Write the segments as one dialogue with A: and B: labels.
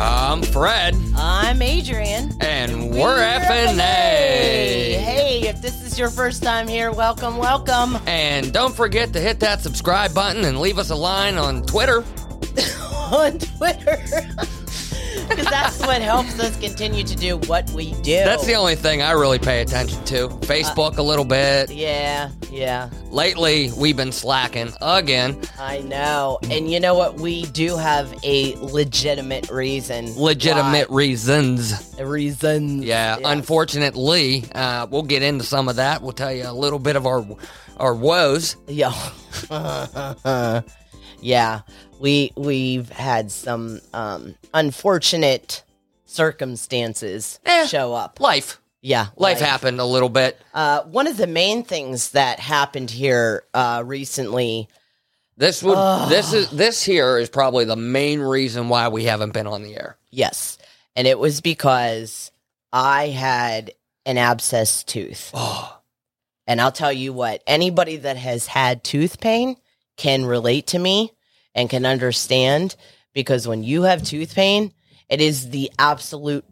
A: I'm Fred,
B: I'm Adrian.
A: and we're FNA.
B: Hey, if this is your first time here, welcome, welcome.
A: And don't forget to hit that subscribe button and leave us a line on Twitter.
B: On Twitter. Because that's what helps us continue to do what we do.
A: That's the only thing I really pay attention to. Facebook a little bit.
B: Yeah, yeah,
A: Lately, we've been slacking again.
B: I know. And you know what? We do have a legitimate reason.
A: Legitimate reasons.
B: why. reason.
A: Yeah, unfortunately, uh, we'll get into some of that. We'll tell you a little bit of our our woes.
B: Yeah. yeah. We we've had some um unfortunate circumstances
A: Eh.
B: show up.
A: Life,
B: Yeah.
A: life
B: like,
A: happened a little bit.
B: Uh one of the main things that happened here uh recently
A: This would
B: Ugh.
A: this is this here is probably the main reason why we haven't been on the air.
B: Yes. And it was because I had an abscess tooth.
A: Oh,
B: And I'll tell you what, anybody that has had tooth pain can relate to me and can understand because when you have tooth pain, it is the absolute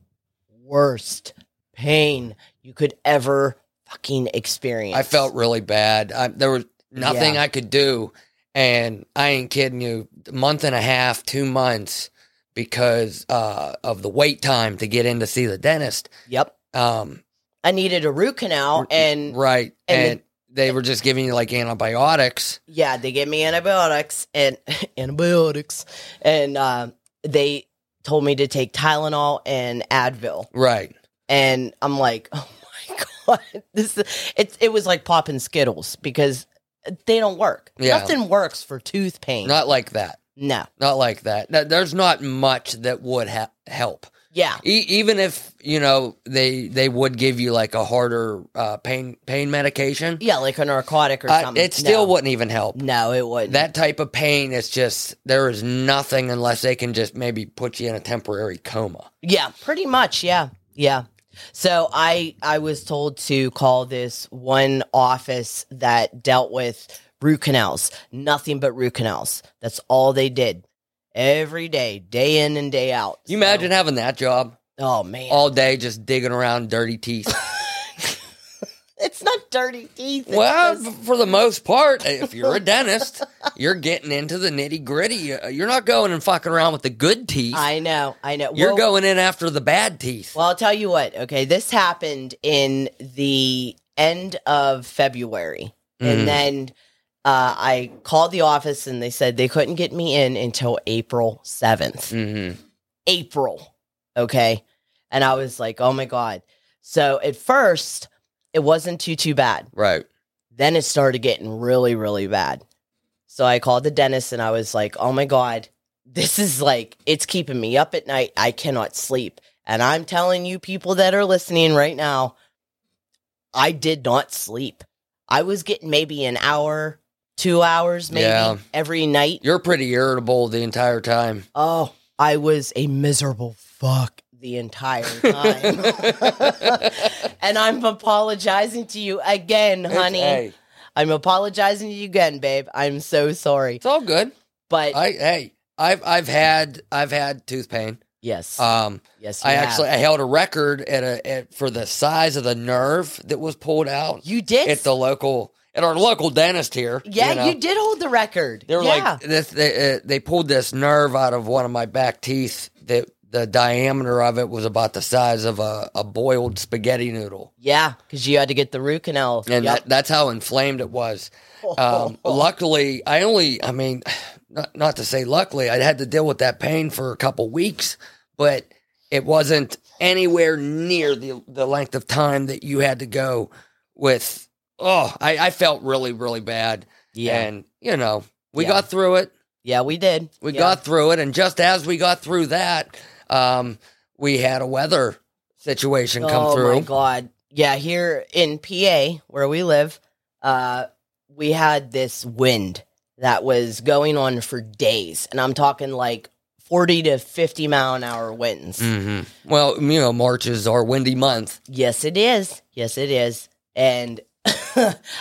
B: worst pain you could ever fucking experience.
A: I felt really bad. I, there was nothing
B: Yeah.
A: I could do, and I ain't kidding you. A month and a half, two months, because uh, of the wait time to get in to see the dentist.
B: Yep.
A: Um,
B: I needed a root canal and
A: right,
B: Mm, and
A: and, they were just giving you like antibiotics.
B: yeah, they gave me antibiotics and antibiotics and uh, they told me to take Tylenol and Advil.
A: Right.
B: and I'm like, oh my god, this it's it was like popping Skittles because they don't work.
A: Yeah.
B: Nothing works for tooth pain.
A: Not like that.
B: no,
A: Not like that. No, There's not much that would ha- help.
B: yeah,
A: E- even if you know they they would give you like a harder uh, pain pain medication,
B: yeah, like a narcotic or
A: uh,
B: something.
A: it still
B: no.
A: wouldn't even help.
B: No, it wouldn't.
A: That type of pain is just there is nothing unless they can just maybe put you in a temporary coma.
B: yeah, pretty much. Yeah, yeah. So I I was told to call this one office that dealt with root canals, nothing but root canals. That's all they did every day, day in and day out.
A: You imagine having that job
B: Oh man,
A: all day just digging around dirty teeth.
B: it's not dirty teeth. it's
A: well,
B: just-
A: f- for the most part, if you're a dentist, you're getting into the nitty gritty. You're not going and fucking around with the good teeth.
B: I know, I know.
A: You're
B: well,
A: going in after the bad teeth.
B: Well, I'll tell you what. Okay, this happened in the end of February,
A: Mhm.
B: and then uh, I called the office, and they said they couldn't get me in until April seventh.
A: hmm
B: April. Okay. And I was like, oh my God. So at first, it wasn't too, too bad.
A: Right.
B: Then it started getting really, really bad. So I called the dentist and I was like, oh my God, this is like, it's keeping me up at night. I cannot sleep. And I'm telling you, people that are listening right now, I did not sleep. I was getting maybe an hour, two hours, maybe
A: Yeah.
B: every night.
A: You're pretty irritable the entire time.
B: Oh, I was a miserable fuck the entire time. and I'm apologizing to you again, honey.
A: Hey,
B: I'm apologizing to you again, babe. I'm so sorry.
A: it's all good.
B: But
A: I hey, I've I've had I've had tooth pain.
B: yes,
A: Um,
B: yes, you
A: I
B: have.
A: actually I held a record at a at, for the size of the nerve that was pulled out
B: you did.
A: at the local at our local dentist here.
B: yeah, you,
A: know.
B: did hold the record.
A: They were
B: yeah.
A: like this. They, uh, they pulled this nerve out of one of my back teeth that the diameter of it was about the size of a, a boiled spaghetti noodle.
B: yeah, because you had to get the root canal.
A: and
B: Yep. Oh.
A: that, that's how inflamed it was. Um, luckily, I only, I mean, not, not to say luckily, I'd had to deal with that pain for a couple weeks, but it wasn't anywhere near the, the length of time that you had to go with. Oh, I, I felt really, really bad.
B: Yeah.
A: And, you know, we
B: Yeah.
A: got through it.
B: yeah, we did.
A: We
B: Yeah.
A: got through it. And just as we got through that, um, we had a weather situation come
B: oh
A: through.
B: my god. Yeah, here in PA where we live, uh we had this wind that was going on for days and I'm talking like 40 to 50 mile an hour winds.
A: hmm Well, you know, March is our windy month.
B: Yes it is. Yes it is. And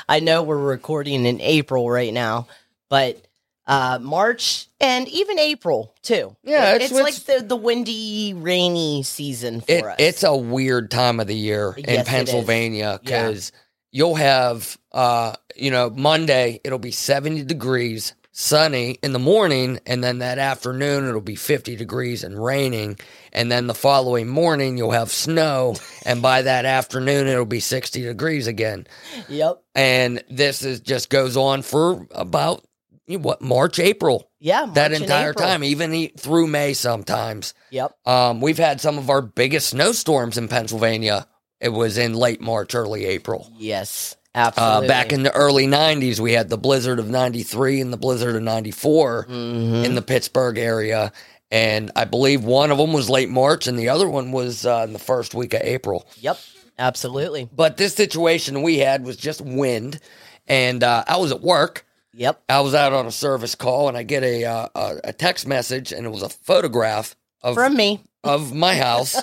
B: I know we're recording in April right now, but uh March and even April too.
A: Yeah,
B: It-
A: it's-
B: it's,
A: it's-
B: like the the windy rainy season for
A: It,
B: us.
A: it's a weird time of the year
B: Yes, it
A: in
B: is.
A: Pennsylvania because you'll have, uh, you know, Monday it'll be 70 degrees, sunny in the morning, and then that afternoon it'll be 50 degrees and raining. And then the following morning you'll have snow, and by that afternoon it'll be 60 degrees again.
B: yep.
A: And this is just goes on for about you know, what March, April.
B: Yeah, March
A: that
B: and
A: entire
B: April.
A: time, even e- through May sometimes.
B: Yep.
A: Um, we've had some of our biggest snowstorms in Pennsylvania. It was in late March, early April.
B: Yes,
A: Uh,
B: absolutely.
A: back in the early 90s, we had the blizzard of 93 and the blizzard of 94
B: Mhm.
A: in the Pittsburgh area. And I believe one of them was late March and the other one was uh, in the first week of April.
B: yep, absolutely.
A: But this situation we had was just wind. And uh, I was at work
B: Yep.
A: I was out on a service call and I get a uh, a, a text message and it was a photograph of
B: From me.
A: of my house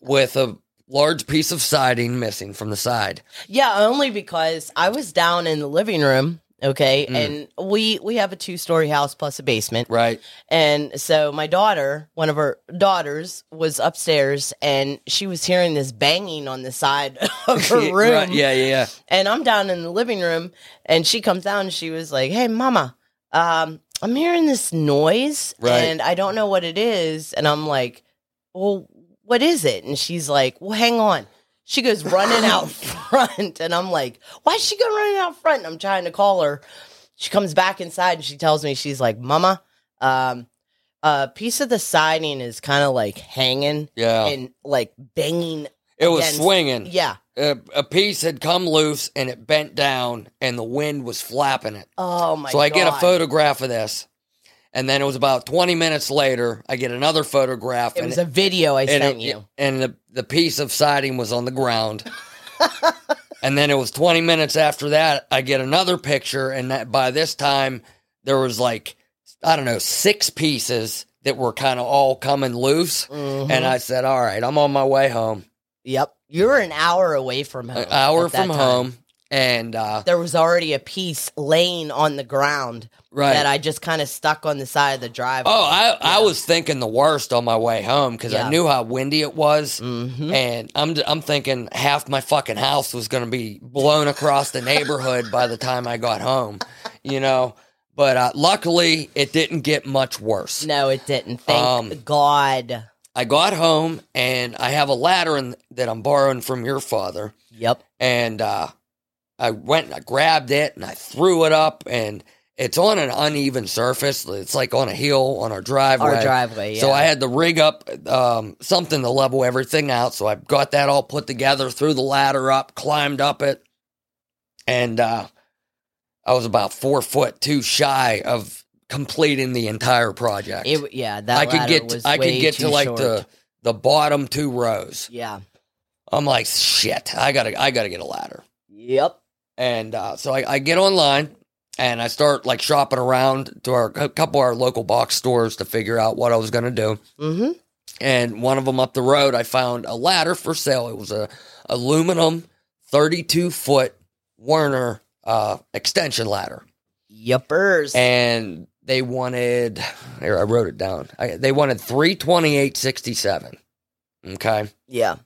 A: with a large piece of siding missing from the side.
B: Yeah, only because I was down in the living room, okay?
A: Mm.
B: And we we have a two-story house plus a basement.
A: Right.
B: And so my daughter, one of her daughters was upstairs and she was hearing this banging on the side of her room.
A: Right, Yeah, yeah, yeah.
B: And I'm down in the living room, and she comes down and she was like, "Hey, mama, um, I'm hearing this noise,
A: Right.
B: and I don't know what it is." And I'm like, "Well, what is it?" And she's like, "Well, hang on." She goes running out front, and I'm like, "Why is she going running out front?" And I'm trying to call her. She comes back inside and she tells me she's like, "Mama, um, a piece of the siding is kind of like hanging
A: Yeah.
B: and like banging.
A: it was
B: against-
A: swinging.
B: Yeah,
A: A, a piece had come loose and it bent down and the wind was flapping it.
B: oh my
A: so I get a
B: God.
A: photograph of this. And then it was about 20 minutes later, I get another photograph.
B: It
A: and
B: was a video I
A: and
B: sent
A: it-
B: you.
A: And the, the piece of siding was on the ground. and then it was 20 minutes after that, I get another picture. And that by this time, there was like, I don't know, six pieces that were kind of all coming loose.
B: Mhm.
A: And I said, All right, I'm on my way home,
B: yep, you were an hour away from home.
A: an hour
B: Oh, at that
A: from
B: time.
A: home. And, uh,
B: There was already a piece laying on the ground
A: right.
B: that I just kind of stuck on the side of the driveway.
A: oh, I, I
B: Yeah.
A: was thinking the worst on my way home because
B: Yeah.
A: I knew how windy it was.
B: hmm
A: and I'm I'm thinking half my fucking house was gonna be blown across the neighborhood by the time I got home, you know. But uh, luckily, it didn't get much worse.
B: No, it didn't. Thank
A: Um,
B: God.
A: I got home and I have a ladder in, that I'm borrowing from your father,
B: Yep.
A: and uh, I went and I grabbed it and I threw it up, and it's on an uneven surface. It's like on a hill on our driveway.
B: Our driveway. Yeah.
A: So I had to rig up um, something to level everything out. So I got that all put together, threw the ladder up, climbed up it, and uh, I was about four foot two shy of completing the entire project.
B: It, yeah. That
A: I could
B: ladder
A: get to,
B: was
A: I
B: way
A: could get
B: too
A: to like
B: short.
A: the the bottom two rows.
B: Yeah.
A: I'm like shit. I gotta I gotta get a ladder.
B: Yep.
A: And uh, so I, I get online and I start like shopping around to our a couple of our local box stores to figure out what I was gonna do
B: Mm-hmm.
A: and one of them up the road i found a ladder for sale it was a aluminum 32 foot werner uh, extension ladder
B: Yuppers.
A: and they wanted here i wrote it down I, they wanted 32867 okay
B: yeah.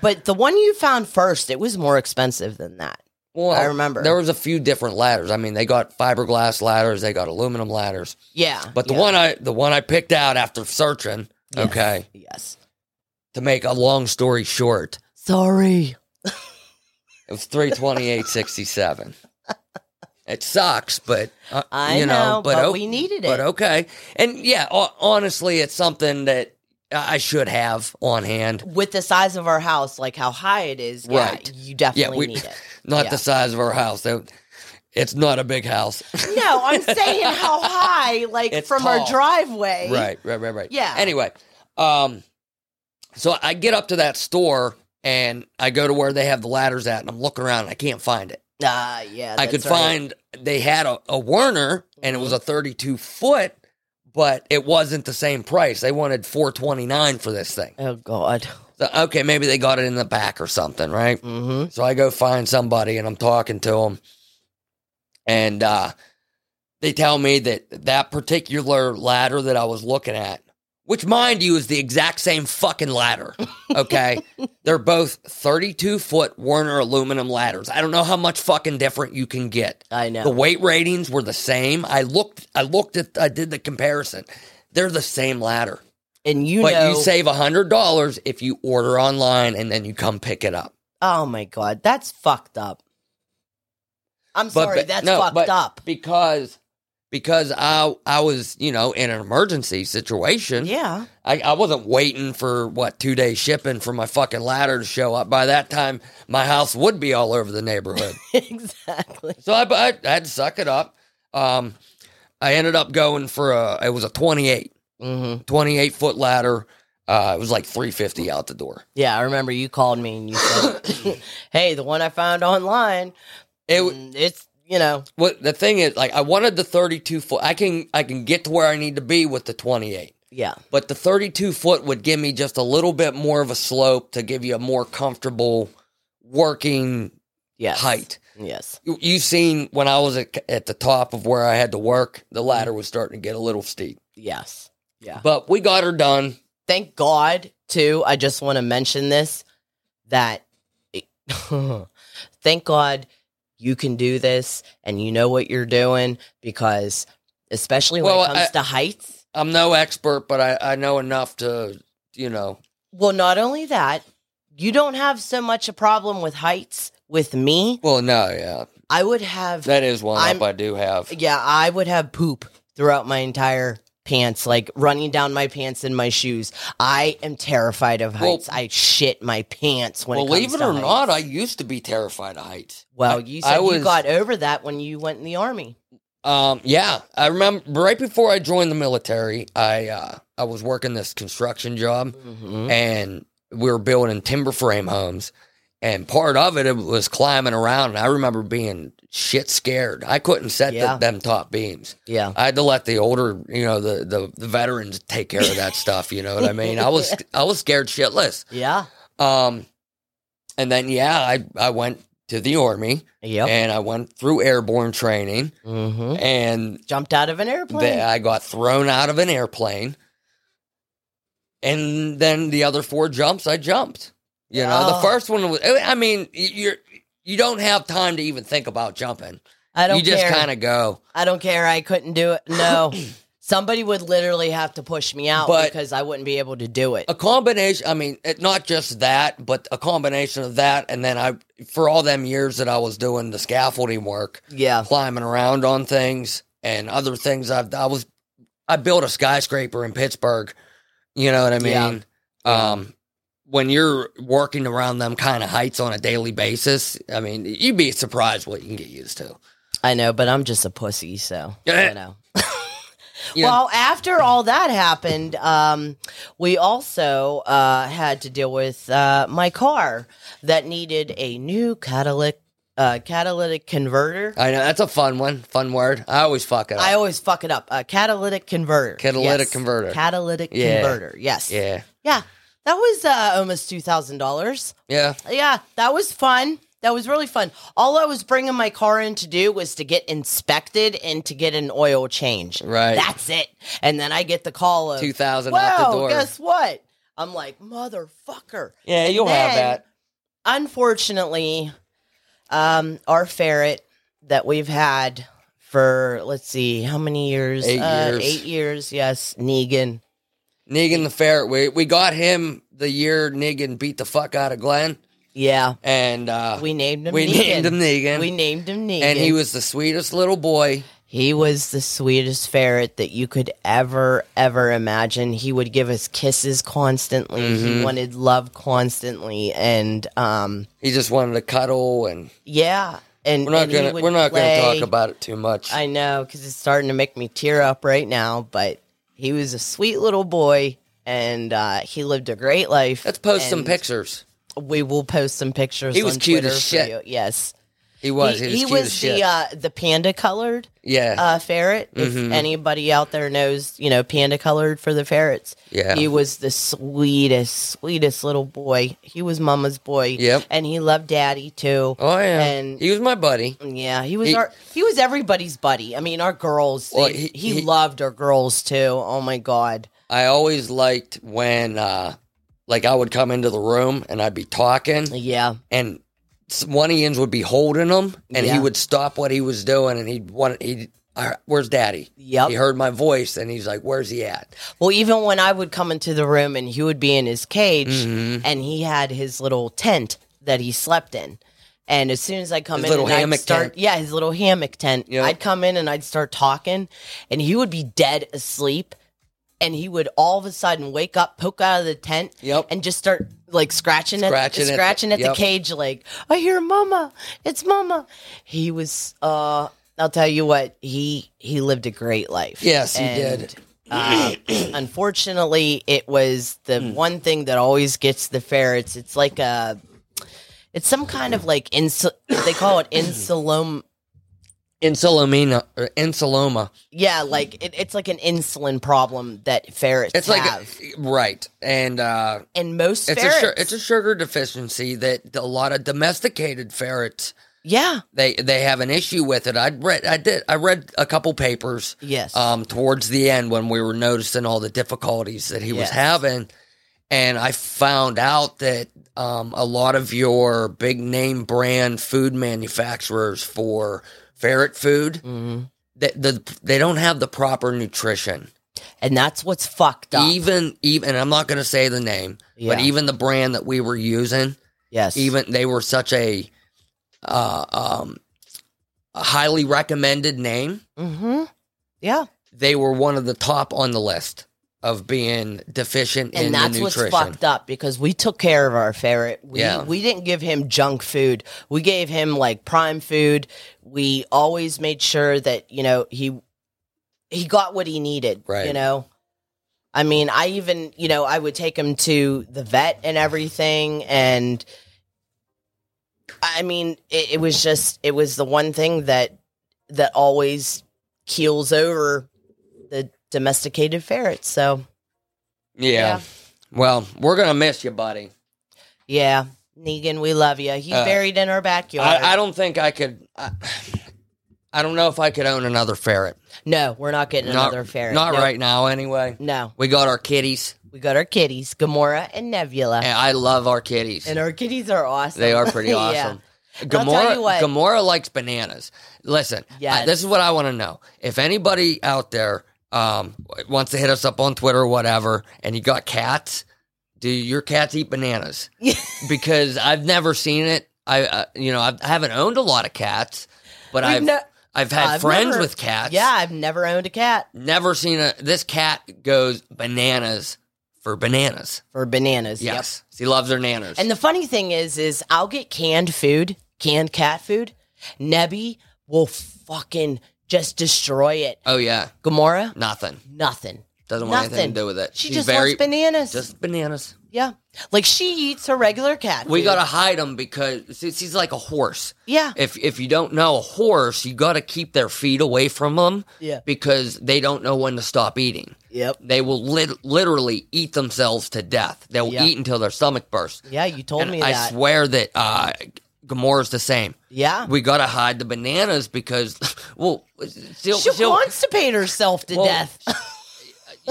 B: But the one you found first, it was more expensive than that.
A: well
B: I remember.
A: there was a few different ladders i mean they got fiberglass ladders they got aluminum ladders
B: yeah.
A: but the
B: yeah.
A: one i the one i picked out after searching
B: Yes,
A: okay
B: Yes.
A: to make a long story short
B: Sorry.
A: It was three twenty eight sixty seven. It sucks, but uh,
B: I
A: you
B: know,
A: but,
B: but
A: o-
B: we needed it.
A: But oh. okay, and yeah, ho- honestly, it's something that I should have on hand.
B: With the size of our house, like how high it is, yeah,
A: Right.
B: you definitely
A: we-
B: need it.
A: Not
B: Yeah.
A: the size of our house. though. It's not a big house.
B: No, I'm saying how high, like
A: It's
B: from
A: tall.
B: our driveway.
A: Right, right, right, right.
B: Yeah.
A: Anyway, um, so I get up to that store and I go to where they have the ladders at, and I'm looking around. And I can't find it.
B: Uh, yeah.
A: I could
B: that's right. Mm-hmm.
A: find they had a, a Werner, and it was a 32 foot, but it wasn't the same price. They wanted 429 for this thing.
B: Oh, God.
A: So, okay, maybe they got it in the back or something, right?
B: Mm-hmm.
A: So I go find somebody and I'm talking to them, and uh, they tell me that that particular ladder that I was looking at, which mind you is the exact same fucking ladder, okay? They're both 32 foot Werner aluminum ladders. I don't know how much fucking different you can get.
B: I know.
A: The weight ratings were the same. I looked, I looked at, I did the comparison. They're the same ladder,
B: and you
A: but
B: know.
A: you save a hundred dollars if you order online and then you come pick it up.
B: oh, my God. That's fucked up. I'm
A: But-
B: sorry.
A: but-
B: that's
A: no,
B: fucked
A: but-
B: up.
A: because because I I was you know in an emergency situation.
B: Yeah.
A: I, I wasn't waiting for what two day shipping for my fucking ladder to show up. By that time, my house would be all over the neighborhood.
B: exactly.
A: so I, I, I had to suck it up. Um, I ended up going for a it was a 28,
B: Mm-hmm.
A: 28 foot ladder. Uh, it was like three fifty out the door.
B: Yeah, I remember you called me and you said, hey, the one I found online,
A: It w-
B: mm, it's, you know.
A: what the thing is like I wanted the thirty two foot. I can I can get to where I need to be with the twenty eight.
B: Yeah.
A: but the 32 foot would give me just a little bit more of a slope to give you a more comfortable working
B: Yes.
A: height.
B: Yes.
A: You- You've seen when I was at, at the top of where I had to work, the ladder was starting to get a little steep.
B: Yes. Yeah.
A: But we got her done.
B: thank God, too. I just want to mention this that thank God you can do this and you know what you're doing because, especially when
A: Well,
B: it comes
A: I-
B: to heights.
A: I'm no expert, but I, I know enough to, you know,
B: Well, not only that, you don't have so much a problem with heights with me.
A: well, no, yeah.
B: I would have,
A: That is one up
B: I'm-
A: I do have.
B: yeah, I would have poop throughout my entire pants, like running down my pants and my shoes. I am terrified of
A: Well-
B: heights. I shit my pants when it
A: Believe
B: comes
A: it
B: to
A: or
B: heights.
A: not, I used to be terrified of heights.
B: Well,
A: I-
B: you
A: I
B: said
A: was-
B: you got over that when you went in the army.
A: Um, yeah, I remember right before I joined the military, I uh, I was working this construction job,
B: Mm-hmm.
A: and we were building timber frame homes. And part of it, it was climbing around, and I remember being shit scared. I couldn't set
B: Yeah.
A: the, them top beams.
B: Yeah.
A: I had to let the older, you know, the, the the veterans take care of that stuff. You know what I mean? I was I was scared shitless.
B: Yeah.
A: Um, and then yeah, I I went to the army
B: Yep.
A: and I went through airborne training,
B: hmm
A: and
B: Jumped out of an airplane.
A: that I got thrown out of an airplane. And then the other four jumps, I jumped. You know, the
B: Oh.
A: first one was, I mean, y- you're, you don't have time to even think about jumping.
B: I don't
A: You just
B: care.
A: kind of go.
B: I don't care. I couldn't do it. No. Somebody would literally have to push me out
A: But-
B: because I wouldn't be able to do it.
A: A combination, I mean, it, not just that, but a combination of that. And then I, for all them years that I was doing the scaffolding work,
B: Yeah.
A: climbing around on things and other things, I've, I was, I built a skyscraper in Pittsburgh. You know what I mean?
B: Yeah.
A: Um, when you're working around them kind of heights on a daily basis, I mean, you'd be surprised what you can get used to.
B: I know, but I'm just a pussy, so
A: Yeah.
B: you know.
A: You know-
B: Well, after all that happened, um, we also uh, had to deal with uh, my car that needed a new catalytic uh, catalytic converter.
A: I know that's a fun one, fun word. I always fuck it up.
B: I always fuck it up. A catalytic converter.
A: Catalytic
B: Yes.
A: converter.
B: Catalytic
A: Yeah.
B: converter. Yes.
A: yeah,
B: Yeah. That was uh, almost two thousand dollars.
A: yeah.
B: Yeah, that was fun. That was really fun. All I was bringing my car in to do was to get inspected and to get an oil change.
A: Right.
B: That's it. And then I get the call of
A: Two thousand out the
B: Wow,
A: door.
B: guess what? I'm like, motherfucker.
A: yeah, you'll have
B: Then-
A: that.
B: Unfortunately, um, our ferret that we've had for let's see how many years? Uh,
A: Eight years.
B: Eight years. Yes, Negan.
A: Negan the ferret. We we got him the year Negan beat the fuck out of Glenn.
B: Yeah.
A: and uh, we,
B: We named him Negan.
A: named him Negan.
B: We named him Negan.
A: and he was the sweetest little boy.
B: He was the sweetest ferret that you could ever, ever imagine. He would give us kisses constantly.
A: Mm-hmm.
B: He wanted love constantly. And um
A: He just wanted to cuddle, and
B: yeah. And
A: we're not
B: and he
A: gonna
B: would
A: we're not gonna
B: play.
A: talk about it too much.
B: I know, because it's starting to make me tear up right now, but he was a sweet little boy and uh, he lived a great life.
A: Let's post some
B: and
A: pictures.
B: We will post some pictures.
A: He was
B: on
A: cute
B: Twitter
A: as
B: for
A: shit.
B: you. Yes.
A: He was he, was,
B: he
A: cute as
B: was
A: shit.
B: the uh, the panda colored
A: yeah,
B: uh, ferret.
A: Mm-hmm.
B: If anybody out there knows, you know, panda colored for the ferrets.
A: Yeah.
B: He was the sweetest, sweetest little boy. He was mama's boy.
A: Yep.
B: And he loved daddy too.
A: oh yeah,
B: and-
A: he was my buddy.
B: Yeah, he was
A: He-
B: our he was everybody's buddy. I mean, our girls.
A: Well,
B: they-
A: he-
B: he,
A: he-
B: loved our girls too. Oh my god.
A: I always liked when uh, like I would come into the room and I'd be talking,
B: Yeah.
A: and s- one of Ian's would be holding him, and he
B: Yeah.
A: would stop what he was doing, and he'd want he. Where's Daddy?
B: Yep.
A: He heard my voice, and he's like, "Where's he at?"
B: Well, even when I would come into the room and he would be in his cage
A: Mhm.
B: and he had his little tent that he slept in. And as soon as I come
A: His
B: in
A: little
B: and I'd
A: hammock
B: start
A: tent.
B: yeah, his little hammock tent.
A: Yep.
B: I'd come in and I'd start talking and he would be dead asleep and he would all of a sudden wake up, poke out of the tent
A: Yep.
B: and just start like scratching at
A: Scratching at the-
B: scratching at the
A: yep.
B: cage like, "I hear mama. It's mama." He was uh I'll tell you what, he he lived a great life.
A: Yes, he
B: And,
A: did.
B: uh, unfortunately, it was the
A: Hmm.
B: one thing that always gets the ferrets. It's like a, it's some kind of like insul. they call it insulom.
A: In Salomina or in Saloma.
B: Yeah, like it, it's like an insulin problem that ferrets
A: It's like
B: have,
A: right, and uh,
B: and most
A: it's a
B: ferrets.
A: su- it's a sugar deficiency that a lot of domesticated ferrets
B: yeah.
A: they they have an issue with it. I read I did I read a couple papers
B: Yes.
A: um, towards the end when we were noticing all the difficulties that he was
B: Yes.
A: having, and I found out that um, a lot of your big name brand food manufacturers for ferret food
B: Mhm.
A: that the, they don't have the proper nutrition.
B: And that's what's fucked up.
A: Even even and I'm not going to say the name, but
B: Yeah.
A: even the brand that we were using,
B: yes.
A: even they were such a uh, um, a highly recommended name.
B: hmm Yeah.
A: They were one of the top on the list of being deficient in
B: and that's
A: the
B: what's
A: nutrition.
B: fucked up because we took care of our ferret. We
A: Yeah.
B: we didn't give him junk food. We gave him like prime food. We always made sure that you know he he got what he needed.
A: Right.
B: You know, I mean, I even you know I would take him to the vet and everything, and I mean it, it was just it was the one thing that that always keels over the domesticated ferrets. So.
A: Yeah.
B: Yeah.
A: Well, we're gonna miss you, buddy.
B: Yeah, Negan, we love you. He's
A: Uh,
B: buried in our backyard.
A: I, I don't think I could. I, I don't know if I could own another ferret.
B: no, we're not getting
A: Not-
B: another ferret.
A: Not
B: No,
A: right now, anyway.
B: No,
A: We got our kitties,
B: we got our kitties, Gamora and Nebula,
A: and I love our kitties.
B: and our kitties are awesome.
A: They are pretty
B: Yeah.
A: awesome.
B: I'll tell
A: Gamora,
B: you what.
A: Gamora likes bananas. Listen, I-
B: Yes.
A: this is what I want to know. If anybody out there um, wants to hit us up on Twitter or whatever, and you got cats, do your cats eat bananas? because I've never seen it. I, uh, you know, I've, I haven't owned a lot of cats, but
B: We've
A: I've
B: ne-
A: I've had
B: I've
A: friends
B: never-
A: with cats.
B: Yeah, I've never owned a cat
A: never seen a. This cat goes bananas for bananas.
B: for bananas. Yep.
A: Yes, she loves her nanners.
B: And the funny thing is, is I'll get canned food, canned cat food. Nebby will fucking just destroy it.
A: oh yeah,
B: Gamora,
A: nothing.
B: nothing.
A: Doesn't want anything
B: Nothing.
A: to do with it.
B: She
A: She's
B: just
A: very
B: wants bananas.
A: just bananas.
B: yeah, like she eats her regular cat.
A: We
B: food.
A: gotta hide them because see, she's like a horse.
B: yeah,
A: If if you don't know a horse, you gotta keep their feet away from them
B: yeah,
A: because they don't know when to stop eating.
B: yep.
A: They will lit- literally eat themselves to death. They will
B: Yeah.
A: eat until their stomach bursts.
B: Yeah, you told
A: And
B: me
A: I
B: that.
A: swear that uh, Gamora's the same.
B: yeah.
A: We gotta hide the bananas because well, she'll,
B: She'll,
A: she'll-
B: constipate herself to
A: Well,
B: death.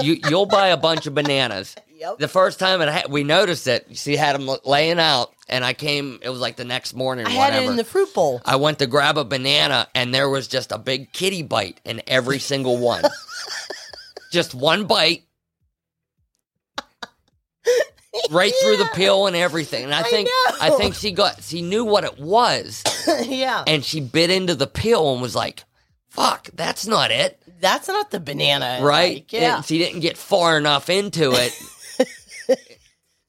A: you you'll buy a bunch of bananas.
B: Yep.
A: The first time it ha- we noticed it, she had them laying out, and I came. It was like the next morning.
B: I
A: or
B: had
A: whatever.
B: it in the fruit bowl.
A: I went to grab a banana, and there was just a big kitty bite in every single one. just one bite. right through the pill and everything. And I
B: I
A: think I,
B: know.
A: think she got she knew what it was
B: yeah.
A: and she bit into the pill and was like, "Fuck, that's not it."
B: That's not the banana.
A: Right?
B: like, yeah.
A: And she didn't get far enough into it.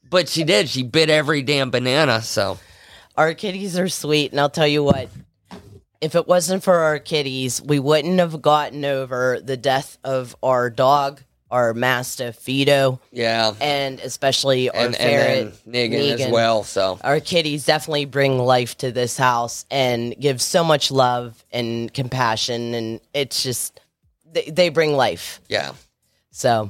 A: but she did. She bit every damn banana, so
B: Our kitties are sweet. And I'll tell you what, if it wasn't for our kitties, we wouldn't have gotten over the death of our dog, our mastiff, Fido,
A: yeah.
B: and especially our
A: And, and
B: ferret,
A: then Negan, as
B: Negan.
A: well, so
B: Our kitties definitely bring life to this house and give so much love and compassion. And it's just, they, they bring life.
A: yeah.
B: So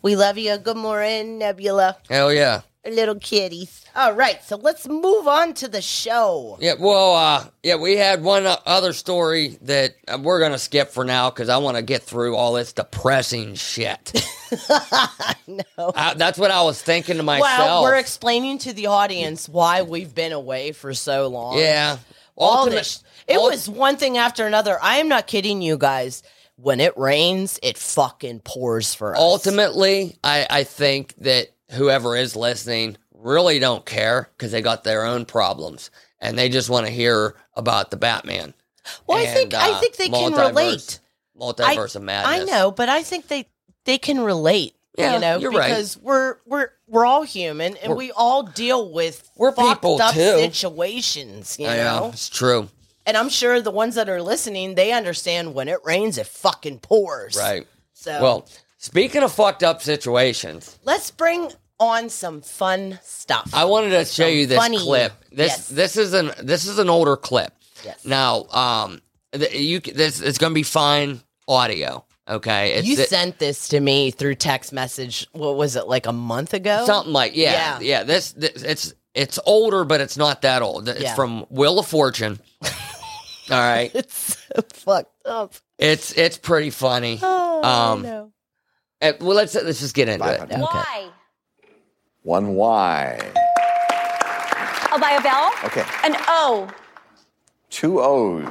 B: we love you. Good morning, Nebula.
A: Hell yeah.
B: little kitties. All right, so let's move on to the show.
A: Yeah, well, uh, yeah, we had one o- other story that uh, we're gonna skip for now because I want to get through all this depressing shit.
B: I know.
A: I, that's what I was thinking to myself.
B: Well, we're explaining to the audience why we've been away for so long.
A: yeah,
B: all
A: Ultimate-
B: this. It
A: ult-
B: was one thing after another. I am not kidding you guys. When it rains, it fucking pours for us.
A: ultimately. I I think that whoever is listening really don't care because they got their own problems and they just want to hear about the Batman.
B: Well, I
A: and,
B: think I
A: uh,
B: think they can
A: multiverse-
B: relate.
A: Multiverse of madness.
B: I know, but I think they they can relate.
A: Yeah,
B: you know,
A: you're right.
B: because we're we're we're all human and
A: We're-
B: we all deal with
A: We're
B: fucked
A: people,
B: up
A: too.
B: situations. You
A: I know.
B: know,
A: It's true.
B: and I'm sure the ones that are listening they understand when it rains, it fucking pours.
A: Right.
B: So,
A: Well, speaking of fucked up situations.
B: let's bring on some fun stuff.
A: I wanted to show you this
B: funny.
A: clip. This
B: Yes.
A: this is an this is an older clip.
B: yes.
A: Now, um, th- you c- this it's going to be fine audio. Okay, it's
B: you
A: it-
B: sent this to me through text message. What was it like a month ago?
A: something like yeah, yeah.
B: Yeah.
A: this, this it's it's older, but it's not that old. It's
B: Yeah.
A: from Wheel of Fortune. All right,
B: It's so fucked up.
A: it's it's pretty funny.
B: Oh,
A: Um,
B: no.
A: Uh, well, let's let's just get into it.
B: Okay.
C: Why?
D: One Y.
C: Oh, by a vowel?
D: Okay,
C: An O.
D: two O's.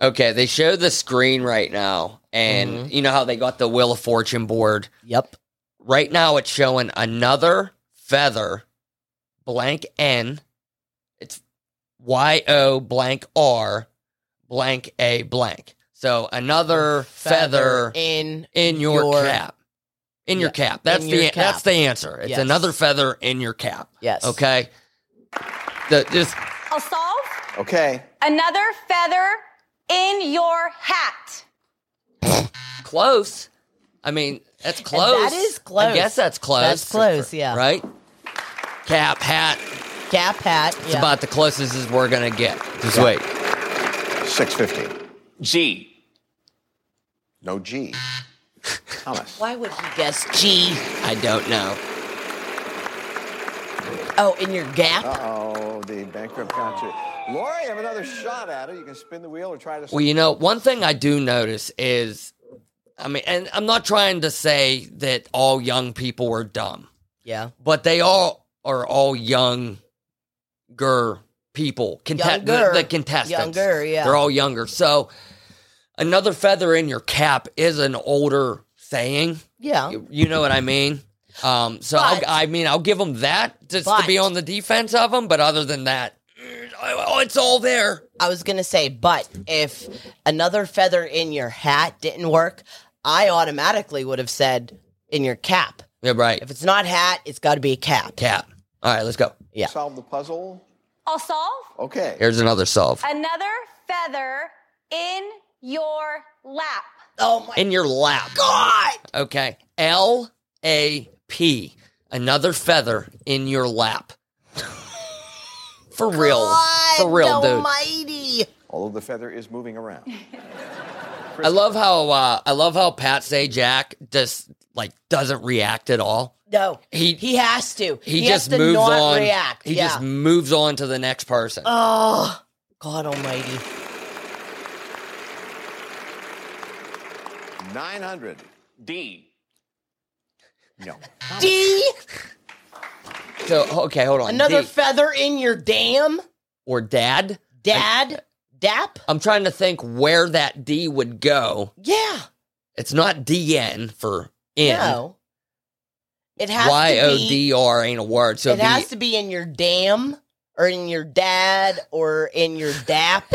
A: Okay, they show the screen right now, and
B: Mm-hmm.
A: you know how they got the Wheel of Fortune board.
B: Yep.
A: right now it's showing another feather blank n it's y o blank r blank a blank so another feather,
B: in
A: in your,
B: your-
A: cap in your
B: Yeah,
A: cap that's
B: in
A: the
B: your
A: an- that's
B: cap.
A: the answer it's
B: Yes.
A: another feather in your cap
B: Yes.
A: okay the just
C: I'll solve
D: Okay,
C: another feather in your hat.
A: close i mean that's close
B: is close.
A: i guess that's close
B: That's close, yeah.
A: right cap hat
B: cap hat.
A: It's
B: yeah.
A: about the closest as we're gonna get. Just wait.
D: 650.
E: G.
D: No G. Thomas.
B: Why would he guess G?
A: I don't know.
B: Oh, in your gap?
A: Uh,
D: Uh-oh, the bankrupt got you. Lori, I have another shot at it. You can spin the wheel or try to...
A: Well, you know, one thing I do notice is, I mean, and I'm not trying to say that all young people are dumb,
B: Yeah.
A: but they all are all younger people. Conte- the,
B: Younger.
A: the contestants.
B: Younger, yeah.
A: They're all younger. So, another feather in your cap is an older saying.
B: Yeah.
A: You, you know what I mean? Um, so I'll,
B: But-
A: I mean, I'll give them that just to
B: But-
A: be on the defense of them. But other than that, mm, oh, it's all there.
B: I was going to say, but if another feather in your hat didn't work, I automatically would have said in your cap.
A: Yeah, right.
B: If it's not hat, it's got to be a cap.
A: Cap. All right, let's go.
B: Yeah.
D: Solve the puzzle.
C: I'll solve
D: Okay.
A: Here's another solve.
C: another feather in your lap.
B: Oh my
A: In your lap.
B: God.
A: Okay. L A P. Another feather in your lap. For real. For real,
B: God
A: dude.
B: Almighty.
D: Although the feather is moving around.
A: I love how uh, I love how Pat Say Jack just like doesn't react at all.
B: No.
A: He-
B: he has to.
A: He,
B: has
A: just
B: to
A: moves
B: not
A: on.
B: react.
A: He
B: yeah.
A: just moves on to the next person.
B: Oh, God Almighty.
D: 900.
E: D.
D: No.
B: D.
A: So okay, hold on.
B: Another
A: D.
B: feather in your dam,
A: or dad.
B: dad, dap.
A: I'm trying to think where that D would go.
B: Yeah.
A: It's not DN for in.
B: No. It has
A: Y
B: to
A: O
B: be.
A: D R ain't a word. So
B: it
A: it'd be-
B: has to be in your damn or in your dad or in your dap.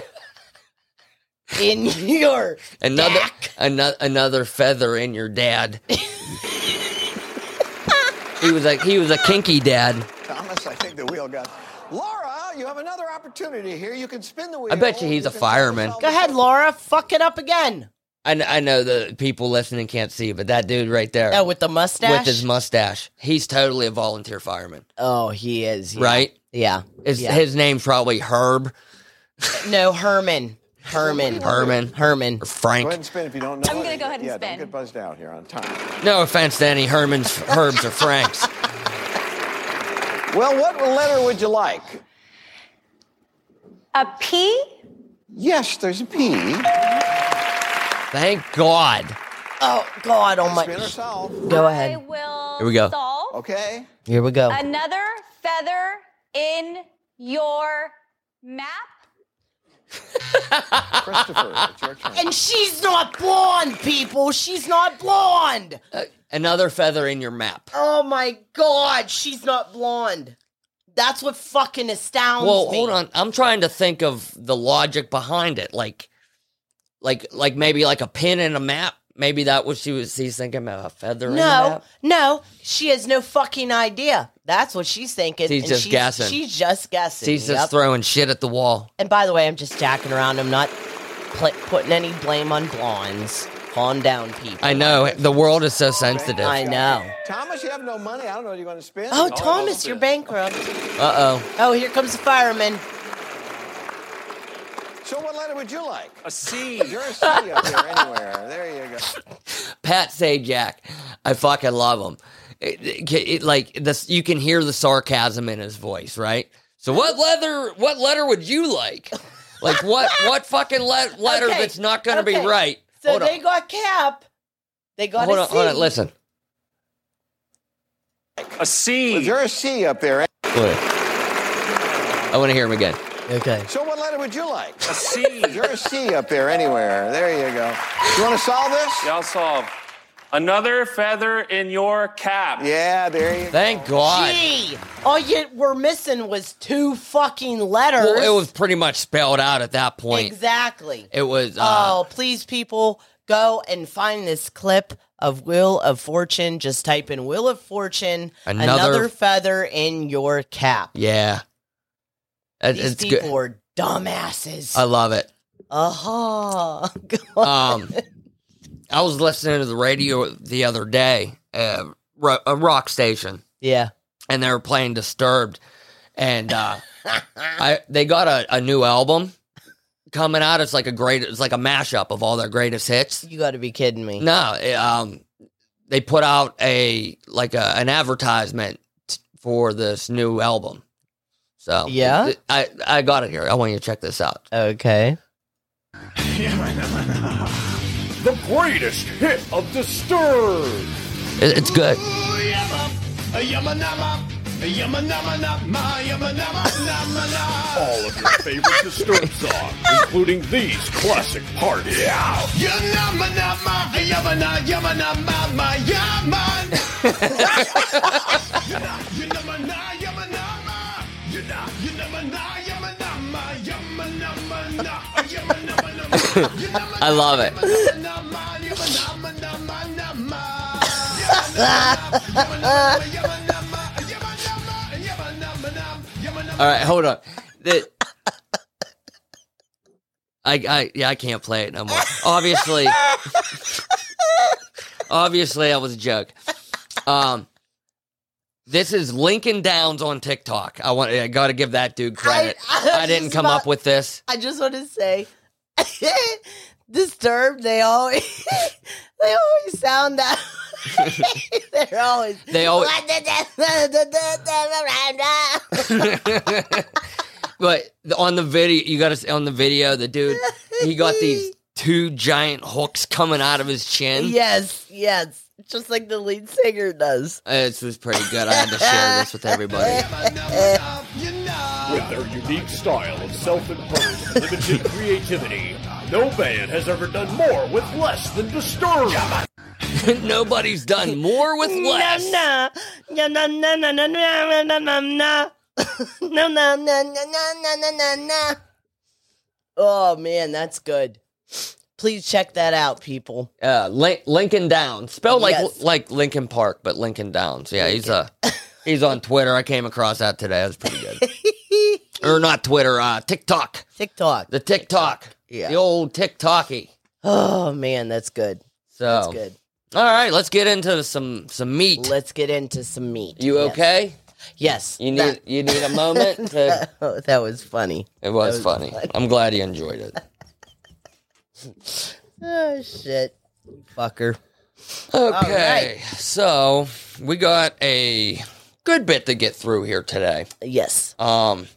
B: in your
A: another
B: Dak.
A: another another feather in your dad. he was like he was a kinky dad.
D: Thomas, I think the wheel got. Laura, you have another opportunity here. You can spin the wheel.
A: bet you he's a
D: can
A: fireman.
D: solve
B: Go ahead, Laura. Fuck it up again.
A: I, kn- I know the people listening can't see, but that dude right there
B: Oh, with the mustache.
A: with his mustache, he's totally a volunteer fireman,
B: oh, he is. yeah.
A: right?
B: Yeah.
A: His,
B: Yeah.
A: his name's probably Herb,
B: No, Herman. Herman.
A: Herman,
B: Herman.
A: or
D: Go ahead
A: Frank.
D: and spin if you don't know.
C: I'm gonna
D: it.
C: go ahead and
D: yeah,
C: spin.
D: Don't get buzzed out here on time.
A: No offense to any Hermans, Herbs, or Franks.
D: Well, what letter would you like?
C: A P?
D: Yes, there's a P.
A: Thank God.
B: Oh God, oh
D: Spin or
B: my.
D: solve.
B: Go
C: I
B: ahead.
C: will
A: Here we go.
C: solve
D: Okay.
B: Here we go.
C: another feather in your map.
B: Ah,
D: Christopher, it's your turn.
B: And she's not blonde, people. She's not blonde.
A: Uh, another feather in your map.
B: Oh my God, she's not blonde. That's what fucking astounds
A: Well,
B: me.
A: hold on. I'm trying to think of the logic behind it. Like, like, like maybe like a pin in a map. Maybe that was she was he's thinking about a feather. in a
B: No,
A: map.
B: no, she has no fucking idea. That's what she's thinking.
A: She's
B: and
A: just guessing.
B: She's just guessing.
A: she's
B: yep.
A: just throwing shit at the wall.
B: and by the way, I'm just jacking around. I'm not pl- putting any blame on blondes. Calm down, people.
A: I know the world is so sensitive.
B: I
A: Uh
B: know.
D: Thomas, you have no money. I don't know what you're going to spin.
B: ah. Oh,
D: No,
B: Thomas, you're bankrupt.
A: oh.
B: Oh, here comes the fireman.
D: So, what letter would you like?
E: A C.
D: You're a C up there anywhere. There you go.
A: Pat Sajak, I fucking love him. It- it- it- like this, you can hear the sarcasm in his voice, right? So what leather? What letter would you like? Like what? What fucking le- letter
B: Okay,
A: that's not going to
B: okay.
A: be right?
B: So
A: hold
B: they
A: on,
B: got Cap. They got
A: hold
B: a
A: on, hold on.
B: C.
A: Listen.
E: A C.
D: You're a C up there.
A: Wait. I want to hear him again.
B: Okay.
D: So, what letter would you like?
E: A C.
D: You're a C up there anywhere. There you go. You want to solve this?
E: Y'all solve. Another feather in your cap.
D: Yeah, there you go.
A: Thank God.
B: G. All you were missing was two fucking letters.
A: Well, it was pretty much spelled out at that point.
B: exactly.
A: It was. Uh,
B: oh, please, people, go and find this clip of Wheel of Fortune. Just type in Wheel of Fortune.
A: Another-
B: feather in your cap.
A: Yeah. It-
B: These
A: it's
B: people
A: good. Uh,
B: are dumbasses.
A: I love it.
B: Uh-huh.
A: Um, I was listening to the radio the other day, uh, ro- a rock station,
B: yeah.
A: and they were playing Disturbed, and uh, I they got a, a new album coming out. It's like a great. It's like a mashup of all their greatest hits.
B: You got to be kidding me.
A: No, it, um, they put out a like a, an advertisement t- for this new album. So
B: Yeah?
A: it- I I got it here. I want you to check this out.
B: Okay.
F: the greatest hit of Disturbed.
A: It, it's good.
F: All of your favorite Disturbed songs, including these classic parts.
A: I love it. All right, hold on. The- I I yeah I can't play it no more. Obviously, obviously I was a joke. Um, this is Lincoln Downs on TikTok. I want I got to give that dude credit.
B: I- I
A: I,
B: was
A: didn't
B: just
A: come
B: about-
A: up with this.
B: I just want to say, disturbed. They always, they always sound that. They're always.
A: They always- But the- on the video, you got to on the video, the dude he got these two giant hooks coming out of his chin.
B: yes, yes, just like the lead singer does.
A: Uh, This was pretty good. I had to share this with everybody.
F: With their unique style of self-imposed, limited creativity, no band has ever done more with less than Disturbed.
A: Nobody's done more with less.
B: No, no, no, no, no, no, no, no, no, no, no, no, no, no, no, no, no, no, no. Oh man, that's good. Please check that out, people.
A: Uh, Lin- Lincoln Downs, spelled like
B: Yes.
A: like Lincoln Park, but Lincoln Downs. Yeah, he's uh he's on Twitter. I came across that today. That's pretty good. or not Twitter, uh, TikTok,
B: TikTok.
A: the TikTok,
B: Yeah.
A: the old TikToky.
B: Oh man, that's good.
A: So
B: That's good.
A: all right, let's get into some some meat.
B: Let's get into some meat.
A: you
B: Yes.
A: okay?
B: Yes.
A: You need
B: that-
A: you need a moment. To,
B: that, that was funny.
A: it was,
B: was
A: funny.
B: funny.
A: I'm glad you enjoyed it.
B: Oh shit, fucker.
A: Okay, so we got a good bit to get through here today.
B: Yes.
A: Um,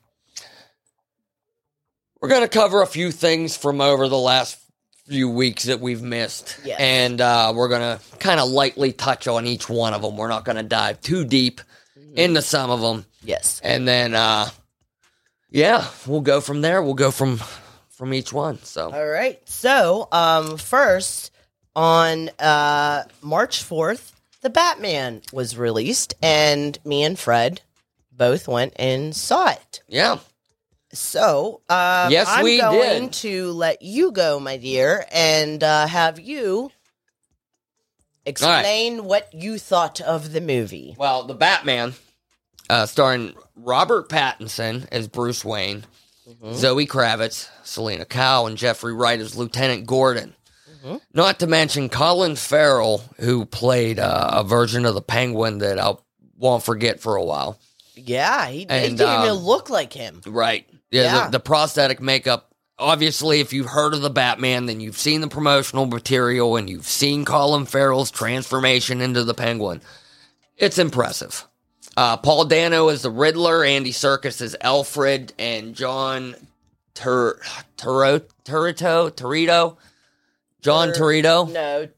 A: we're going to cover a few things from over the last few weeks that we've missed.
B: Yes.
A: And uh, we're going to kind of lightly touch on each one of them. We're not going to dive too deep
B: Mm-hmm.
A: into some of them.
B: Yes.
A: And then, uh, yeah, we'll go from there. We'll go from from each one. So,
B: All right. So, um, first on uh, March fourth, the Batman was released, and me and Fred both went and saw it.
A: yeah.
B: So, um,
A: Yes,
B: I'm
A: we
B: going
A: did.
B: to let you go, my dear, and uh, have you explain what you thought of the movie.
A: Well, the Batman, uh, starring Robert Pattinson as Bruce Wayne, Zoe Kravitz, Selena Kyle, and Jeffrey Wright as Lieutenant Gordon. Not to mention Colin Farrell, who played uh, a version of the Penguin that I won't forget for a while.
B: Yeah, he, he
A: And,
B: didn't even
A: um,
B: look like him.
A: Right. Yeah.
B: Yeah.
A: The, the prosthetic makeup. Obviously, if you've heard of the Batman, then you've seen the promotional material and you've seen Colin Farrell's transformation into the Penguin. It's impressive. Uh, Paul Dano is the Riddler, Andy Serkis is Alfred, and John Tur- Turo- Turito Torito, John
B: Tur-
A: Torito,
B: No,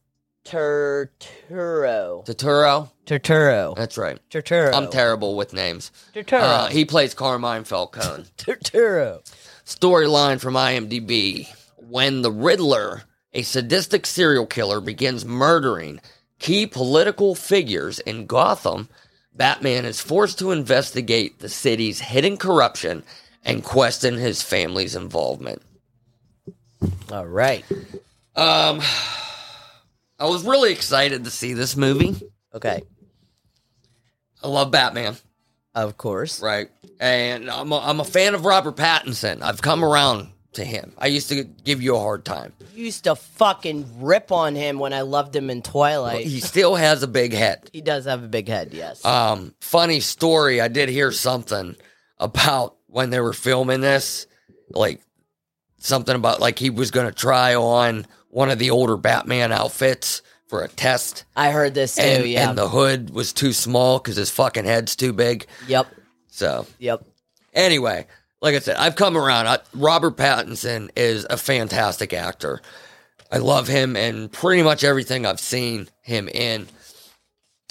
B: Turturro.
A: Turturro.
B: Turturro.
A: That's right.
B: Turturro.
A: I'm terrible with names.
B: Turturro.
A: Uh, he plays Carmine Falcone.
B: Turturro.
A: Storyline from IMDb When the Riddler, a sadistic serial killer, begins murdering key political figures in Gotham, Batman is forced to investigate the city's hidden corruption and question his family's involvement.
B: All right.
A: Um, I was really excited to see this movie.
B: Okay.
A: I love Batman.
B: Of course.
A: Right. And I'm a, I'm a fan of Robert Pattinson. I've come around to him. I used to give you a hard time.
B: You used to fucking rip on him when I loved him in Twilight.
A: He still has a big head.
B: he does have a big head, yes.
A: Um, funny story. I did hear something about when they were filming this, like something about like he was going to try on one of the older Batman outfits for a test,
B: I heard this too,
A: and,
B: Oh, yeah.
A: and the hood was too small because his fucking head's too big.
B: yep.
A: So
B: Yep.
A: anyway, like I said, I've come around. I, Robert Pattinson is a fantastic actor. I love him and pretty much everything I've seen him in.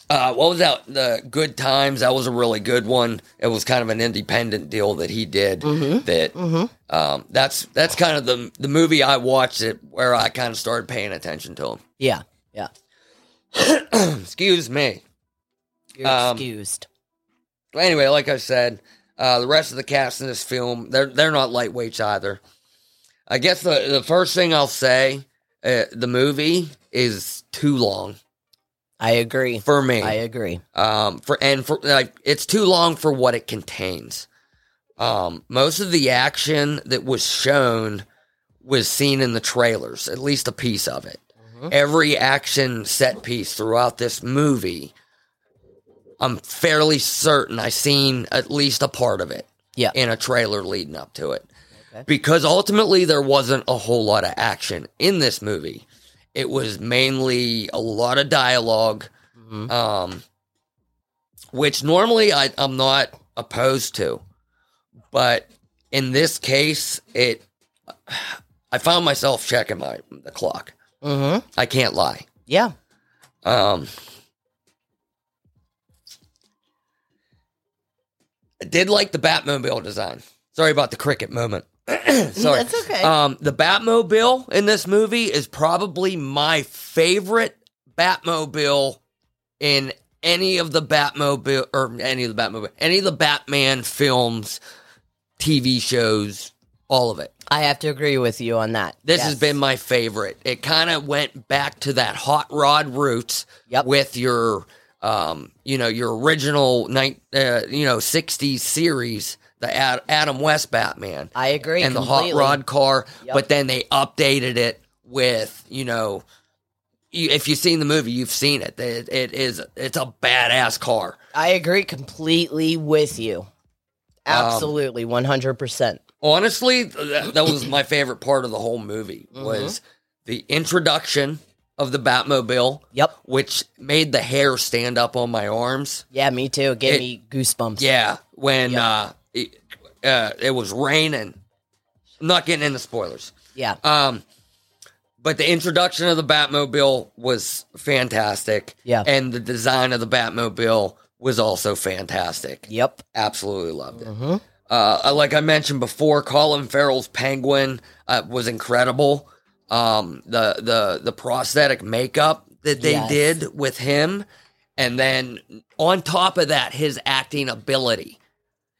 A: Uh, what was that? The Good Times. That was a really good one. It was kind of an independent deal that he did. That um, that's that's kind of the the movie I watched it where I kind of started paying attention to him.
B: Yeah. Yeah.
A: Excuse me.
B: You're
A: Um,
B: excused.
A: anyway, like I said, uh, the rest of the cast in this film, they're they're not lightweights either. I guess the the first thing I'll say, uh, the movie is too long
B: I agree.
A: for me.
B: I agree.
A: um, for and for like, it's too long for what it contains. Um, most of the action that was shown was seen in the trailers, at least a piece of it. Every action set piece throughout this movie, I'm fairly certain I seen at least a part of it
B: Yeah.
A: in a trailer leading up to it.
B: Okay.
A: Because ultimately, there wasn't a whole lot of action in this movie. It was mainly a lot of dialog
B: Mm-hmm.
A: um, which normally I, I'm not opposed to. But in this case, it I found myself checking my the clock.
B: Mm-hmm.
A: I can't lie.
B: Yeah.
A: Um, I did like the Batmobile design. Sorry about the cricket moment. Sorry.
B: That's okay.
A: Um, the Batmobile in this movie is probably my favorite Batmobile in any of the Batmobile or any of the Batmobile, any of the Batman films, TV shows, all of it.
B: I have to agree with you on that.
A: This
B: Yes.
A: has been my favorite. It kind of went back to that hot rod roots
B: Yep.
A: with your, um, you know, your original night, uh, you know, '60s series, the Ad- Adam West Batman,
B: I agree.
A: and
B: completely.
A: the hot rod car.
B: Yep.
A: But then they updated it with, you know, you, if you've seen the movie, you've seen it. It, it is, it's a badass car.
B: I agree completely with you.
A: Um,
B: Absolutely, one hundred percent.
A: honestly th- that, that was my favorite part of the whole movie
B: Mm-hmm.
A: was the introduction of the batmobile
B: Yep.
A: which made the hair stand up on my arms
B: Yeah, me too. It gave
A: It-
B: me goosebumps.
A: yeah when
B: Yep.
A: uh, it, uh it was raining i'm not getting into spoilers
B: yeah.
A: um but the introduction of the batmobile was fantastic
B: Yeah.
A: and the design of the batmobile was also fantastic
B: Yep.
A: absolutely loved it.
B: Mm-hmm.
A: Uh, like I mentioned before, Colin Farrell's Penguin uh, was incredible. Um, the the the prosthetic makeup that they
B: Yes.
A: did with him, and then on top of that, his acting ability.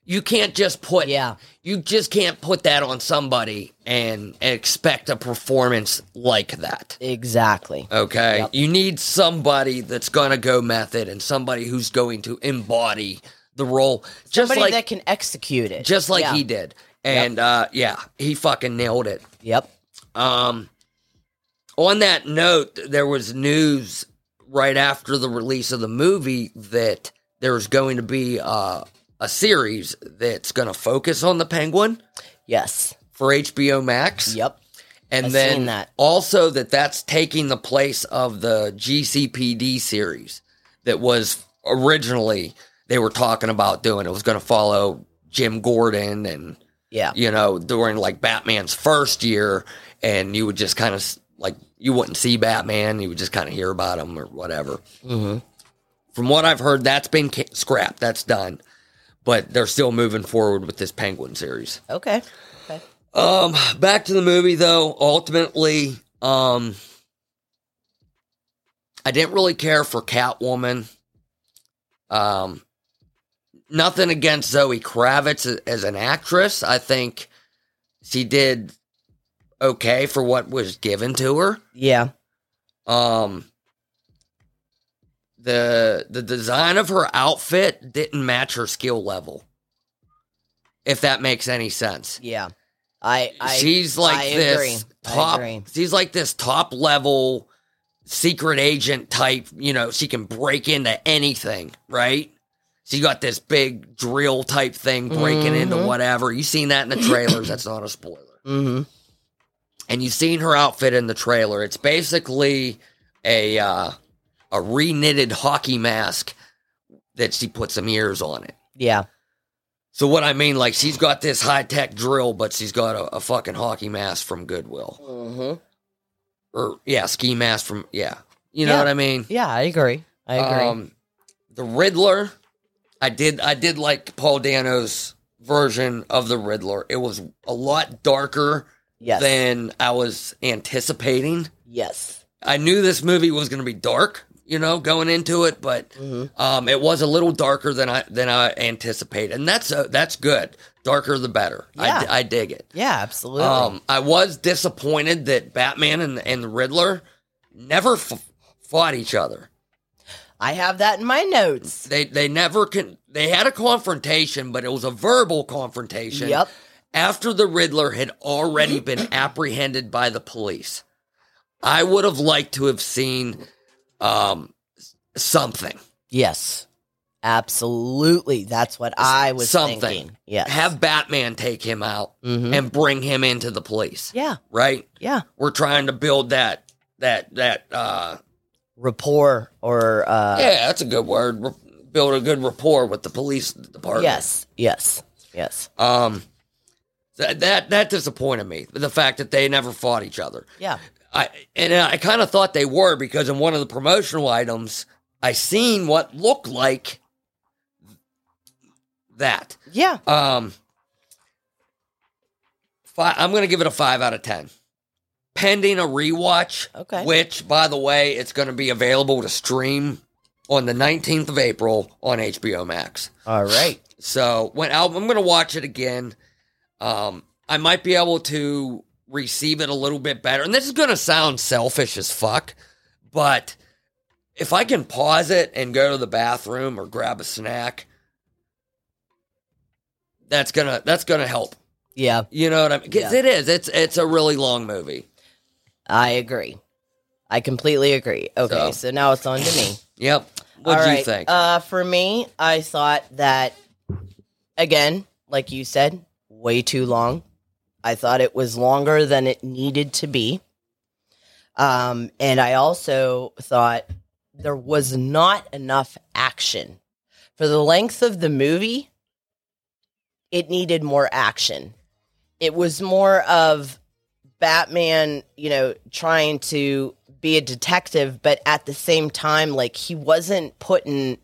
A: You can't just put
B: Yeah.
A: You just can't put that on somebody and expect a performance like that.
B: Exactly.
A: Okay.
B: Yep.
A: You need somebody that's going to go method and somebody who's going to embody the role just
B: Somebody
A: like
B: that can execute it,
A: just like
B: Yeah.
A: he did. And uh yeah, he fucking nailed it.
B: Yep.
A: Um on that note, there was news right after the release of the movie that there's going to be uh, a series that's going to focus on the penguin
B: Yes.
A: for HBO Max.
B: Yep.
A: And
B: I've
A: then
B: seen that.
A: also that that's taking the place of the GCPD series that was originally they were talking about doing. It was going to follow Jim Gordon and
B: Yeah.
A: you know during like Batman's first year, and you would just kind of like you wouldn't see Batman, you would just kind of hear about him or whatever.
B: Mhm.
A: From what I've heard, that's been ca- scrapped. That's done. But they're still moving forward with this Penguin series.
B: Okay. Okay.
A: Um, back to the movie though. Ultimately, um, I didn't really care for Catwoman. Um, nothing against Zoe Kravitz a- as an actress. I think she did okay for what was given to her.
B: Yeah.
A: Um, the the design of her outfit didn't match her skill level. If that makes any sense
B: Yeah. I. I
A: she's like
B: I
A: this
B: agree. I
A: top.
B: agree.
A: She's like this top level secret agent type. You know, she can break into anything, right? She got this big drill type thing breaking into whatever. You seen that in the trailers? That's not a spoiler.
B: Mm-hmm.
A: And you've seen her outfit in the trailer. It's basically a uh, a reknitted hockey mask that she put some ears on it.
B: Yeah.
A: So what I mean, like she's got this high tech drill, but she's got a, a fucking hockey mask from Goodwill.
B: Mm-hmm.
A: or yeah, ski mask from yeah. You know
B: Yeah.
A: what I mean?
B: Yeah. I agree. I agree.
A: Um, the Riddler, I did I did like Paul Dano's version of the Riddler. It was a lot darker
B: yes.
A: than I was anticipating.
B: yes.
A: I knew this movie was going to be dark, you know, going into it, but um, it was a little darker than I than I anticipated, and that's uh, that's good. Darker the better. I
B: Yeah.
A: d- I dig it.
B: Yeah. Absolutely.
A: Um, I was disappointed that Batman and and the Riddler never f- fought each other.
B: I have that in my notes.
A: They they never can. They had a confrontation, but it was a verbal confrontation.
B: Yep.
A: After the Riddler had already been apprehended by the police, I would have liked to have seen um s- something.
B: Yes. Absolutely. That's what I was
A: something.
B: thinking. Yes.
A: Have Batman take him out
B: Mhm.
A: and bring him into the police.
B: Yeah.
A: Right.
B: Yeah.
A: We're trying to build that that that uh
B: Rapport or uh
A: Yeah, that's a good word. R- Build a good rapport with the police department.
B: yes. Yes. Yes.
A: Um, that that that disappointed me. The fact that they never fought each other.
B: Yeah.
A: I and I kind of thought they were because in one of the promotional items, I seen what looked like that.
B: Yeah.
A: Um, five, I'm going to give it a five out of ten. pending a rewatch.
B: Okay.
A: Which, by the way, it's going to be available to stream on the 19th of April on HBO Max.
B: All right.
A: So when I'll, I'm going to watch it again, um, I might be able to receive it a little bit better. And this is going to sound selfish as fuck, but if I can pause it and go to the bathroom or grab a snack, that's gonna that's gonna help.
B: Yeah,
A: You know what I mean? 'Cause
B: Yeah.
A: it is. It's it's a really long movie.
B: I agree. I completely agree. Okay,
A: So-
B: so now it's on to me.
A: Yep. What do
B: All
A: you
B: right,
A: think?
B: Uh, for me, I thought that again, like you said, way too long. I thought it was longer than it needed to be. Um, and I also thought there was not enough action for the length of the movie. It needed more action. It was more of Batman, you know, trying to be a detective, but at the same time, like he wasn't putting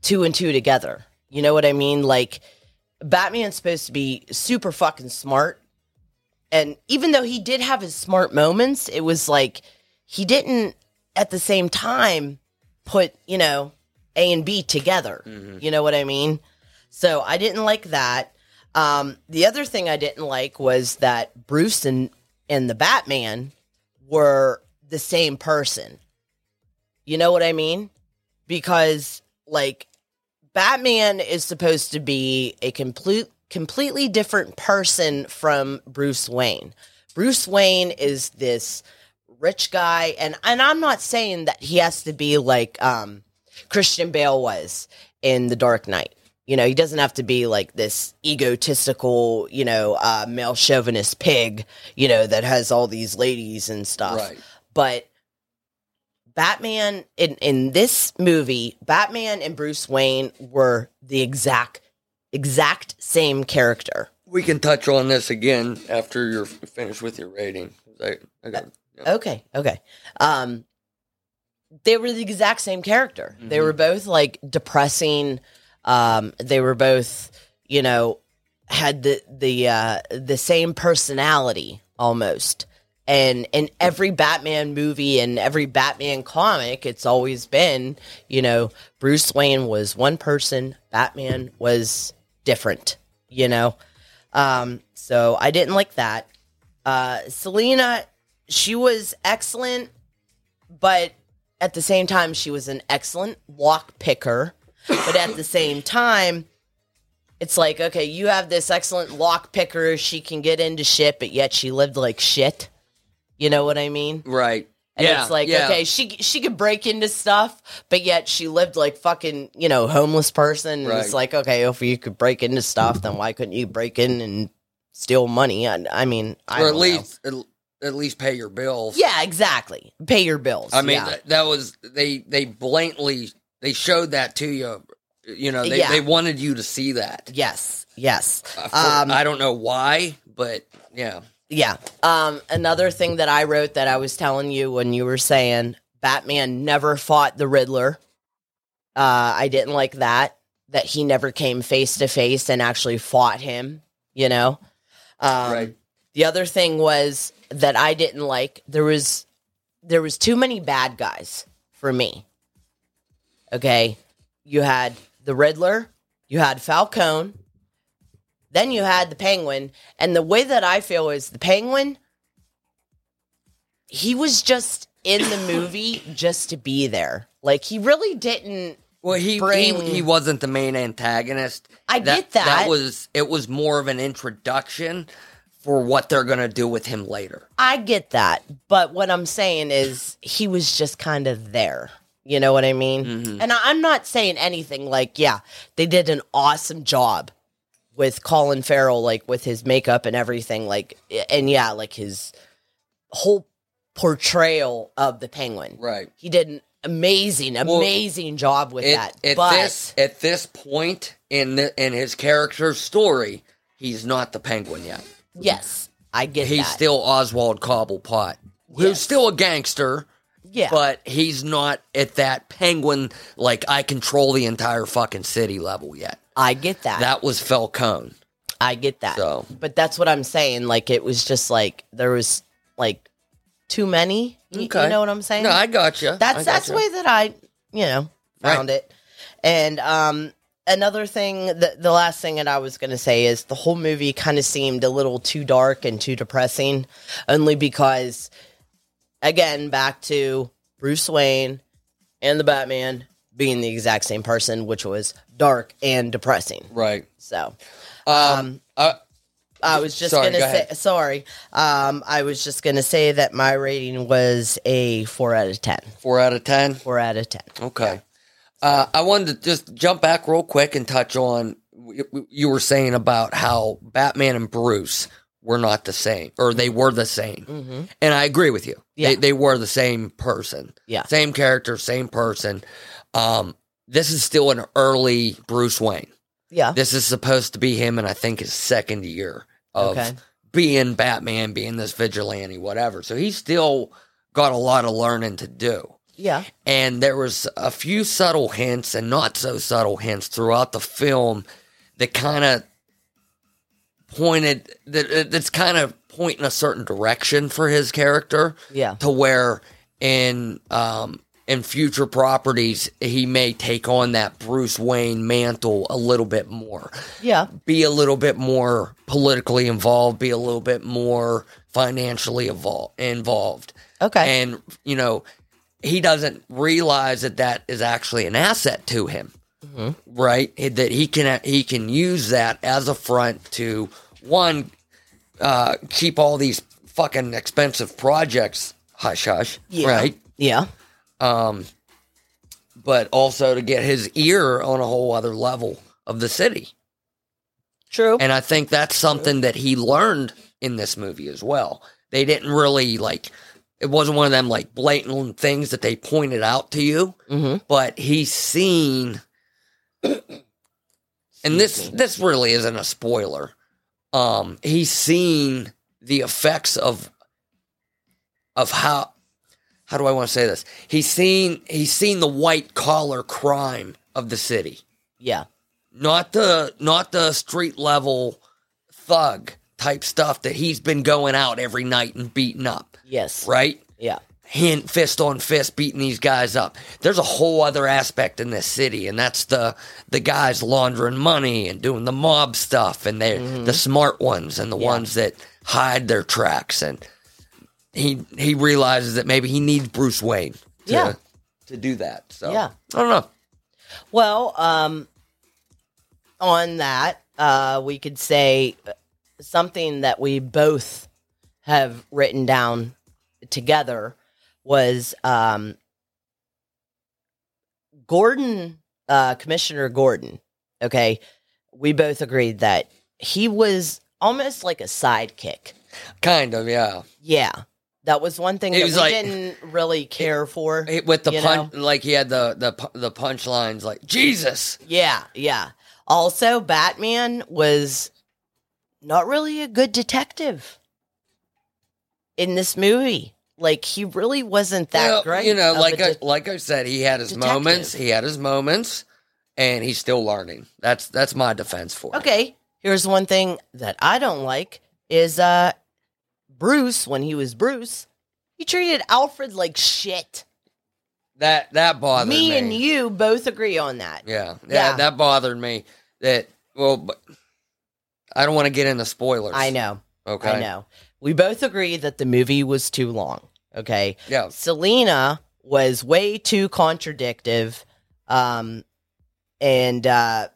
B: two and two together. You know what I mean? Like Batman's supposed to be super fucking smart. And even though he did have his smart moments, it was like he didn't at the same time put, you know, A and B together. You know what I mean? So I didn't like that. Um, the other thing I didn't like was that Bruce and, and the Batman were the same person. You know what I mean? Because like Batman is supposed to be a complete completely different person from Bruce Wayne. Bruce Wayne is this rich guy and and I'm not saying that he has to be like um Christian Bale was in The Dark Knight. You know, he doesn't have to be like this egotistical, you know, uh, male chauvinist pig, you know, that has all these ladies and stuff
A: right.
B: but Batman in in this movie, Batman and Bruce Wayne were the exact exact same character.
A: We can touch on this again after you're f- finished with your rating. I, I got,
B: Okay, okay. Um they were the exact same character. They were both like depressing. Um they were both, you know, had the the uh the same personality almost. And in every Batman movie and every Batman comic, it's always been, you know, Bruce Wayne was one person, Batman was different, you know. Um so I didn't like that. Uh Selena she was excellent, but at the same time, she was an excellent lock picker. But at the same time, it's like, okay, you have this excellent lock picker. She can get into shit, but yet she lived like shit. You know what I mean?
A: right.
B: And
A: yeah,
B: it's like,
A: yeah.
B: okay, she she could break into stuff, but yet she lived like fucking, you know, homeless person. And
A: Right.
B: it's like, okay, if you could break into stuff, then why couldn't you break in and steal money? I, I mean, I
A: or at
B: don't know.
A: least at, at least pay your bills.
B: Yeah, exactly. Pay your bills.
A: I mean uh,
B: yeah.
A: that, that was they they blatantly they showed that to you. You know they,
B: Yeah.
A: they wanted you to see that.
B: Yes, yes.
A: Uh, for-
B: Um,
A: I don't know why, but yeah,
B: yeah. Um, another thing that I wrote that I was telling you when you were saying Batman never fought the Riddler. Uh, I didn't like that, that he never came face to face and actually fought him, you know? Um,
A: right.
B: The other thing was that I didn't like there was there was too many bad guys for me. Okay, you had the Riddler, you had Falcone, then you had the Penguin, and the way that I feel is the Penguin. He was just in the movie just to be there. Like he really didn't.
A: Well, he,
B: bring-
A: he he wasn't the main antagonist.
B: I get that.
A: That was it was more of an introduction for what they're gonna do with him later.
B: I get that, but what I'm saying is he was just kind of there. You know what I mean?
A: Mm-hmm.
B: And I- I'm not saying anything like, yeah, they did an awesome job with Colin Farrell, like with his makeup and everything, like, and yeah, like his whole portrayal of the penguin.
A: Right.
B: He did an amazing,
A: Well,
B: amazing job with
A: At,
B: that.
A: at
B: but
A: this at this point in the, in his character's story, he's not the Penguin yet.
B: yes, I get
A: He's
B: that.
A: still Oswald Cobblepot, who's
B: Yes.
A: still a gangster.
B: yeah,
A: But he's not at that penguin like I control the entire fucking city level yet.
B: I get that.
A: That was Falcone.
B: I get that.
A: So-
B: But that's what I'm saying. Like it was just like there was like too many. You,
A: Okay.
B: you know what I'm saying?
A: No, I got you.
B: that's that's the way that I, you know, found it. And um another thing the the last thing that I was going to say is the whole movie kind of seemed a little too dark and too depressing only because again back to Bruce Wayne and the Batman being the exact same person which was dark and depressing.
A: Right.
B: So
A: Um. uh,
B: I was just
A: Sorry,
B: gonna
A: go
B: say
A: ahead.
B: sorry. Um, I was just gonna say that my rating was a four out of ten.
A: four out of ten.
B: Four out of ten.
A: Okay. Uh, I wanted to just jump back real quick and touch on w- w- you were saying about how Batman and Bruce were not the same, or they were the same, and I agree with you. They,
B: Mm-hmm. Yeah.
A: they were the same person,
B: Yeah.
A: same character, same person. Um, this is still an early Bruce Wayne.
B: Yeah.
A: This is supposed to be him, and I think his second year of
B: Okay.
A: being Batman, being this vigilante, whatever. So he's still got a lot of learning to do
B: Yeah.
A: and there was a few subtle hints and not so subtle hints throughout the film that kind of pointed that that's kind of pointing a certain direction for his character
B: Yeah.
A: to where in um in future properties he may take on that Bruce Wayne mantle a little bit more
B: Yeah.
A: be a little bit more politically involved, be a little bit more financially evol- involved.
B: Okay.
A: And, you know, he doesn't realize that that is actually an asset to him,
B: Mm-hmm.
A: right? That he can he can use that as a front to one uh, keep all these fucking expensive projects hush hush,
B: yeah.
A: right?
B: Yeah.
A: But also to get his ear on a whole other level of the city.
B: True.
A: And I think that's something that he learned in this movie as well. They didn't really like it wasn't one of them like blatant things that they pointed out to you, but he's seen and this this really isn't a spoiler. Um he's seen the effects of of how how do I want to say this? He's seen he's seen the white collar crime of the city
B: yeah.
A: not the not the street level thug type stuff that he's been going out every night and beating up,
B: Yes.
A: right?
B: Yeah.
A: Hand fist on fist beating these guys up. There's a whole other aspect in this city, and that's the the guys laundering money and doing the mob stuff, and they
B: Mm-hmm.
A: are the smart ones and the ones that hide their tracks. And he he realizes that maybe he needs Bruce Wayne, to,
B: Yeah.
A: to do that. So
B: Yeah.
A: I don't know.
B: Well, um, on that, uh, we could say uh, something that we both have written down together was um, Gordon, uh, Commissioner Gordon. Okay, we both agreed that he was almost like a sidekick.
A: Kind of, yeah.
B: Yeah, that was one thing
A: He
B: that
A: was
B: we
A: like-
B: didn't really care for.
A: It- with the
B: you
A: punch, like he had the the pu- the punchlines, like Jesus.
B: Yeah, yeah. Also, Batman was not really a good detective in this movie. Like he really wasn't that
A: Well,
B: great.
A: You know,
B: of
A: like uh,
B: a
A: I,
B: de-
A: like I said, he had his
B: detective.
A: moments. He had his moments, and he's still learning. That's that's my defense for it.
B: okay. Here's one thing that I don't like is uh Bruce when he was Bruce, he treated Alfred like shit.
A: That that bothered me.
B: Me, and you both agree on that.
A: Yeah, yeah,
B: Yeah.
A: that bothered me. That well, but I don't want to get into spoilers.
B: I know.
A: Okay.
B: I know. We both agree that the movie was too long. Okay.
A: Yeah.
B: Selena was way too contradictive. Um, and uh,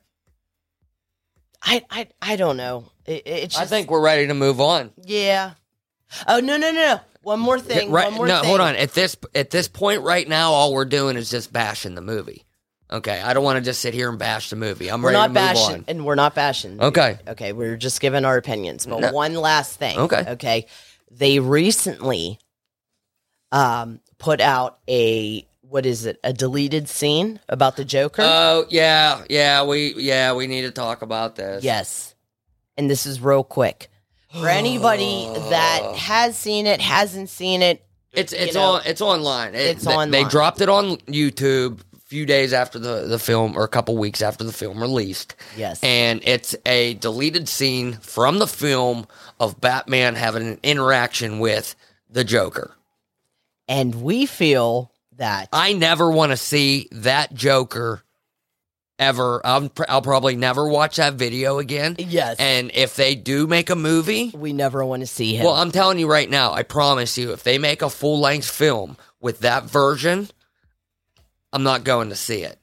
B: I, I, I don't know. It, it's
A: I
B: just,
A: think we're ready to move on.
B: yeah. Oh no, no, no, no! One more thing.
A: Right,
B: one more
A: no,
B: thing.
A: hold on. At this at this point right now, all we're doing is just bashing the movie. Okay, I don't want to just sit here and bash the movie. I'm
B: We're
A: ready
B: not
A: to move
B: bashing,
A: on.
B: and we're not bashing.
A: Okay.
B: Okay, we're just giving our opinions. But
A: No.
B: one last thing.
A: Okay.
B: Okay. They recently um put out a what is it? A deleted scene about the Joker?
A: Oh yeah, yeah. We yeah we need to talk about this.
B: yes. And this is real quick. For anybody that has seen it, hasn't seen it,
A: it's it's
B: know,
A: on it's online. It-
B: it's
A: they, They
B: online.
A: dropped it on YouTube a few days after the the film or a couple weeks after the film released.
B: Yes.
A: and it's a deleted scene from the film of Batman having an interaction with the Joker.
B: And we feel that
A: I never want to see that Joker ever. I'm, pr- I'll probably never watch that video again.
B: yes,
A: And if they do make a movie,
B: we never want to see him.
A: well, I'm telling you right now, I promise you, if they make a full length film with that version, I'm not going to see it.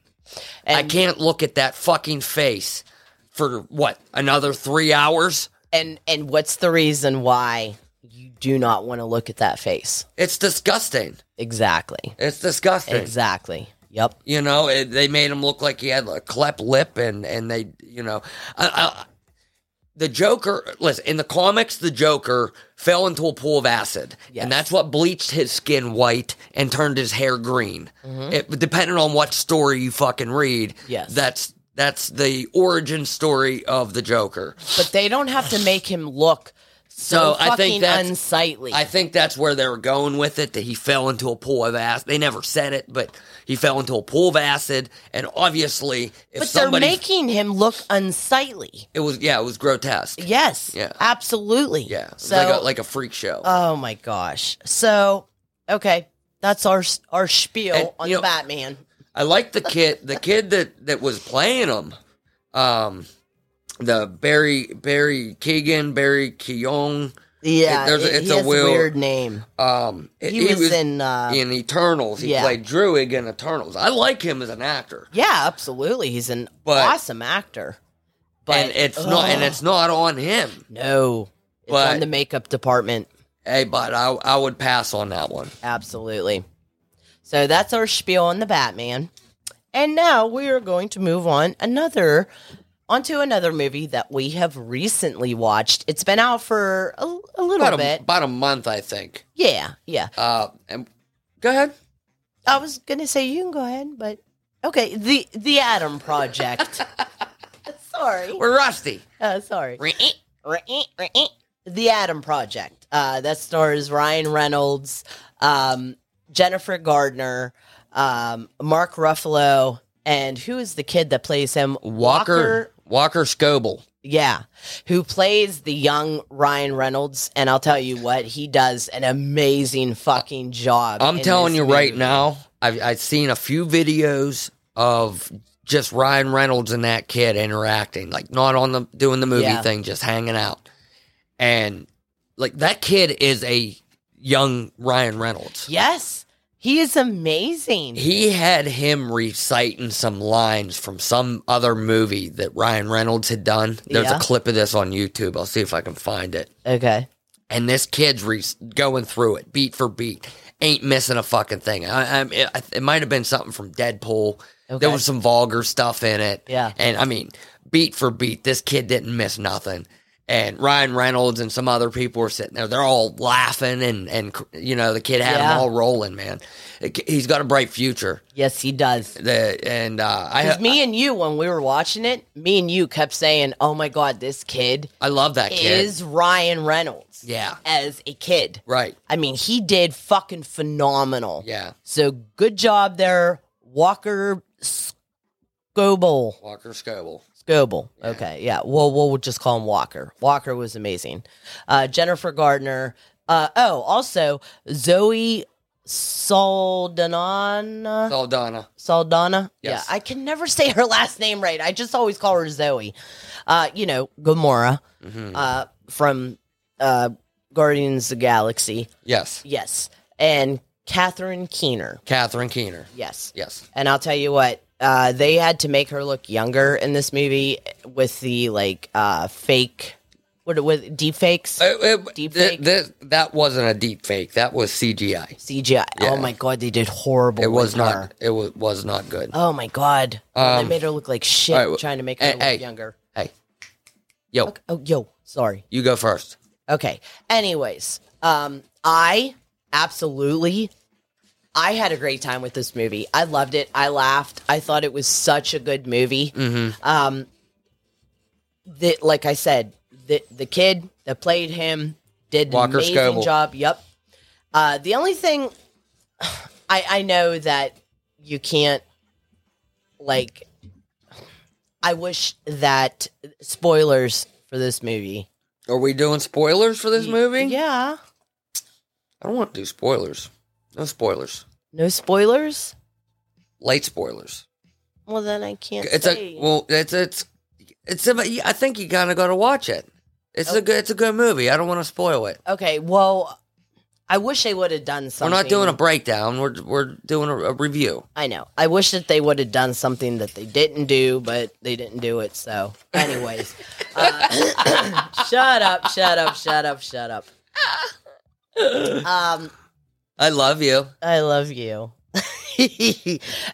B: and,
A: I can't look at that fucking face for what, another three hours?
B: And and what's the reason why you do not want to look at that face?
A: It's disgusting.
B: Exactly.
A: It's disgusting.
B: Exactly. Yep.
A: You know, it, they made him look like he had a cleft lip, and and they, you know, I, I, the Joker. Listen, in the comics, the Joker fell into a pool of acid,
B: Yes.
A: and that's what bleached his skin white and turned his hair green. It, depending on what story you fucking read,
B: Mm-hmm. Yes.
A: that's that's the origin story of the Joker.
B: But they don't have to make him look so,
A: So, I think
B: fucking
A: that's-
B: unsightly.
A: I think that's where they were going with it. That he fell into a pool of acid. They never said it, but he fell into a pool of acid, and obviously, if
B: but they're
A: somebody
B: making him look unsightly.
A: It was yeah, it was grotesque.
B: Yes.
A: Yeah.
B: Absolutely.
A: Yeah, it was
B: So
A: like a, like a freak show.
B: Oh my gosh. So, okay, that's our our spiel
A: And,
B: on
A: you
B: the
A: know-
B: Batman.
A: I like the kid, the kid that that was playing him, um, the Barry Barry Keegan Barry Keong.
B: Yeah,
A: there's a-
B: it-
A: it's
B: he
A: a
B: has
A: will-
B: weird name.
A: Um, he,
B: He, was, in. Uh,
A: in Eternals. He
B: yeah.
A: played Druig in Eternals. I like him as an actor,
B: yeah, absolutely. He's an
A: But-
B: awesome actor. But
A: and it's not and
B: ugh,
A: it's not on him.
B: no. It's
A: But-
B: on the makeup department.
A: Hey, but I I would pass on that one.
B: Absolutely. So that's our spiel on the Batman. And now we are going to move on another onto another movie that we have recently watched. It's been out for a, a little
A: About a,
B: bit.
A: about a month, I think.
B: yeah, yeah.
A: Uh, and go ahead.
B: I was gonna say you can go ahead, but okay. The the Adam Project. sorry,
A: We're rusty.
B: uh, sorry.
A: eh,
B: The Adam Project. Uh, that stars Ryan Reynolds, um, Jennifer Gardner, um, Mark Ruffalo, and who is the kid that plays him?
A: Walker Walker Scoble.
B: Yeah, who plays the young Ryan Reynolds. And I'll tell you what, he does an amazing fucking job.
A: I'm
B: in
A: telling
B: this
A: you right
B: movie.
A: now, I've, I've seen a few videos of just Ryan Reynolds and that kid interacting, like not on the doing the movie
B: Yeah.
A: thing, just hanging out. And like that kid is a young Ryan Reynolds.
B: Yes, he is amazing.
A: He had him reciting some lines from some other movie that Ryan Reynolds had done. There's
B: Yeah.
A: a clip of this on YouTube. I'll see if I can find it.
B: okay.
A: and this kid's re- going through it beat for beat, ain't missing a fucking thing. I, I, it, it might have been something from Deadpool.
B: Okay.
A: There was some vulgar stuff in it.
B: Yeah.
A: and I mean, beat for beat, this kid didn't miss nothing. And Ryan Reynolds and some other people were sitting there. They're all laughing, and and you know the kid had
B: Yeah.
A: them all rolling. Man, he's got a bright future.
B: Yes, he does.
A: The, and uh, I
B: Because me and you, when we were watching it, me and you kept saying, "Oh my god, this kid
A: I love that kid.
B: is Ryan Reynolds."
A: Yeah.
B: as a kid,
A: right.
B: I mean, he did fucking phenomenal.
A: Yeah,
B: So good job there, Walker Scoble.
A: Walker Scoble.
B: Scoble. Okay, yeah. Well, we'll just call him Walker. Walker was amazing. Uh, Jennifer Gardner. Uh, oh, also Zoe Saldana.
A: Saldana.
B: Saldana.
A: Yes.
B: Yeah, I can never say her last name right. I just always call her Zoe. Uh, you know, Gamora uh, from uh, Guardians of the Galaxy.
A: Yes,
B: Yes, and Catherine Keener.
A: Catherine Keener.
B: Yes,
A: Yes.
B: and I'll tell you what. Uh, they had to make her look younger in this movie with the like uh, fake, what with deep fakes,
A: It- it-
B: Deep
A: th-
B: fake?
A: th- uh, that wasn't a deep fake. That was CGI.
B: CGI.
A: yeah.
B: Oh my god, they did horrible.
A: It was
B: with her.
A: not. It was, was not good.
B: Oh my god, Oh, they
A: Um,
B: made her look like shit.
A: all right, well,
B: trying to make her
A: hey,
B: look
A: hey.
B: younger.
A: Hey, yo,
B: Okay. Oh, yo, sorry.
A: you go first.
B: Okay. Anyways, um, I absolutely, I had a great time with this movie. I loved it. I laughed. I thought it was such a good movie. Um, that, like I said, the the kid that played him did
A: Walker
B: an amazing
A: Scoble.
B: job. Yep. Uh, the only thing I I know that you can't like. I wish that spoilers for this movie.
A: Are we doing spoilers for this movie?
B: Yeah.
A: I don't want to do spoilers. No spoilers.
B: No spoilers?
A: Late spoilers.
B: Well, then I can't
A: It's
B: say.
A: a well. It's it's it's. A, I think you kind of got to watch it. It's a good. It's a good movie. I don't want to spoil it.
B: okay, well, I wish they would have done
A: We're
B: something.
A: not doing a breakdown. We're we're doing a, a review.
B: I know. I wish that they would have done something that they didn't do, but they didn't do it. So, anyways, uh, shut up, shut up, shut up, shut up. Um,
A: I love you.
B: I love you.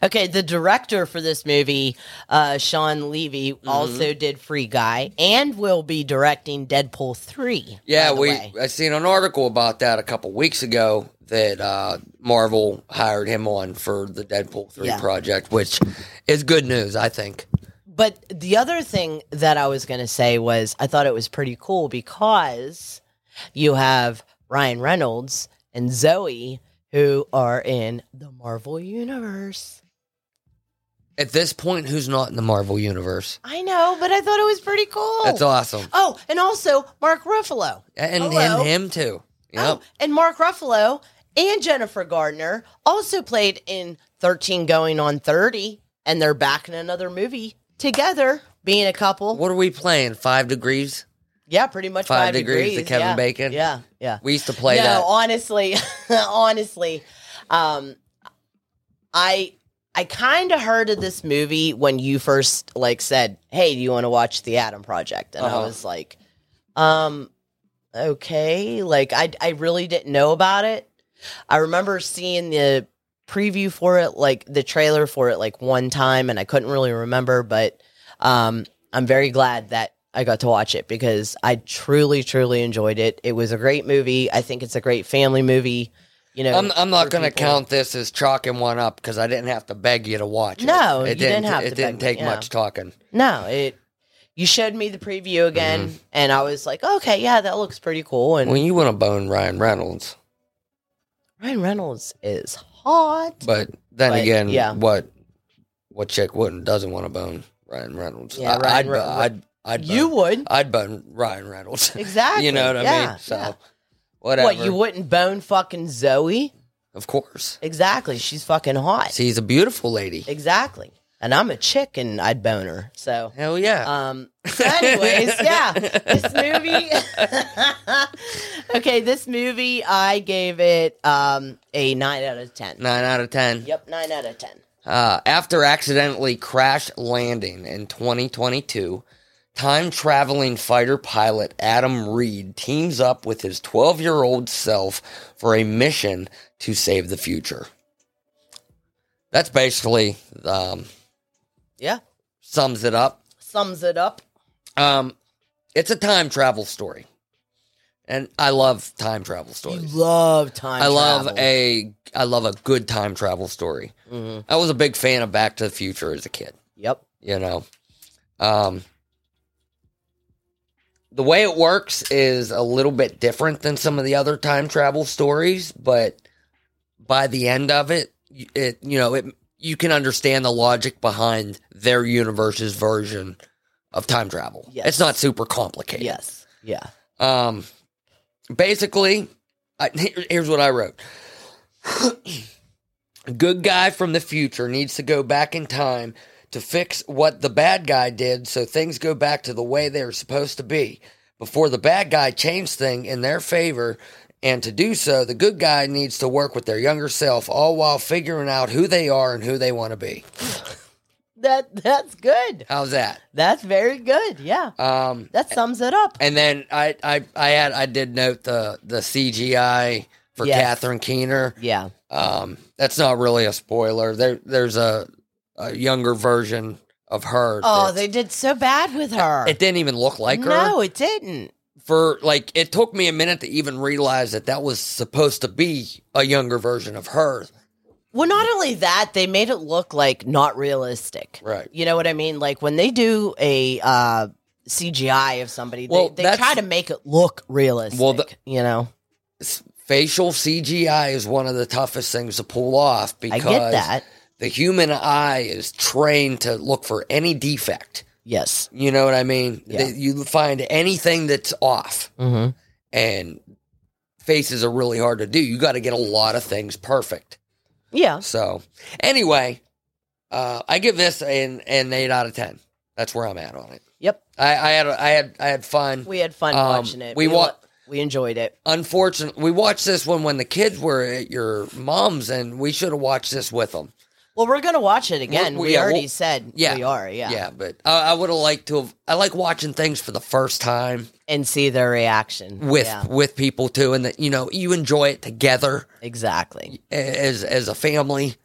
B: okay, the director for this movie, uh, Sean Levy,
A: Mm-hmm.
B: also did Free Guy and will be directing Deadpool 3. by
A: Yeah,
B: the
A: we
B: way.
A: I seen an article about that a couple weeks ago that uh, Marvel hired him on for the Deadpool three
B: Yeah.
A: project, which is good news, I think.
B: But the other thing that I was going to say was I thought it was pretty cool because you have Ryan Reynolds and Zoe who are in the Marvel Universe.
A: At this point, who's not in the Marvel universe?
B: I know, but I thought it was pretty cool.
A: That's awesome,
B: Oh, and also Mark Ruffalo.
A: and
B: Hello.
A: and him too. Yep.
B: Oh, and Mark Ruffalo and Jennifer Gardner also played in 13 Going on 30, and they're back in another movie together, being a couple.
A: What are we playing? Five degrees.
B: Yeah, pretty much
A: Five
B: five,
A: Degrees to Kevin
B: yeah.
A: Bacon?
B: Yeah, yeah.
A: We used to play
B: no,
A: that.
B: honestly, honestly, um, I I kind of heard of this movie when you first like said, "Hey, do you want to watch The Adam Project?" And
A: Uh-huh.
B: I was like, um, okay, like I I really didn't know about it. I remember seeing the preview for it, like the trailer for it, like one time, and I couldn't really remember. But um, I'm very glad that I got to watch it because I truly, truly enjoyed it. It was a great movie. I think it's a great family movie. You know,
A: I'm, I'm not
B: for
A: going to
B: people.
A: count this as chalking one up because I didn't have to beg you to watch it.
B: No,
A: it
B: you didn't have
A: It
B: to
A: didn't
B: beg me,
A: take
B: yeah.
A: much talking.
B: No, it. You showed me the preview again,
A: Mm-hmm.
B: and I was like, okay, yeah, that looks pretty cool. And
A: When you want to bone Ryan Reynolds,
B: Ryan Reynolds is hot.
A: but then
B: But,
A: again,
B: yeah.
A: what what chick wouldn't doesn't want to bone Ryan Reynolds?
B: Yeah,
A: I,
B: Ryan
A: I'd,
B: Re-
A: bo- I'd I'd
B: you
A: bone,
B: would
A: I'd bone Ryan Reynolds.
B: exactly.
A: you know what I
B: yeah,
A: mean? So
B: yeah.
A: whatever.
B: What you wouldn't bone fucking Zoe?
A: of course,
B: Exactly. She's fucking hot.
A: she's a beautiful lady.
B: Exactly. And I'm a chick and I'd bone her. So
A: Hell yeah.
B: um anyways, yeah. This movie Okay, this movie I gave it um a nine out of ten.
A: Nine out of ten.
B: Yep, nine out of ten.
A: Uh, after accidentally crash landing in 2022, time traveling fighter pilot Adam Reed teams up with his 12 year old self for a mission to save the future. That's basically um,
B: Yeah.
A: sums it up.
B: Sums it up.
A: Um, it's a time travel story, and I love time travel
B: You
A: stories.
B: love time
A: I love
B: travel.
A: a I love a good time travel story.
B: Mhm.
A: I was a big fan of Back to the Future as a kid.
B: Yep.
A: you know um the way it works is a little bit different than some of the other time travel stories but by the end of it y- it you know it you can understand the logic behind their universe's version of time travel
B: Yes.
A: it's not super complicated
B: Yes. Yeah.
A: um, basically, I, here- here's what I wrote. Good guy from the future needs to go back in time to fix what the bad guy did so things go back to the way they were supposed to be. Before the bad guy changed things in their favor, and to do so, the good guy needs to work with their younger self, all while figuring out who they are and who they want to be.
B: That that's good.
A: How's that?
B: That's very good. Yeah.
A: Um,
B: That sums it up.
A: And then I, I, I had I did note the the CGI for
B: Yes.
A: Catherine Keener.
B: Yeah.
A: Um, that's not really a spoiler. There there's a, a younger version of her.
B: Oh,
A: that's-
B: they did so bad with her.
A: it didn't even look like
B: No,
A: her.
B: it didn't.
A: For like, it took me a minute to even realize that that was supposed to be a younger version of her.
B: Well, not only that, they made it look like not realistic.
A: Right.
B: You know what I mean? Like when they do a uh, CGI of somebody,
A: Well,
B: they, they
A: that's-
B: try to make it look realistic.
A: Well, the-
B: you know,
A: S- Facial CGI is one of the toughest things to pull off
B: I
A: because
B: get that.
A: the human eye is trained to look for any defect.
B: Yes.
A: You know what I mean?
B: Yeah.
A: That you find anything that's off,
B: Mm-hmm.
A: and faces are really hard to do. You got to get a lot of things perfect.
B: Yeah.
A: So anyway, uh, I give this an, an eight out of ten. That's where I'm at on it.
B: Yep.
A: I, I had I had I had fun.
B: We had fun
A: Um,
B: watching it.
A: we
B: we,
A: wa-
B: lo- we enjoyed it.
A: Unfortunately, we watched this one when the kids were at your mom's, and we should have watched this with them.
B: Well, we're gonna watch it again.
A: we-
B: We,
A: yeah,
B: already
A: we'll-
B: said
A: yeah,
B: we are, yeah.
A: yeah. But I, I would have liked to have. I like watching things for the first time
B: And see their reaction
A: with
B: Yeah,
A: with people too, and that you know you enjoy it together
B: exactly.
A: a- as as a family.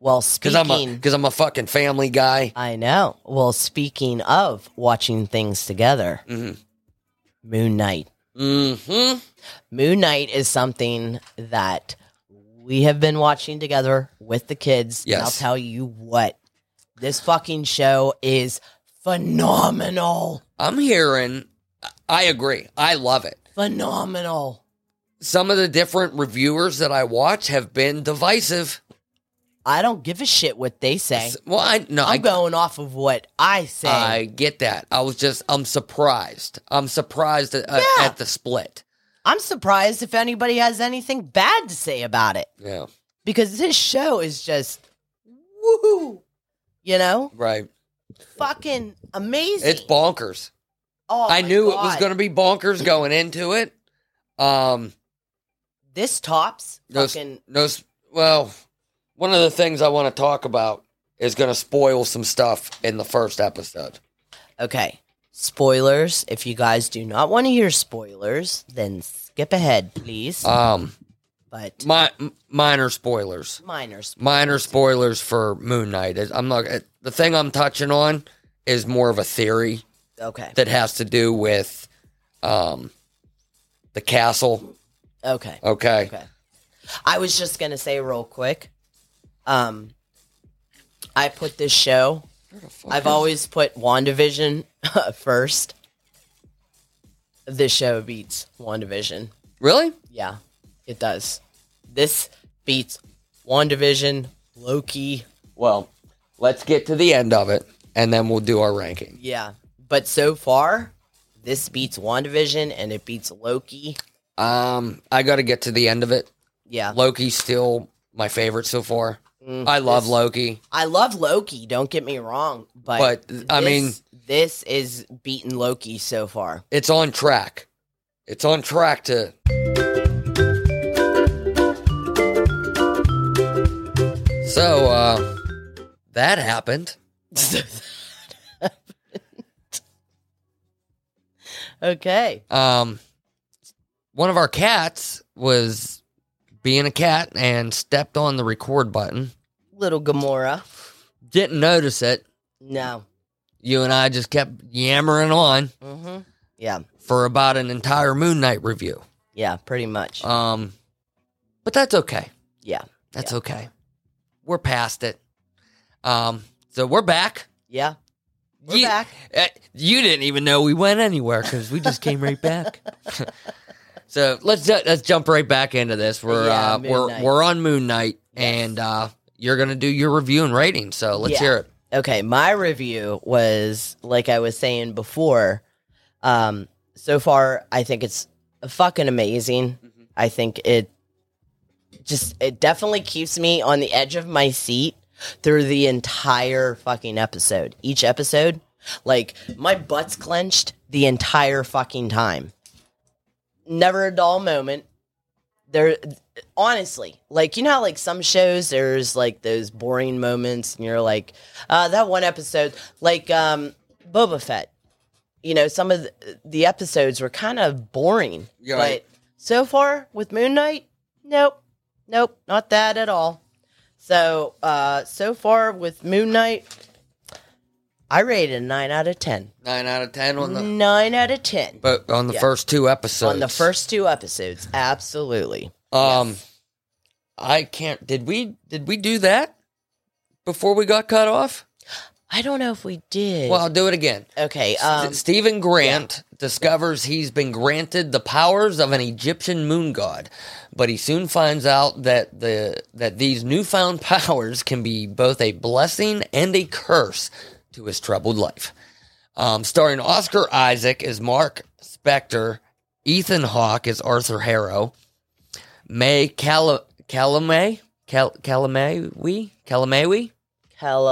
B: Well,
A: Because
B: speaking,
A: I'm a because I'm a fucking family guy.
B: I know. Well, speaking of watching things together,
A: Mhm.
B: Moon Knight.
A: Mm-hmm.
B: Moon Knight is something that we have been watching together with the kids. And I'll
A: Yes.
B: tell you what, this fucking show is phenomenal.
A: I'm hearing. I agree. I love it.
B: Phenomenal.
A: Some of the different reviewers that I watch have been divisive.
B: I don't give a shit what they say.
A: S- Well, I no, I
B: I'm going off of what I say.
A: I get that. I was just I'm surprised. I'm surprised at, at-
B: Yeah.
A: at the split.
B: I'm surprised if anybody has anything bad to say about it
A: Yeah.
B: because this show is just woohoo. You know,
A: Right.
B: fucking amazing.
A: It's bonkers.
B: oh,
A: I
B: my
A: knew it was
B: God.
A: going to be bonkers going into it. Um
B: This tops
A: no, s-
B: fucking
A: no s- well, one of the things I want to talk about is going to spoil some stuff in the first episode.
B: Okay. Spoilers. If you guys do not want to hear spoilers, then skip ahead, please.
A: Um
B: but
A: my m- minor spoilers.
B: minor sp-
A: minor spoilers for Moon Knight. It- I'm not it- the thing I'm touching on is more of a theory
B: Okay.
A: that has to do with um the castle.
B: Okay.
A: Okay.
B: Okay. I was just going to say real quick. Um I put this show. I've always put WandaVision first. This show beats WandaVision.
A: Really?
B: Yeah, it does. This beats WandaVision, Loki,
A: Well, let's get to the end of it and then we'll do our ranking.
B: Yeah. But so far, this beats WandaVision and it beats Loki.
A: Um I got to get to the end of it.
B: Yeah.
A: Loki's still my favorite so far. I love Loki.
B: I love Loki, don't get me wrong. But,
A: But I mean,
B: this- this is beating Loki so far.
A: it's on track. It's on track to So uh that happened.
B: okay.
A: Um one of our cats was being a cat and stepped on the record button.
B: Little Gamora.
A: Didn't notice it.
B: No.
A: You and I just kept yammering on
B: Mm-hmm. Yeah.
A: for about an entire Moon Knight review.
B: Yeah, pretty much.
A: Um but that's okay.
B: yeah.
A: That's okay. We're past it. Um, so we're back.
B: Yeah. We're
A: you,
B: back.
A: uh, you didn't even know we went anywhere because we just came right back. so let's ju- let's jump right back into this. We're
B: Yeah,
A: uh,
B: Moon
A: we're
B: Knight.
A: we're on Moon Knight,
B: Yes.
A: and uh, you're gonna do your review and rating. So let's
B: Yeah.
A: hear it.
B: Okay, my review was like I was saying before. Um, so far, I think it's fucking amazing. I think it just it definitely keeps me on the edge of my seat through the entire fucking episode. Each episode, like my butt's clenched the entire fucking time. Never a dull moment. There, honestly, like you know, how, like some shows, there's like those boring moments, and you're like, uh, that one episode, like um, Boba Fett. You know, some of the, the episodes were kind of boring,
A: Yeah.
B: but so far with Moon Knight, nope, nope, not that at all. So, uh, so far with Moon Knight, I rated a nine out of ten.
A: Nine out of ten on the
B: Nine out of ten
A: but on the
B: Mm. Yeah.
A: first two episodes.
B: on the first two episodes. Absolutely.
A: um, I can't. Did we did we do that before we got cut off?
B: I don't know if we did.
A: Well, I'll do it again.
B: okay. Um,
A: St- Stephen Grant discovers he's been granted the powers of an Egyptian moon god, but he soon finds out that the that these newfound powers can be both a blessing and a curse to his troubled life. Um, starring Oscar Isaac as Mark Spector, Ethan Hawke as Arthur Harrow, May Cala Calamay Cal Calamawi Calamawi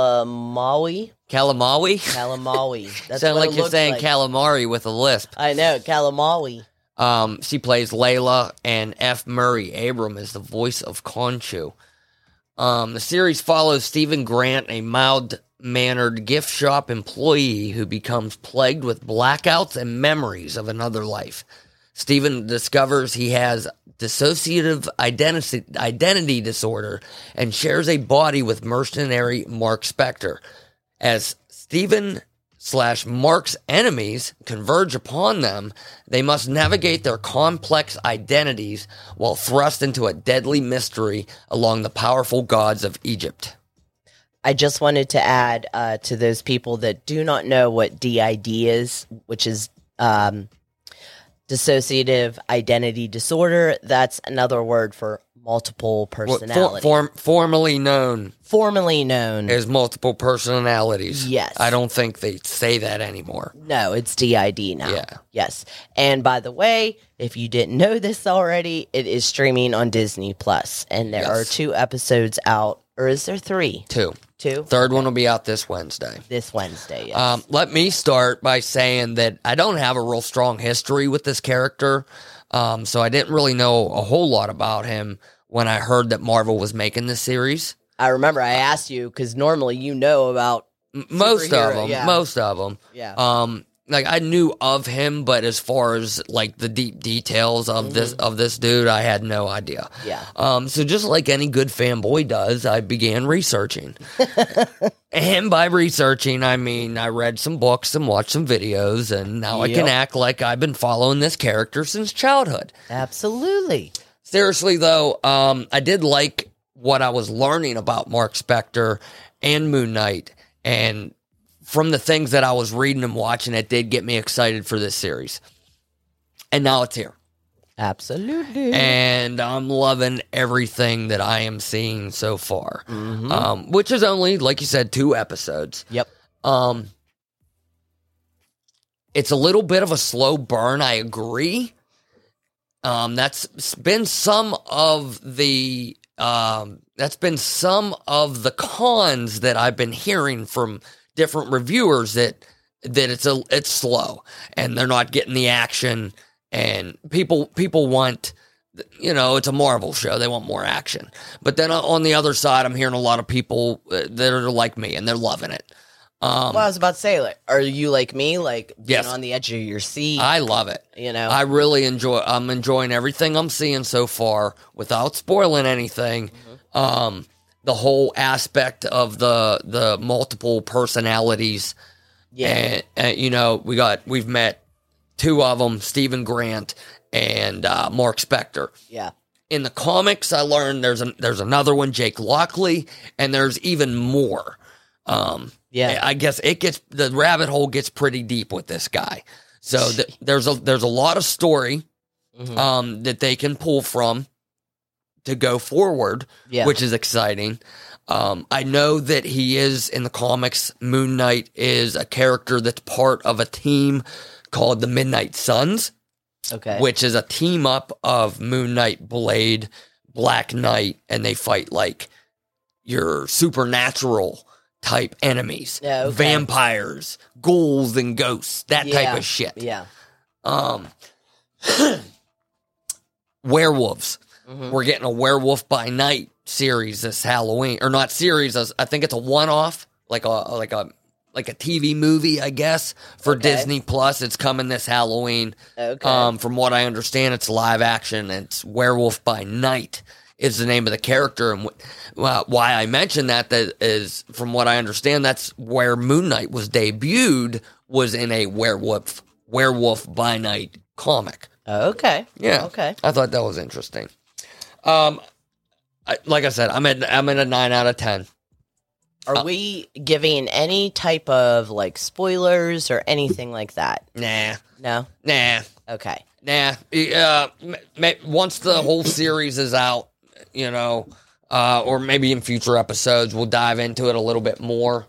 B: Kalamawi.
A: Calamawi.
B: Kalamawi. That's
A: Sound
B: what
A: like
B: it
A: you're
B: looks
A: saying
B: like.
A: calamari with a lisp.
B: I know Kalamawi.
A: Um, she plays Layla, and F. Murray Abram is the voice of Conchu. Um, the series follows Stephen Grant, a mild mannered gift shop employee who becomes plagued with blackouts and memories of another life. Stephen discovers he has dissociative identity, identity disorder and shares a body with mercenary Mark Spector. As Stephen slash Mark's enemies converge upon them, they must navigate their complex identities while thrust into a deadly mystery along the powerful gods of Egypt.
B: I just wanted to add uh, to those people that do not know what DID is, which is um, dissociative identity disorder. That's another word for multiple
A: Well, for-
B: personality,
A: form, formerly known
B: formerly known.
A: as multiple personalities.
B: Yes.
A: I don't think they say that anymore.
B: no, it's DID now.
A: Yeah.
B: Yes. And by the way, if you didn't know this already, it is streaming on Disney Plus, and there are
A: Yes.
B: two episodes out, or is there three?
A: Two.
B: Two
A: Third one will be out this Wednesday.
B: this Wednesday. Yes.
A: Um, let me start by saying that I don't have a real strong history with this character, um, so I didn't really know a whole lot about him when I heard that Marvel was making this series.
B: I remember I asked you because normally you know about
A: M- most of
B: Superhero,
A: them,
B: yeah.
A: most of them.
B: yeah.
A: Um, like I knew of him, but as far as like the deep details of this of this dude, I had no idea.
B: Mm-hmm. Yeah.
A: Um, so just like any good fanboy does, I began researching. and by researching, I mean I read some books and watched some videos, and now I can
B: Yep.
A: act like I've been following this character since childhood.
B: Absolutely.
A: Seriously though, um, I did like what I was learning about Mark Spector and Moon Knight, and from the things that I was reading and watching, it did get me excited for this series. And now it's here
B: Absolutely.
A: and I'm loving everything that I am seeing so far. Um, which is only, like you said, two episodes.
B: yep.
A: Um, it's a little bit of a slow burn. I agree. Um, that's been some of the um, that's been some of the cons that I've been hearing from different reviewers that that it's a it's slow and they're not getting the action and people people want you know it's a Marvel show they want more action but then on the other side I'm hearing a lot of people uh, that are like me and they're loving it. Um,
B: Well, I was about to say, like, are you like me, like being
A: Yes.
B: on the edge of your seat?
A: I love it.
B: you know,
A: I really enjoy. I'm enjoying everything I'm seeing so far without spoiling anything.
B: Mm-hmm.
A: Um, the whole aspect of the the multiple personalities,
B: yeah,
A: and, and, you know, we got we've met two of them, Stephen Grant and uh, Mark Spector.
B: yeah,
A: In the comics, I learned there's an, there's another one, Jake Lockley, and there's even more. Um,
B: yeah.
A: I guess it gets the rabbit hole gets pretty deep with this guy. So th- there's a there's a lot of story
B: Mhm.
A: um, that they can pull from to go forward,
B: Yeah.
A: which is exciting. Um, I know that he is in the comics. Moon Knight is a character that's part of a team called the Midnight Suns,
B: okay.
A: which is a team up of Moon Knight, Blade, Black Knight, and they fight like your supernatural type enemies,
B: Yeah, okay.
A: vampires, ghouls, and ghosts, that type
B: Yeah,
A: of shit.
B: Yeah.
A: Um, werewolves.
B: Mm-hmm.
A: We're getting a werewolf by night series this Halloween, or not series? as- I think it's a one-off, like a like a like a TV movie, I guess, for
B: Okay.
A: Disney Plus. It's coming this Halloween.
B: Okay.
A: Um, from what I understand, it's live action. and It's Werewolf by Night is the name of the character, and wh- wh- why I mentioned that that is from what I understand, that's where Moon Knight was debuted was in a werewolf Werewolf by Night comic.
B: Oh, okay.
A: Yeah,
B: Okay.
A: I thought that was interesting. Um, I, like I said, I'm at I'm at a nine out of ten.
B: Are
A: Uh,
B: we giving any type of like spoilers or anything like that?
A: Nah,
B: No.
A: nah,
B: Okay.
A: Nah, uh, m- m- once the whole series is out, you know, uh, or maybe in future episodes, we'll dive into it a little bit more.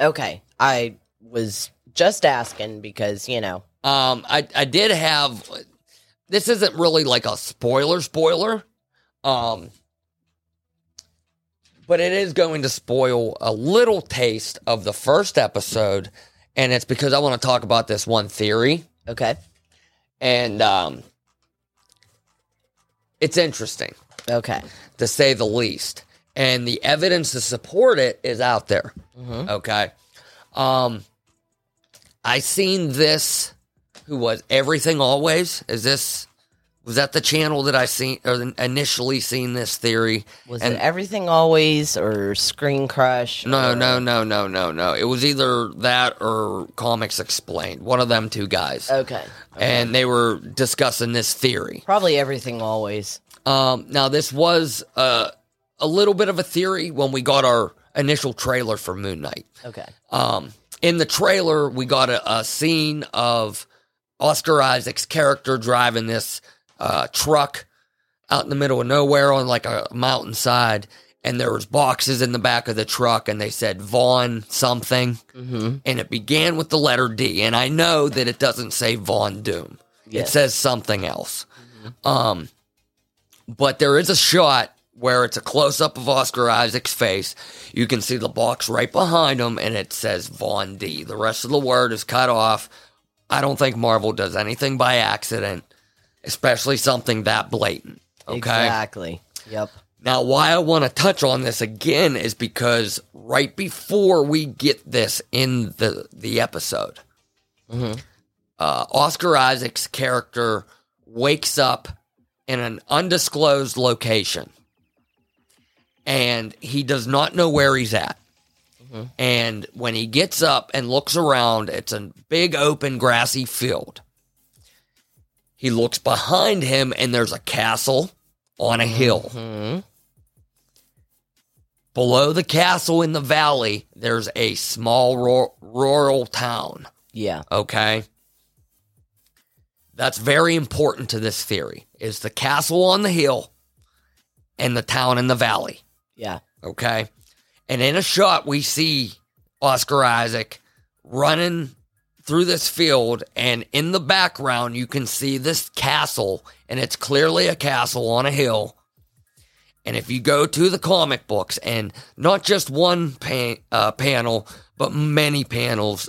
B: Okay. I was just asking because you know.
A: Um, I I did have this isn't really like a spoiler spoiler. Um but it is going to spoil a little taste of the first episode and it's because I want to talk about this one theory
B: Okay.
A: and um it's interesting
B: Okay.
A: to say the least. And the evidence to support it is out there.
B: Mm-hmm.
A: Okay. Um I seen this who was everything always? Is this was that the channel that I seen or initially seen this theory?
B: Was
A: And-
B: it everything always or Screen Crush?
A: No,
B: or-
A: no, no, no, no, no. It was either that or Comics Explained. One of them two guys.
B: Okay.
A: And they were discussing this theory.
B: Probably everything always.
A: Um, now, this was uh, a little bit of a theory when we got our initial trailer for Moon Knight.
B: Okay.
A: Um, in the trailer, we got a, a scene of Oscar Isaac's character driving this uh, truck out in the middle of nowhere on like a mountainside, and there was boxes in the back of the truck, and they said Vaughn something, and it began with the letter D. And I know that it doesn't say Vaughn Doom; it
B: Yes.
A: says something else. Um, but there is a shot where it's a close up of Oscar Isaac's face. You can see the box right behind him, and it says Von D. The rest of the word is cut off. I don't think Marvel does anything by accident, especially something that blatant. Okay.
B: Exactly. Yep.
A: Now, why I want to touch on this again is because right before we get this in the the episode, uh, Oscar Isaac's character wakes up in an undisclosed location, and he does not know where he's at. And when he gets up and looks around, it's a big open grassy field. He looks behind him, and there's a castle on a hill. Below the castle in the valley, there's a small ru- rural town.
B: Yeah.
A: Okay. That's very important to this theory. Is the castle on the hill and the town in the valley.
B: Yeah.
A: Okay. And in a shot, we see Oscar Isaac running through this field, and in the background, you can see this castle, and it's clearly a castle on a hill. And if you go to the comic books, and not just one pan- uh, panel, but many panels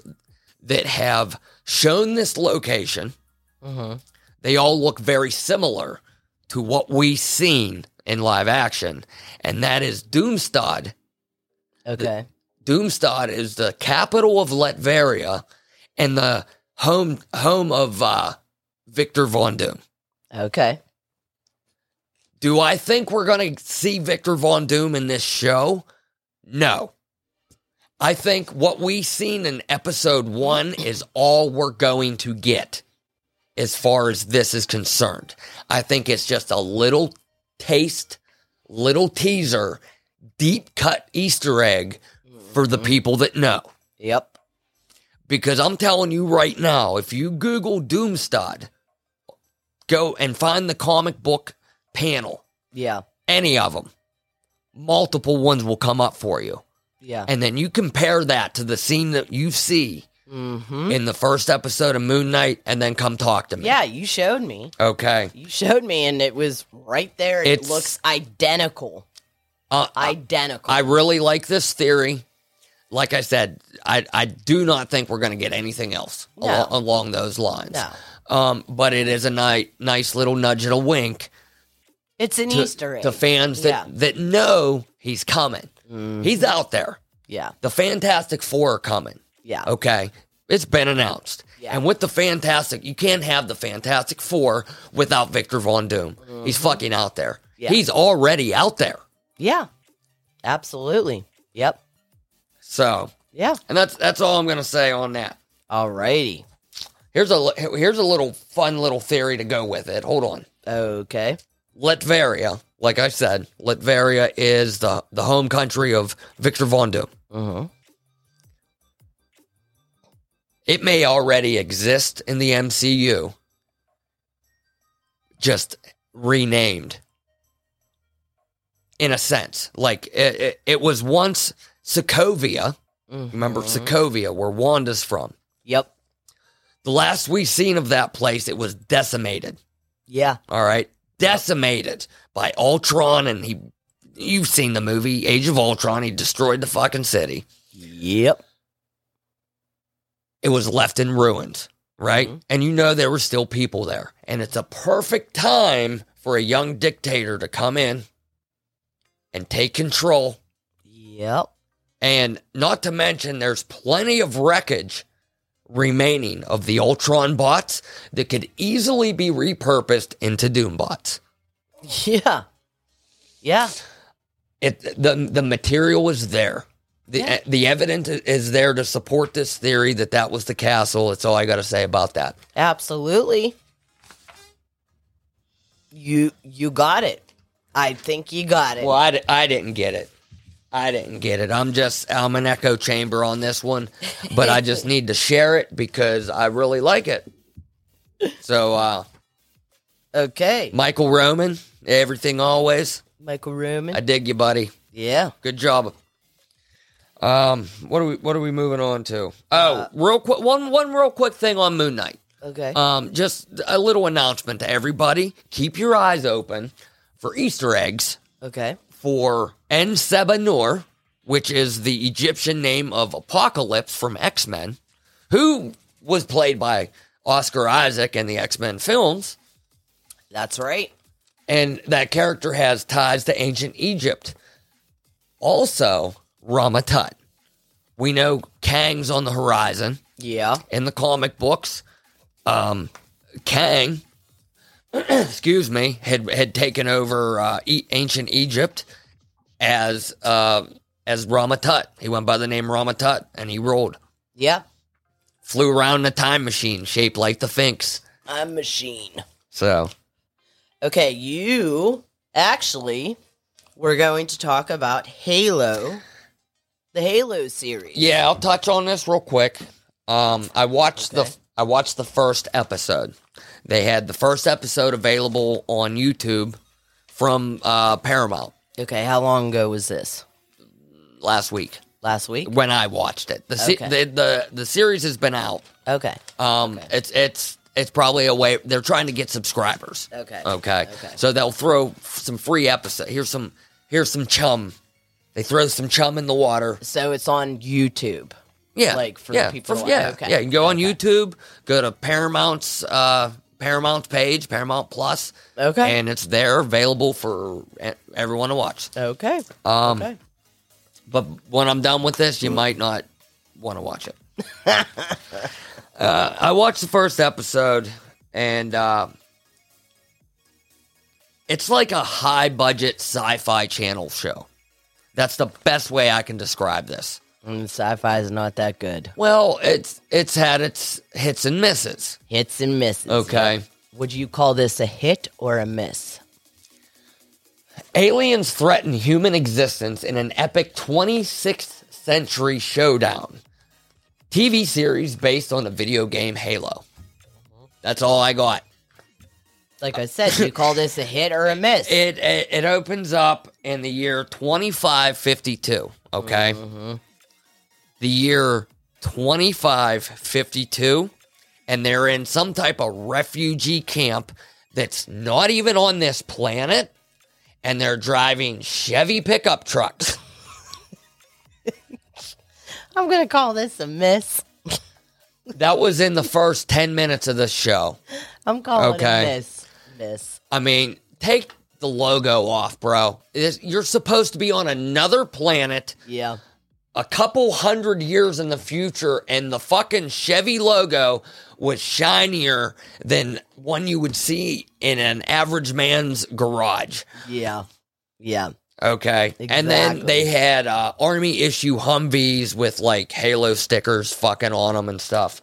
A: that have shown this location, they all look very similar to what we seen in live action, and that is Doomstad.
B: Okay.
A: Doomstad is the capital of Latveria and the home home of uh, Victor Von Doom.
B: okay.
A: Do I think we're going to see Victor Von Doom in this show? No. I think what we seen in episode one is all we're going to get as far as this is concerned. I think it's just a little taste, little teaser, deep cut Easter egg for the people that know.
B: Yep.
A: Because I'm telling you right now, if you Google Doomstad, go and find the comic book panel
B: Yeah.
A: any of them, multiple ones will come up for you.
B: Yeah.
A: And then you compare that to the scene that you see
B: Mm-hmm.
A: in the first episode of Moon Knight and then come talk to me.
B: Yeah. You showed me.
A: Okay.
B: You showed me, and it was right there. and
A: It's-
B: it looks identical.
A: Uh, I,
B: Identical.
A: I really like this theory. Like I said, I, I do not think we're going to get anything else
B: No.
A: alo- along those lines.
B: No.
A: Um, but it is a ni- nice little nudge and a wink
B: it's an
A: to,
B: Easter egg.
A: to fans that,
B: Yeah. Mm-hmm.
A: that know he's coming. He's out there.
B: yeah.
A: The Fantastic Four are coming.
B: Yeah.
A: Okay. It's been announced.
B: Yeah.
A: And with the Fantastic, you can't have the Fantastic Four without Victor Von Doom. He's fucking out there.
B: Mm-hmm. Yeah.
A: He's already out there.
B: Yeah. Absolutely. Yep.
A: So,
B: Yeah.
A: and that's that's all I'm going to say on that.
B: Alrighty.
A: Here's a li- here's a little fun little theory to go with it. Hold on.
B: Okay.
A: Latveria, like I said, Latveria is the the home country of Victor Von Doom.
B: Mm-hmm.
A: It may already exist in the MCU, just renamed in a sense. Like it, it, it was once Sokovia. Remember Sokovia, where Wanda's from.
B: Mm-hmm. Yep.
A: The last we seen of that place, it was decimated.
B: Yeah.
A: all right, decimated by Ultron, and he. You've seen the movie Age of Ultron. He destroyed the fucking city.
B: Yep.
A: It was left in ruins, right? And you know there were still people there. And it's a perfect time for a young dictator to come in and take control.
B: Yep.
A: And not to mention, there's plenty of wreckage remaining of the Ultron bots that could easily be repurposed into Doom bots.
B: Yeah. Yeah.
A: It the the material is there. The
B: Yeah.
A: the evidence is there to support this theory that that was the castle. That's all I got to say about that.
B: Absolutely. You you got it. I think you got it.
A: Well, I, di- I didn't get it. I didn't get it. I'm just I'm an echo chamber on this one, but I just need to share it because I really like it. So, uh,
B: Okay.
A: Michael Roman, everything always.
B: Michael Roman.
A: I dig you, buddy.
B: yeah.
A: Good job. Um, what are we what are we moving on to? Oh, real quick one one real quick thing on Moon Knight.
B: Okay.
A: Um, just a little announcement to everybody. Keep your eyes open for Easter eggs
B: okay.
A: for En Sebanor, which is the Egyptian name of Apocalypse from X Men, who was played by Oscar Isaac in the X Men films.
B: That's right.
A: and that character has ties to ancient Egypt. Also, Rama Tut. We know Kang's on the horizon
B: Yeah.
A: in the comic books. Um, Kang, excuse me, had had taken over uh, e- ancient Egypt as uh, as Rama Tut. He went by the name Rama Tut, and he rolled,
B: Yeah.
A: flew around in a time machine shaped like the Sphinx.
B: I'm machine.
A: So
B: Okay, you actually we're going to talk about Halo. The Halo series.
A: Yeah, I'll touch on this real quick. Um, I watched
B: Okay.
A: the I watched the first episode. They had the first episode available on YouTube from uh, Paramount
B: Okay, how long ago was this?
A: last week
B: Last week?
A: when I watched it. The se-
B: Okay.
A: the, the the series has been out.
B: Okay.
A: Um, it's it's it's probably a way they're trying to get subscribers.
B: Okay.
A: Okay.
B: Okay.
A: So they'll throw f- some free episode. Here's some here's some chum. They throw some chum in the water.
B: So it's on YouTube.
A: Yeah,
B: like, for
A: yeah,
B: people to watch.
A: yeah,
B: Okay.
A: yeah. You can go on YouTube, go to Paramount's uh, Paramount's page, Paramount Plus,
B: Okay.
A: and it's there available for e- everyone to watch.
B: Okay.
A: Um,
B: okay.
A: But when I'm done with this, you might not want to watch it. uh, I watched the first episode, and uh, it's like a high budget sci fi channel show. That's the best way I can describe this.
B: Mm, sci-fi is not that good.
A: Well, it's it's had its hits and misses.
B: Hits and misses.
A: Okay.
B: Would you call this a hit or a miss?
A: Aliens threaten human existence in an epic 26th century showdown. TV series based on the video game Halo. That's all I got.
B: Like I said, you call this a hit or a miss?
A: It it, it opens up in the year 2552, okay? The year 2552 and they're in some type of refugee camp that's not even on this planet and they're driving Chevy pickup trucks.
B: I'm gonna call this a miss.
A: That was in the first 10 minutes of the show.
B: I'm calling it
A: Okay.
B: a miss. Miss.
A: I mean, take the logo off, bro. This- you're supposed to be on another planet
B: Yeah.
A: a couple hundred years in the future, and the fucking Chevy logo was shinier than one you would see in an average man's garage.
B: Yeah. Yeah.
A: Okay. And then
B: Exactly.
A: they had uh, army issue Humvees with like Halo stickers fucking on them and stuff.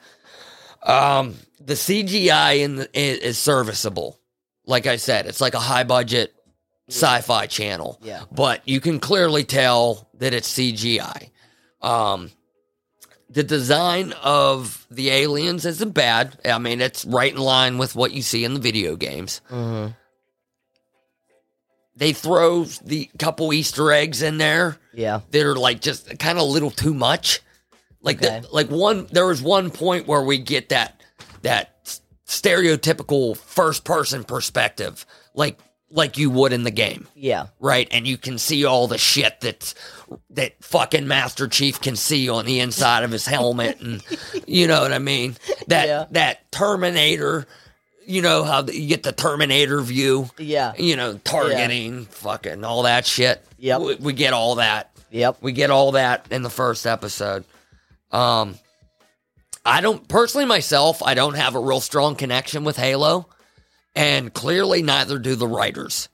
A: Um, the CGI in the, is, is serviceable. Like I said, it's like a high budget sci-fi channel.
B: Yeah.
A: But you can clearly tell that it's CGI. Um, the design of the aliens isn't bad. I mean, it's right in line with what you see in the video games
B: Mm-hmm.
A: they throw the couple Easter eggs in there
B: Yeah.
A: that are like just kind of a little too much. Like the-
B: Okay.
A: like one there was one point where we get that that s- stereotypical first person perspective like like you would in the game
B: Yeah.
A: right and you can see all the shit that's that fucking master chief can see on the inside of his helmet and you know what i mean that
B: Yeah.
A: that terminator you know how you get the terminator view
B: Yeah.
A: you know targeting fucking all that shit
B: Yep.
A: we, we get all that
B: Yep.
A: we get all that in the first episode. Um, I don't personally myself. I don't have a real strong connection with Halo, and clearly neither do the writers.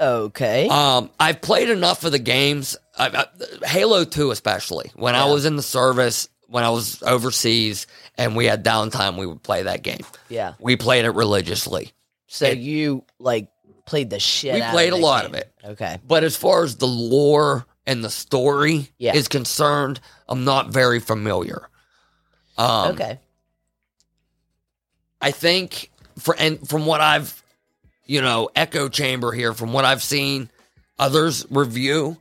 B: Okay.
A: Um, I've played enough of the games, I, I, Halo Two especially. When I was in the service, when I was overseas, and we had downtime, we would play that game.
B: yeah.
A: We played it religiously,
B: So
A: it-
B: you like played the shit.
A: We
B: out
A: played a
B: of the
A: lot
B: game.
A: of it.
B: Okay.
A: but as far as the lore and the story
B: Yeah.
A: is concerned, I'm not very familiar. Um,
B: okay.
A: I think for and from what I've you know echo chamber here from what I've seen others review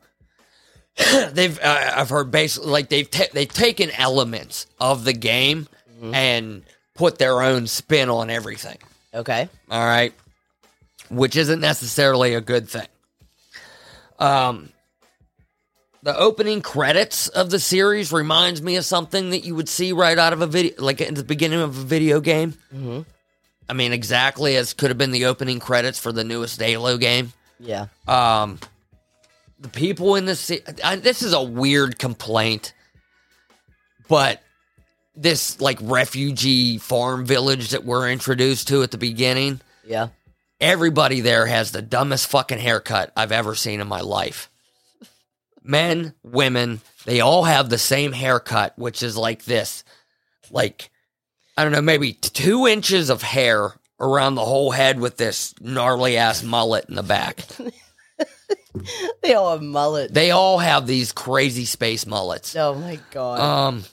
A: they've uh, I've heard basically like they've ta- they've taken elements of the game and put their own spin on everything
B: Okay.
A: all right which isn't necessarily a good thing um the opening credits of the series reminds me of something that you would see right out of a video like at the beginning of a video game
B: hmm
A: I mean, exactly as could have been the opening credits for the newest Halo game.
B: Yeah.
A: Um, the people in this, se- I, this is a weird complaint, but this like refugee farm village that we're introduced to at the beginning,
B: Yeah.
A: everybody there has the dumbest fucking haircut I've ever seen in my life. Men, women, they all have the same haircut, which is like this, like I don't know, maybe t- two inches of hair around the whole head with this gnarly ass mullet in the back.
B: They all have mullets.
A: They all have these crazy space mullets.
B: oh my god.
A: Um,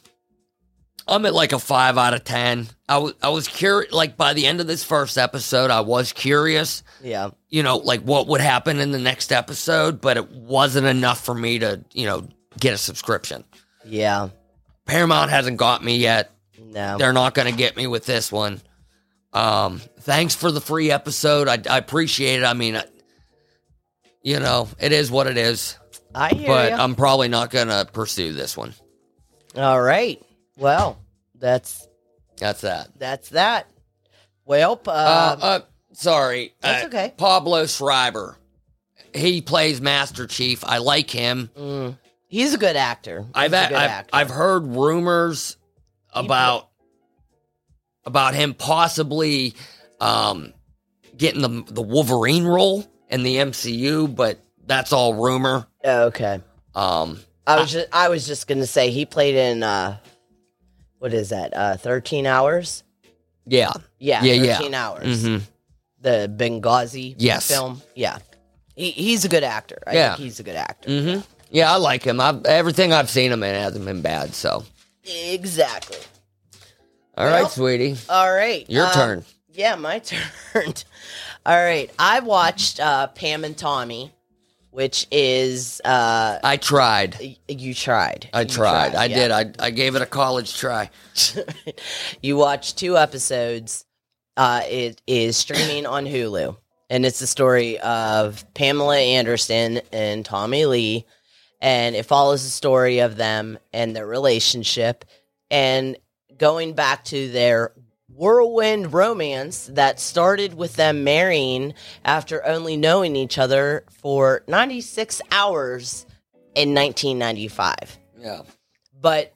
A: I'm at like a five out of ten. I wa- I was curious. Like by the end of this first episode, I was curious.
B: yeah.
A: you know, like what would happen in the next episode, but it wasn't enough for me to, you know, get a subscription.
B: Yeah.
A: Paramount hasn't got me yet.
B: No.
A: They're not going to get me with this one. Um, thanks for the free episode. I, I appreciate it. I mean, I, you know, it is what it is,
B: I hear
A: but uh,
B: you.
A: I'm probably not going to pursue this one.
B: all right. Well, that's
A: That's that.
B: that's that. Well, uh,
A: Uh, uh, sorry.
B: that's
A: Uh,
B: okay.
A: Pablo Schreiber. He plays Master Chief. I like him.
B: mm, he's a good actor. He's
A: I've
B: a
A: had,
B: good
A: I've,
B: actor.
A: I've heard rumors
B: He pl-
A: about about him possibly um, getting the the Wolverine role in the MCU, but that's all rumor.
B: okay.
A: Um,
B: I was just I was just gonna say he played in uh, what is that? Uh, Thirteen Hours.
A: yeah,
B: Yeah.
A: Yeah, yeah.
B: Thirteen Hours.
A: hmm
B: The Benghazi
A: Yes.
B: film. Yeah. He, he's a good actor. I
A: Yeah.
B: think he's a good actor.
A: hmm yeah, I like him. I've, everything I've seen him in hasn't been bad. So,
B: Exactly.
A: all right,
B: Well,
A: sweetie,
B: All right.
A: your
B: um,
A: turn.
B: Yeah, my turn. All right. I watched uh, Pam and Tommy, which is uh,
A: I tried.
B: y- you tried.
A: I
B: You
A: tried. I
B: yeah.
A: did. I, I gave it a college try.
B: you watch two episodes. Uh, it is streaming on Hulu, and it's the story of Pamela Anderson and Tommy Lee, and it follows the story of them and their relationship, and going back to their whirlwind romance that started with them marrying after only knowing each other for 96 hours in 1995
A: Yeah.
B: but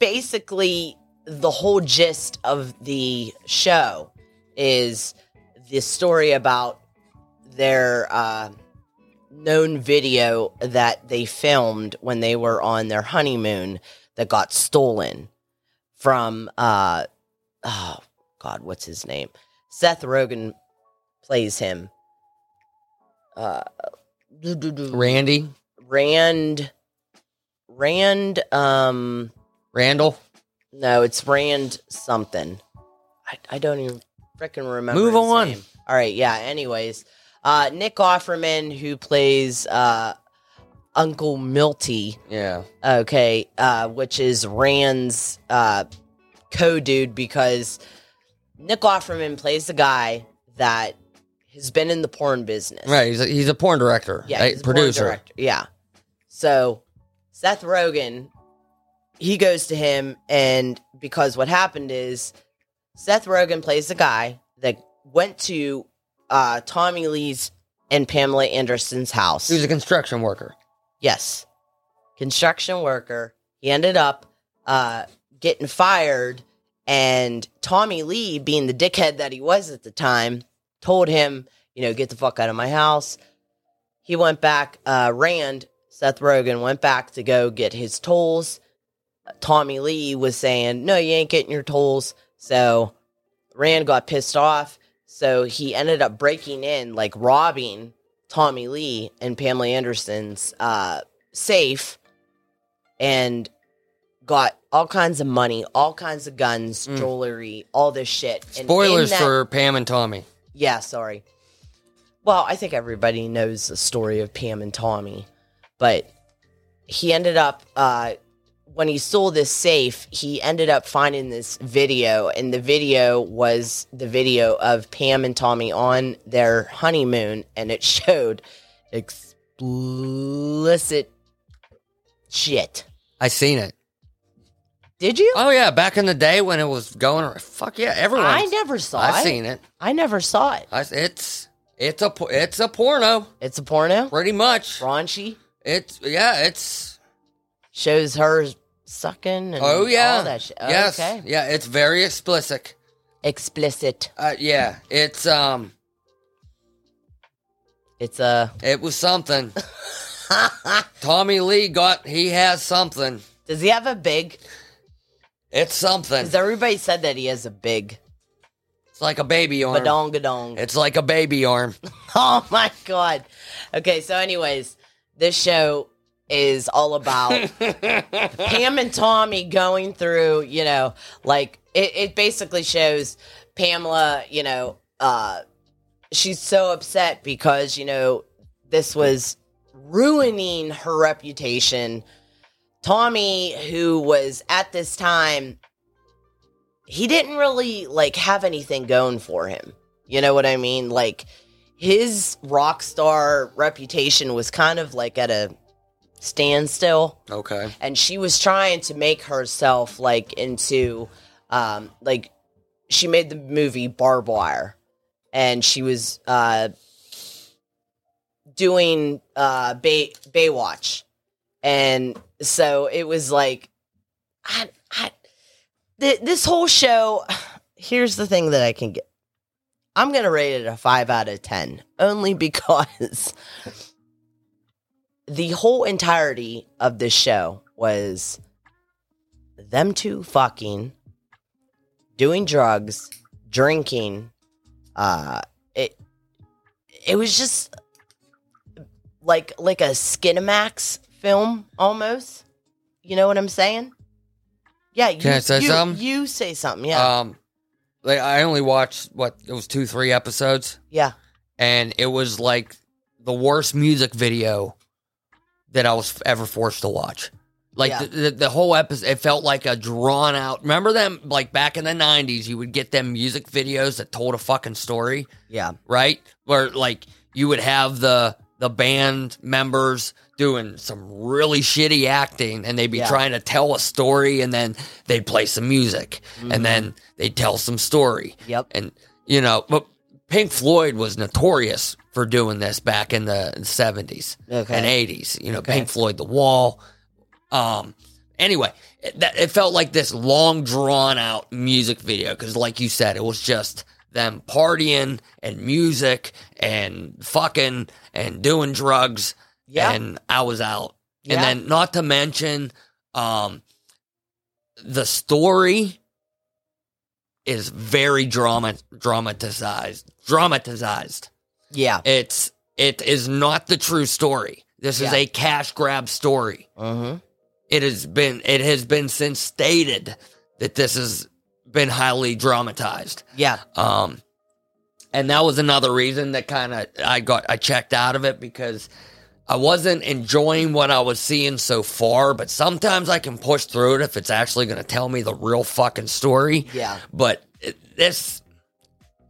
B: basically the whole gist of the show is this story about their uh, known video that they filmed when they were on their honeymoon that got stolen from uh, oh god what's his name seth rogen plays him uh,
A: Randy,
B: rand rand um
A: Randall,
B: no, it's Rand something. I, I don't even freaking remember.
A: Move
B: his
A: on.
B: name. All right. Yeah. Anyways, uh, Nick Offerman, who plays uh, Uncle Milty,
A: yeah,
B: okay, uh, which is Rand's uh, co dude because Nick Offerman plays the guy that has been in the porn business.
A: Right. He's a, he's a porn director.
B: Yeah.
A: right?
B: he's a porn
A: producer.
B: director. Yeah. So Seth Rogen, he goes to him, and because what happened is Seth Rogen plays the guy that went to uh, Tommy Lee's and Pamela Anderson's house.
A: He was a construction worker.
B: Yes. Construction worker. He ended up uh, getting fired. And Tommy Lee, being the dickhead that he was at the time, told him, you know, get the fuck out of my house. He went back, uh, Rand, Seth Rogen went back to go get his tools. Tommy Lee was saying, no, you ain't getting your tools. So Rand got pissed off. So he ended up breaking in, like robbing Tommy Lee and Pamela Anderson's uh, safe and got all kinds of money, all kinds of guns,
A: Mm.
B: jewelry, all this shit. And in
A: Spoilers
B: that-
A: for Pam and Tommy.
B: yeah, sorry. Well, I think everybody knows the story of Pam and Tommy, but he ended up uh, when he stole this safe. He ended up finding this video, and the video was the video of Pam and Tommy on their honeymoon, and it showed explicit shit.
A: I seen it.
B: Did you?
A: Oh yeah, back in the day when it was going. ar- Fuck yeah, everyone.
B: I never saw
A: I
B: it.
A: seen it.
B: I never saw it.
A: I, it's it's a por- it's a porno,
B: It's a porno.
A: pretty much.
B: Raunchy.
A: It's yeah, it's
B: shows her sucking and
A: oh yeah,
B: all that shit.
A: yes,
B: Okay.
A: yeah, it's very explicit.
B: Explicit.
A: Uh, yeah, it's um,
B: It's a
A: it was something. Tommy Lee got he has something.
B: Does he have a big?
A: It's something.
B: Because everybody said that he has a big
A: it's like a baby arm.
B: badongadong.
A: It's like a baby arm.
B: Oh my god. Okay, so anyways, this show is all about Pam and Tommy going through, you know, like it, it basically shows Pamela, you know, uh she's so upset because, you know, this was ruining her reputation. Tommy, who was at this time, he didn't really like have anything going for him. You know what I mean? Like his rock star reputation was kind of like at a standstill
A: Okay.
B: and she was trying to make herself like into um like she made the movie barbed wire and she was uh doing uh bay baywatch and so it was like i i th- this whole show here's the thing that i can get i'm gonna rate it a five out of ten only because the whole entirety of this show was them two fucking, doing drugs, drinking. Uh, it it was just like like a Skinamax film almost. You know what I'm saying? Yeah. You,
A: Can I say
B: you,
A: something?
B: You say something. Yeah.
A: Um, like I only watched what it was two three episodes,
B: yeah.
A: and it was like the worst music video that I was ever forced to watch. Like
B: Yeah.
A: the, the, the whole episode, it felt like a drawn out. Remember them like back in the '90s, you would get them music videos that told a fucking story,
B: Yeah.
A: right? Where like you would have the the band members doing some really shitty acting, and they'd be
B: Yeah.
A: trying to tell a story, and then they'd play some music, and then they'd tell some story,
B: Mm-hmm. Yep.
A: and you know, but Pink Floyd was notorious for doing this back in the seventies
B: Okay.
A: and eighties. You know,
B: Okay.
A: Pink Floyd, The Wall. Um. Anyway, it, that, it felt like this long, drawn out music video because, like you said, it was just them partying and music and fucking and doing drugs.
B: Yeah.
A: And I was out.
B: Yeah.
A: And then, not to mention, um, the story is very drama dramatized dramatized
B: yeah.
A: it's it is not the true story this is
B: Yeah.
A: a cash grab story
B: Mm-hmm.
A: it has been it has been since stated that this has been highly dramatized
B: Yeah.
A: um and that was another reason that kind of i got i checked out of it because i wasn't enjoying what i was seeing so far but sometimes i can push through it if it's actually going to tell me the real fucking story
B: Yeah.
A: but it, this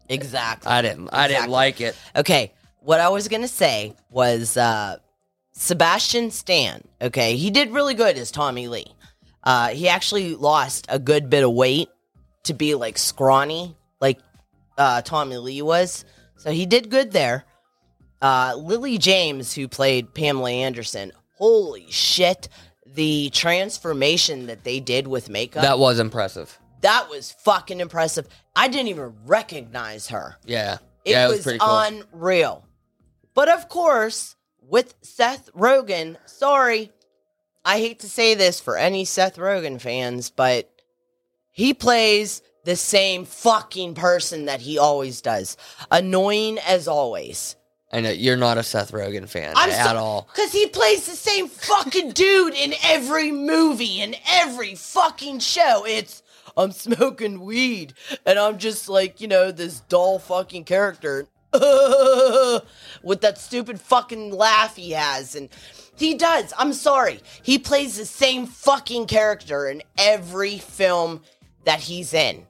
B: Exactly.
A: I didn't. I didn't
B: Exactly.
A: like it.
B: Okay, what I was gonna say was uh, Sebastian Stan. Okay, he did really good as Tommy Lee. Uh, he actually lost a good bit of weight to be like scrawny, like uh, Tommy Lee was. So he did good there. Uh, Lily James, who played Pamela Anderson, holy shit! The transformation that they did with makeup
A: That was impressive.
B: that was fucking impressive. I didn't even recognize her.
A: Yeah.
B: It,
A: yeah,
B: was, unreal. But of course, with Seth Rogen, sorry, I hate to say this for any Seth Rogen fans, but he plays the same fucking person that he always does. Annoying as always.
A: And uh, you're not a Seth Rogen fan
B: I'm
A: at
B: so-
A: all.
B: Because he plays the same fucking dude in every movie, in every fucking show. It's, I'm smoking weed, and I'm just like, you know, this dull fucking character with that stupid fucking laugh he has. And he does. I'm sorry. He plays the same fucking character in every film that he's in.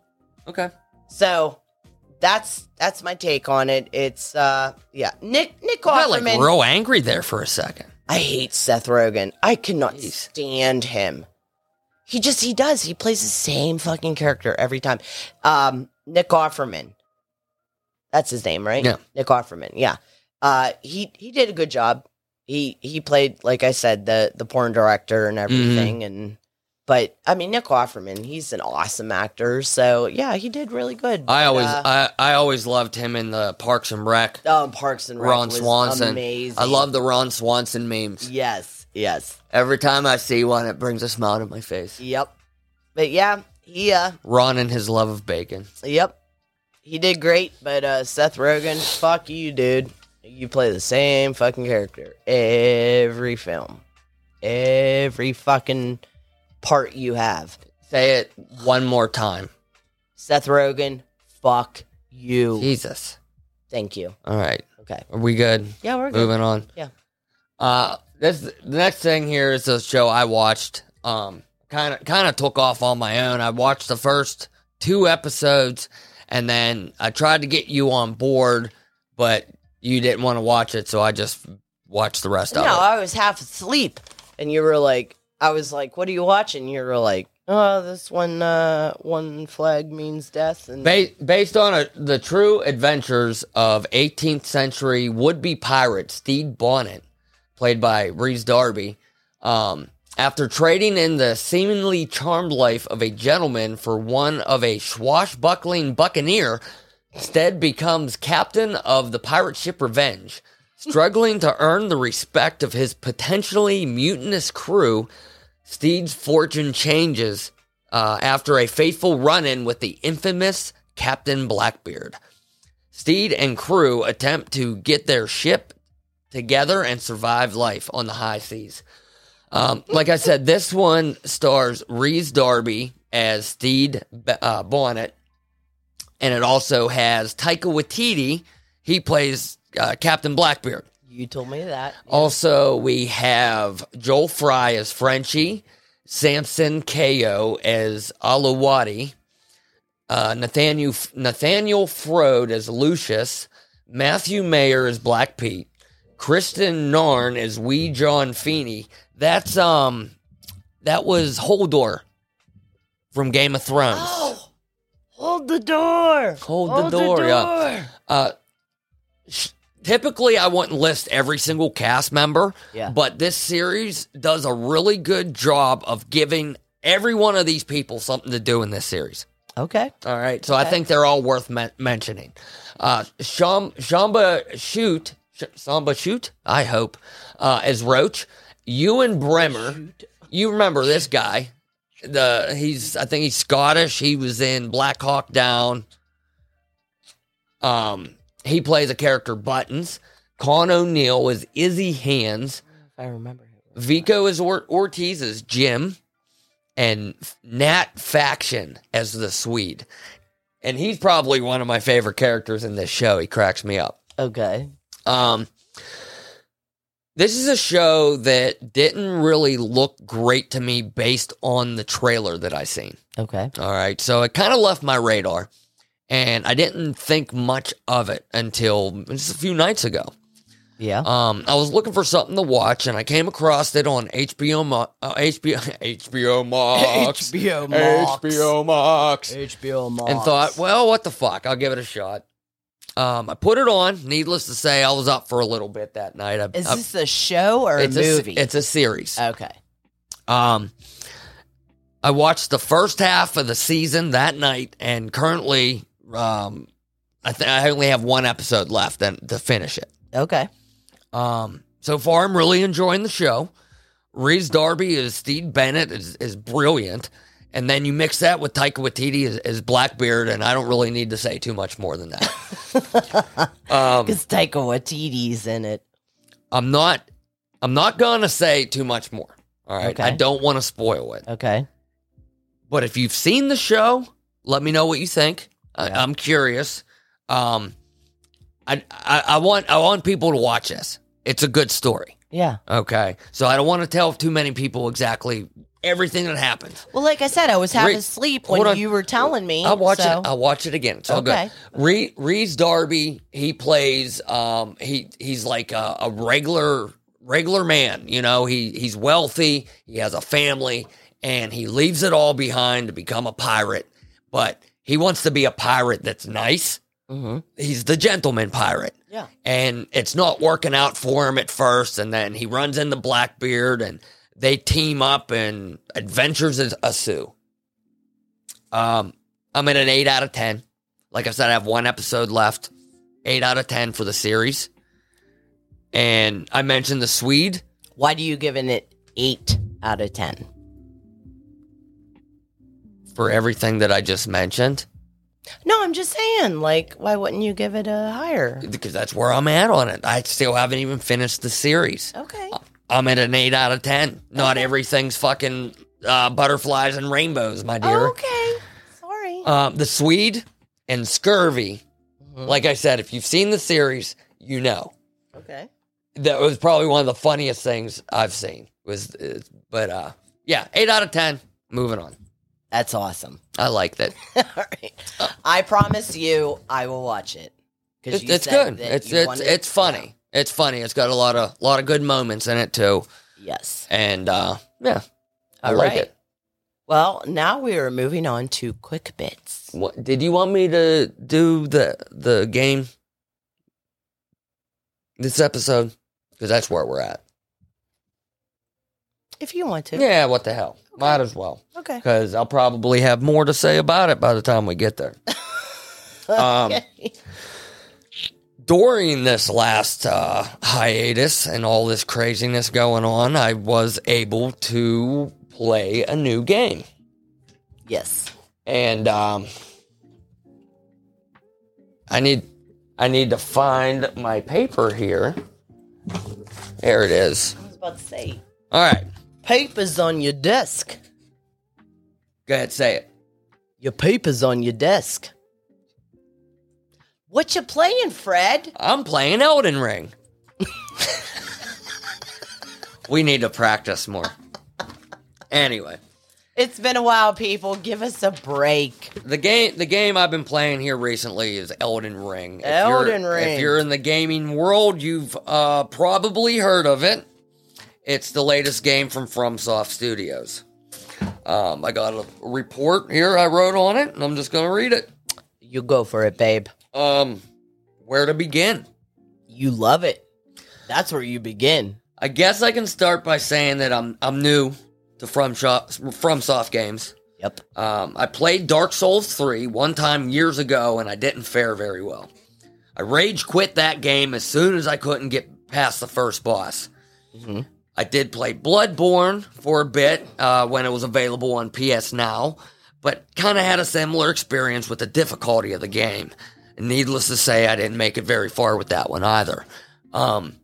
A: Okay.
B: So. That's that's my take on it. It's uh yeah. Nick Nick
A: I got like
B: Offerman-
A: real angry there for a second.
B: I hate Seth Rogen. I cannot
A: Jeez.
B: stand him. He just he does. He plays the same fucking character every time. Um, Nick Offerman. That's his name, right?
A: Yeah.
B: Nick Offerman. Yeah. Uh, he he did a good job. He he played like I said the the porn director and
A: Mm-hmm.
B: everything and but I mean Nick Offerman, he's an awesome actor. So yeah, he did really good.
A: I
B: But,
A: always
B: uh,
A: I, I always loved him in the Parks and Rec.
B: oh, Parks and Rec
A: Ron
B: was
A: Swanson.
B: Amazing.
A: I love the Ron Swanson memes.
B: Yes, yes.
A: Every time I see one, it brings a smile to my face.
B: Yep. But yeah, he uh
A: Ron and his love of bacon.
B: Yep. He did great, but uh, Seth Rogen, fuck you, dude. You play the same fucking character every film, every fucking part you have.
A: Say it one more time.
B: Seth Rogen, fuck you.
A: Jesus.
B: Thank you.
A: All right.
B: Okay.
A: Are we good?
B: Yeah, we're good.
A: Moving on.
B: Yeah.
A: Uh this the next thing here is a show I watched. Um kind of kind of took off on my own. I watched the first two episodes and then I tried to get you on board, but you didn't want to watch it, so I just watched the rest
B: No,
A: of it.
B: I was half asleep, and you were like, I was like, what are you watching? You were like, oh, this one, uh, one flag means death, and
A: Ba- based on a, the true adventures of 18th century would-be pirate Steed Bonnet, played by Reese Darby, um, after trading in the seemingly charmed life of a gentleman for one of a swashbuckling buccaneer, Stead becomes captain of the pirate ship Revenge, struggling to earn the respect of his potentially mutinous crew. Steed's fortune changes uh, after a fateful run in with the infamous Captain Blackbeard. Steed and crew attempt to get their ship together and survive life on the high seas. Um, like I said, this one stars Reese Darby as Steed B- uh, Bonnet, and it also has Taika Waititi. He plays uh, Captain Blackbeard.
B: you told me that.
A: Also, we have Joel Fry as Frenchie, Samson Ko as Alawadi, uh, Nathaniel Nathaniel Frode as Lucius, Matthew Mayer as Black Pete, Kristen Narn as Wee John Feeney. That's um, that was Holdor from Game of Thrones.
B: Hold the door.
A: Hold the door, yeah. Uh, sh- typically, I wouldn't list every single cast member,
B: Yeah.
A: but this series does a really good job of giving every one of these people something to do in this series.
B: Okay.
A: All right, so I think they're all worth men- mentioning. Uh, Sham- Shamba Shoot, Sh- Samba Shoot, I hope, uh, as Roach. Ewan Bremer, you remember this guy? The he's I think he's Scottish. He was in Black Hawk Down. Um, he plays a character Buttons. Con O'Neill is Izzy Hands.
B: I remember him.
A: Vico is or- Ortiz as Jim, and Nat Faction as the Swede. And he's probably one of my favorite characters in this show. He cracks me up.
B: Okay.
A: Um, this is a show that didn't really look great to me based on the trailer that I seen.
B: Okay.
A: All right, so it kind of left my radar. and I didn't think much of it until just a few nights ago.
B: Yeah.
A: Um, I was looking for something to watch, and I came across it on HBO, Mo- uh, HBO, HBO Max,
B: HBO Max.
A: HBO Max,
B: HBO Max.
A: and thought, well, what the fuck? I'll give it a shot. Um, I put it on. Needless to say, I was up for a little bit that night. I,
B: is
A: I-
B: this a show or
A: Uh, it's
B: a movie? Uh.
A: it's a series.
B: okay.
A: Um, I watched the first half of the season that night, and currently, um, I think I only have one episode left and to finish it.
B: Okay.
A: Um, so far, I'm really enjoying the show. Reese Darby as Steve Bennett is, is brilliant. And then you mix that with Taika Waititi as, as Blackbeard, and I don't really need to say too much more than that. um,
B: Because Taika Waititi's in it.
A: I'm not, I'm not gonna say too much more. All right, I
B: Okay.
A: don't want to spoil it.
B: Okay.
A: But if you've seen the show, let me know what you think. I,
B: Yeah.
A: I'm curious. Um, I, I I want I want people to watch this. It's a good story.
B: Yeah.
A: Okay. So I don't want to tell too many people exactly everything that happened.
B: Well, like I said, I was half
A: Re-
B: asleep
A: hold
B: when
A: on.
B: you were telling me.
A: I'll watch
B: so-
A: it. I'll watch it again. It's all
B: Okay.
A: good. Re- Reeves Darby, he plays um he he's like a, a regular regular man, you know, he he's wealthy, he has a family, and he leaves it all behind to become a pirate. But he wants to be a pirate that's nice.
B: Mhm.
A: He's the gentleman pirate
B: Yeah.
A: and it's not working out for him at first and then he runs into blackbeard and they team up and adventures is- ensue um i'm at an 8 out of 10 like i said i have one episode left 8 out of 10 for the series and i mentioned the swede
B: Why do you giving it eight out of ten?
A: for everything that i just mentioned
B: No, I'm just saying. Like, why wouldn't you give it a higher?
A: because that's where i'm at on it i still haven't even finished the series
B: Okay.
A: i'm at an 8 out of 10 not everything's fucking uh, butterflies and rainbows my dear
B: okay. Sorry.
A: Um, the Swede and Scurvy.
B: Mm-hmm.
A: Like I said, if you've seen the series, you know
B: okay.
A: that was probably one of the funniest things I've seen. Was uh, but uh, yeah, eight out of ten. Moving on.
B: That's awesome.
A: I liked it.
B: All right. I promise you, I will watch it.
A: It's,
B: you
A: it's good.
B: said that
A: It's
B: you
A: it's
B: wanted-
A: it's funny. It's funny. It's got a lot of lot of good moments in it too.
B: Yes.
A: And uh, yeah, I
B: All
A: like
B: right.
A: it.
B: Well, now we are moving on to quick bits.
A: What, did you want me to do the the game this episode? Because that's where we're at.
B: If you want to.
A: Yeah, what the hell? Might as well.
B: Okay.
A: because I'll probably have more to say about it by the time we get there. Um, During this last uh, hiatus and all this craziness going on, I was able to play a new game.
B: yes.
A: And um, I need I need to find my paper here. There it is.
B: I was about to say,
A: All right.
B: papers on your desk.
A: Go ahead, say it.
B: Your papers on your desk. What you playing, Fred?
A: I'm playing Elden Ring. we need to practice more. Anyway,
B: It's been a while, people. Give us a break.
A: the game the game I've been playing here recently is Elden Ring. If
B: Elden
A: you're,
B: Ring.
A: If you're in the gaming world, you've uh, probably heard of it. It's the latest game from FromSoft Studios. Um, I got a report here I wrote on it, and I'm just going to read it.
B: You go for it, babe.
A: Um, where to begin?
B: You love it. That's where you begin.
A: I guess I can start by saying that I'm I'm new to from shop, from soft games.
B: Yep. Uh,
A: Um, I played Dark Souls three one time years ago, and I didn't fare very well. I rage quit that game as soon as I couldn't get past the first boss. I did play Bloodborne for a bit uh, when it was available on PS Now, but kind of had a similar experience with the difficulty of the game. Needless to say, I didn't make it very far with that one either. Um,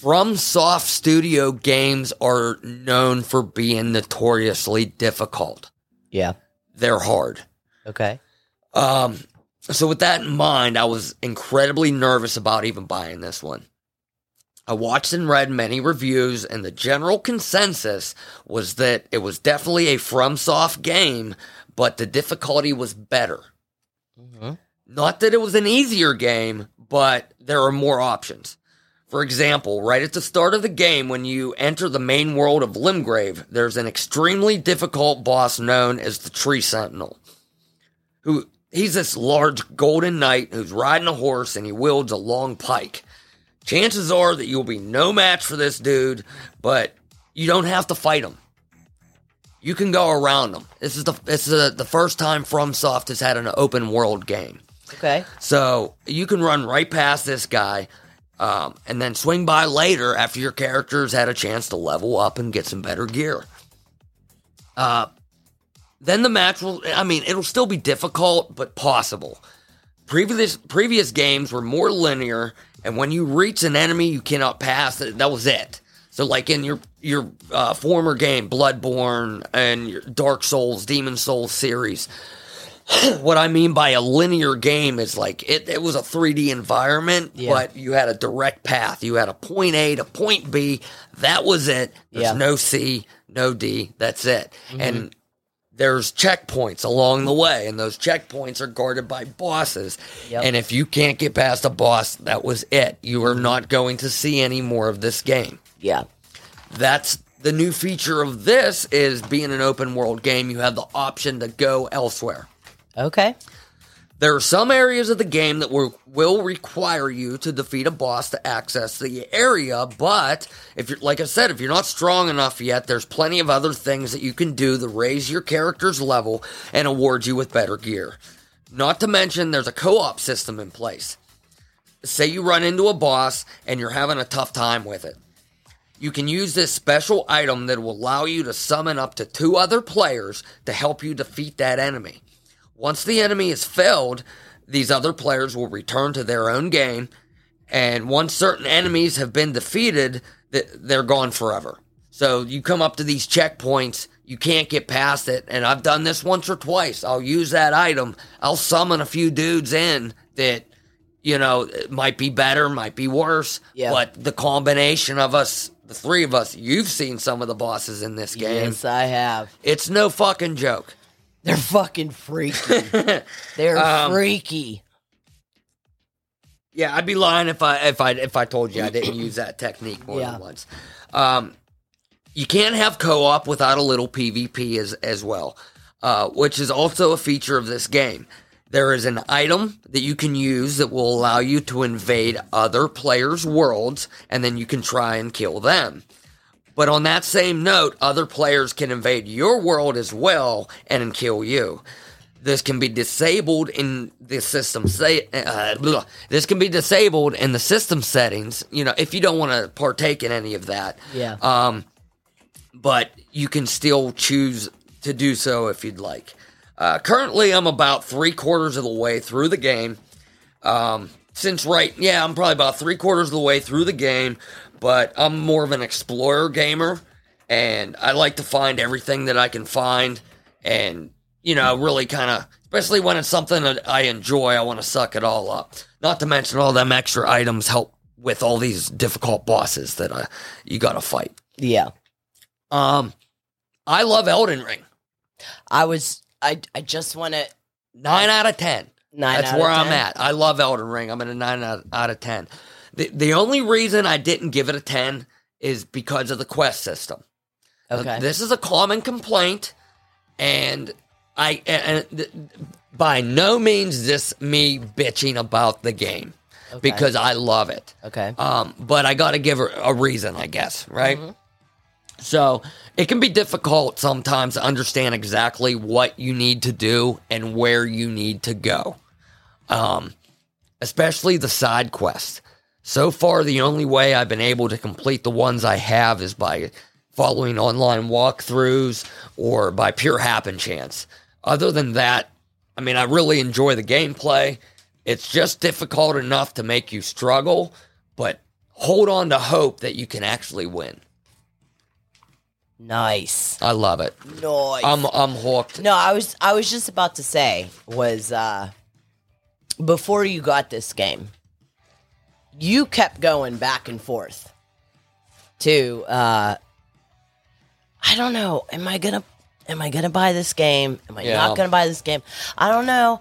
A: From Soft Studio games are known for being notoriously difficult.
B: Yeah.
A: They're hard.
B: Okay.
A: Um, so with that in mind, I was incredibly nervous about even buying this one. I watched and read many reviews, and the general consensus was that it was definitely a FromSoft game, but the difficulty was better. Not that it was an easier game, but there are more options. For example, right at the start of the game, when you enter the main world of Limgrave, there's an extremely difficult boss known as the Tree Sentinel. Who he's this large golden knight who's riding a horse and he wields a long pike. Chances are that you'll be no match for this dude, but you don't have to fight him. You can go around him. This is the this is the, the first time FromSoft has had an open world game.
B: Okay.
A: So you can run right past this guy um, and then swing by later after your character's had a chance to level up and get some better gear. Uh, then the match will, I mean, it'll still be difficult, but possible. Previous, previous games were more linear, and when you reach an enemy you cannot pass, that that was it. So, like in your your uh, former game, Bloodborne and your Dark Souls, Demon Souls series, what I mean by a linear game is like it, it was a 3D environment,
B: Yeah.
A: but you had a direct path. You had a point A to point B. That was it. There's
B: Yeah. Mm-hmm.
A: no C, no D. That's it. And there's checkpoints along the way, and those checkpoints are guarded by bosses.
B: Yep. Mm-hmm.
A: And if you can't get past a boss, that was it. You are not going to see any more of this game
B: Yeah.
A: that's the new feature of this is being an open world game you have the option to go elsewhere
B: Okay.
A: there are some areas of the game that will, will require you to defeat a boss to access the area but if you're like i said if you're not strong enough yet there's plenty of other things that you can do to raise your character's level and award you with better gear not to mention there's a co-op system in place say you run into a boss and you're having a tough time with it you can use this special item that will allow you to summon up to two other players to help you defeat that enemy. Once the enemy is felled, these other players will return to their own game, and once certain enemies have been defeated, th- they're gone forever. So you come up to these checkpoints, you can't get past it, and I've done this once or twice. I'll use that item, I'll summon a few dudes in that you know, it might be better, might be worse.
B: Yeah.
A: But the combination of us, the three of us, you've seen some of the bosses in this game.
B: Yes, I have.
A: It's no fucking joke.
B: They're fucking freaky. They're
A: Um,
B: freaky.
A: Yeah, I'd be lying if I if I if I told you I didn't use that technique more
B: Yeah.
A: than once. Um, you can't have co-op without a little PvP as as well, uh, which is also a feature of this game. There is an item that you can use that will allow you to invade other players' worlds, and then you can try and kill them. But on that same note, other players can invade your world as well and kill you. This can be disabled in the system. Say, uh, blah. this can be disabled in the system settings. You know, if you don't want to partake in any of that.
B: Yeah.
A: Um, but you can still choose to do so if you'd like. Uh, currently, I'm about three quarters of the way through the game. Um, since right, yeah, I'm probably about three quarters of the way through the game, but I'm more of an explorer gamer, and I like to find everything that I can find, and you know, really kind of, especially when it's something that I enjoy, I want to suck it all up. Not to mention all them extra items help with all these difficult bosses that uh, you got to fight.
B: yeah.
A: Um, I love Elden Ring.
B: I was. I. I just want to.
A: Nine out of ten.
B: Nine.
A: That's
B: out of
A: where I'm
B: 10.
A: at. I love Elden Ring. I'm at a nine out, out of ten. The the only reason I didn't give it a ten is because of the quest system. Uh,
B: Okay.
A: this is a common complaint, and I and th- by no means this me bitching about the game
B: Okay.
A: because I love it.
B: Okay.
A: Um, but I got to give her a reason, I guess, right? So it can be difficult sometimes to understand exactly what you need to do and where you need to go, um, especially the side quests. So far, the only way I've been able to complete the ones I have is by following online walkthroughs or by pure happen chance. Other than that, I mean, I really enjoy the gameplay. It's just difficult enough to make you struggle, but hold on to hope that you can actually win.
B: nice.
A: I love it.
B: Nice.
A: I'm I'm hooked.
B: No, I was I was just about to say was uh before you got this game, you kept going back and forth to uh I don't know, am I gonna am I gonna buy this game? Am I
A: Yeah.
B: not gonna buy this game? I don't know.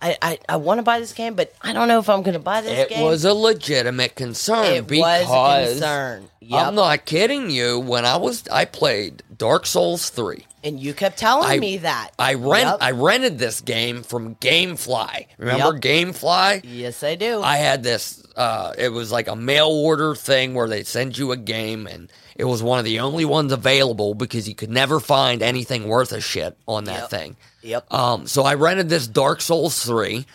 B: I I, I want to buy this game, but I don't know if I'm going to buy this
A: It
B: game.
A: was a legitimate concern
B: it
A: because
B: was a concern. Yep.
A: I'm not kidding you. When I was, I played Dark Souls three.
B: and you kept telling
A: I-
B: me that.
A: I rent,
B: Yep.
A: I rented this game from GameFly. Remember
B: Yep.
A: GameFly?
B: yes, I do.
A: I had this. Uh, it was like a mail order thing where they send you a game, and it was one of the only ones available because you could never find anything worth a shit on that
B: Yep.
A: thing.
B: yep.
A: Um, so I rented this Dark Souls 3,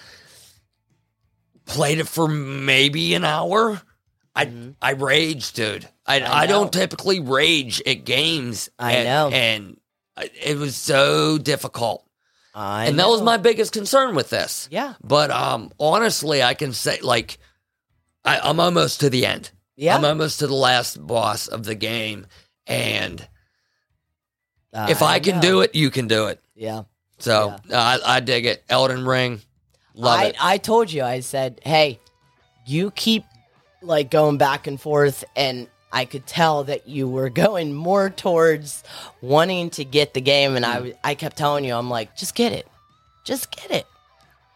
A: played it for maybe an hour. I I raged, dude. I, I, don't
B: Mm-hmm. know.
A: typically rage at games.
B: I
A: and,
B: know.
A: And I- it was so difficult.
B: I
A: and that was
B: know.
A: my biggest concern with this.
B: Yeah.
A: But um, honestly, I can say, like, I, I'm almost to the end.
B: Yeah.
A: I'm almost to the last boss of the game. And if I, can do it, you can do it.
B: Uh, yeah.
A: So uh, I, I dig it. Elden Ring, love
B: I,
A: it.
B: I told you, I said, hey, you keep like going back and forth, and I could tell that you were going more towards wanting to get the game. And I,
A: Hmm.
B: w- I kept telling you, I'm like, just get it, just get it.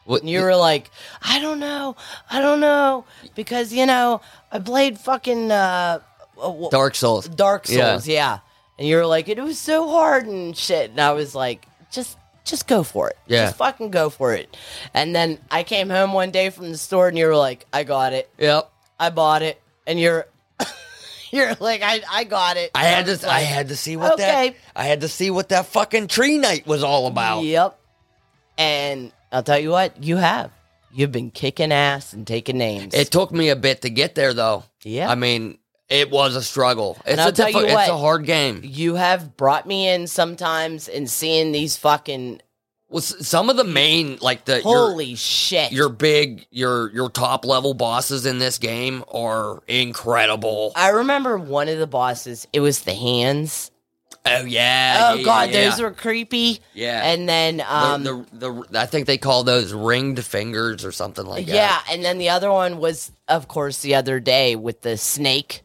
A: What-
B: And you were like, I don't know, I don't know, because you know, I played fucking uh, uh,
A: Dark Souls.
B: Dark
A: Yeah.
B: Souls, yeah. And you were like, it was so hard and shit. And I was like, just just go for it.
A: Yeah.
B: Just fucking go for it. And then I came home one day from the store and you were like, I got it.
A: Yep.
B: I bought it. And you're you're like, I, I got it.
A: I had
B: was
A: to. I
B: like,
A: had to see what that.
B: okay.
A: I had to see what that fucking tree night was all about.
B: Yep. And I'll tell you what, you have. You've been kicking ass and taking names.
A: It took me a bit to get there, though.
B: Yeah.
A: I mean, it was a struggle. It's
B: I'll
A: a
B: tell you
A: diffi- It's
B: what.
A: a hard game.
B: you have brought me in sometimes and seeing these fucking
A: Well, s- some of the main, like the
B: holy shit.
A: your, your big, your your top level bosses in this game are incredible.
B: I remember one of the bosses. It was the hands.
A: oh yeah.
B: Oh
A: yeah,
B: god,
A: yeah,
B: those
A: yeah.
B: were creepy.
A: Yeah.
B: And then um
A: the, the, the I think they call those ringed fingers or something like that.
B: yeah, and then the other one was of course the other day with the snake.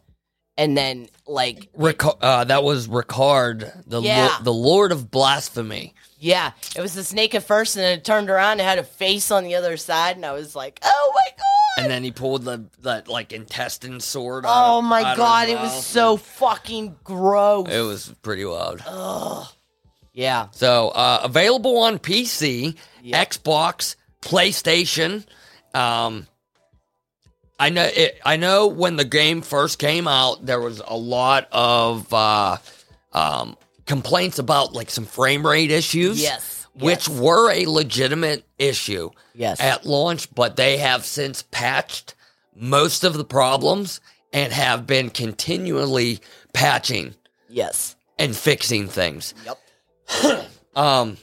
B: And then like
A: Ricard, uh, that was Ricard, the
B: Yeah.
A: lo- the Lord of Blasphemy.
B: yeah, it was the snake at first and then it turned around and had a face on the other side and I was like, "Oh my god."
A: And then he pulled the, the like intestine sword. out
B: Oh
A: of- out
B: my
A: of
B: god,
A: his
B: it was
A: mouth.
B: so fucking gross.
A: It was pretty wild.
B: yeah.
A: So uh, available on PC,
B: Yeah.
A: Xbox, PlayStation. Um, I know. It, I know when the game first came out, there was a lot of uh, um, complaints about like some frame rate issues.
B: Yes,
A: which
B: yes.
A: were a legitimate issue.
B: Yes.
A: at launch, but they have since patched most of the problems and have been continually patching
B: Yes.
A: and fixing things.
B: Yep.
A: Um,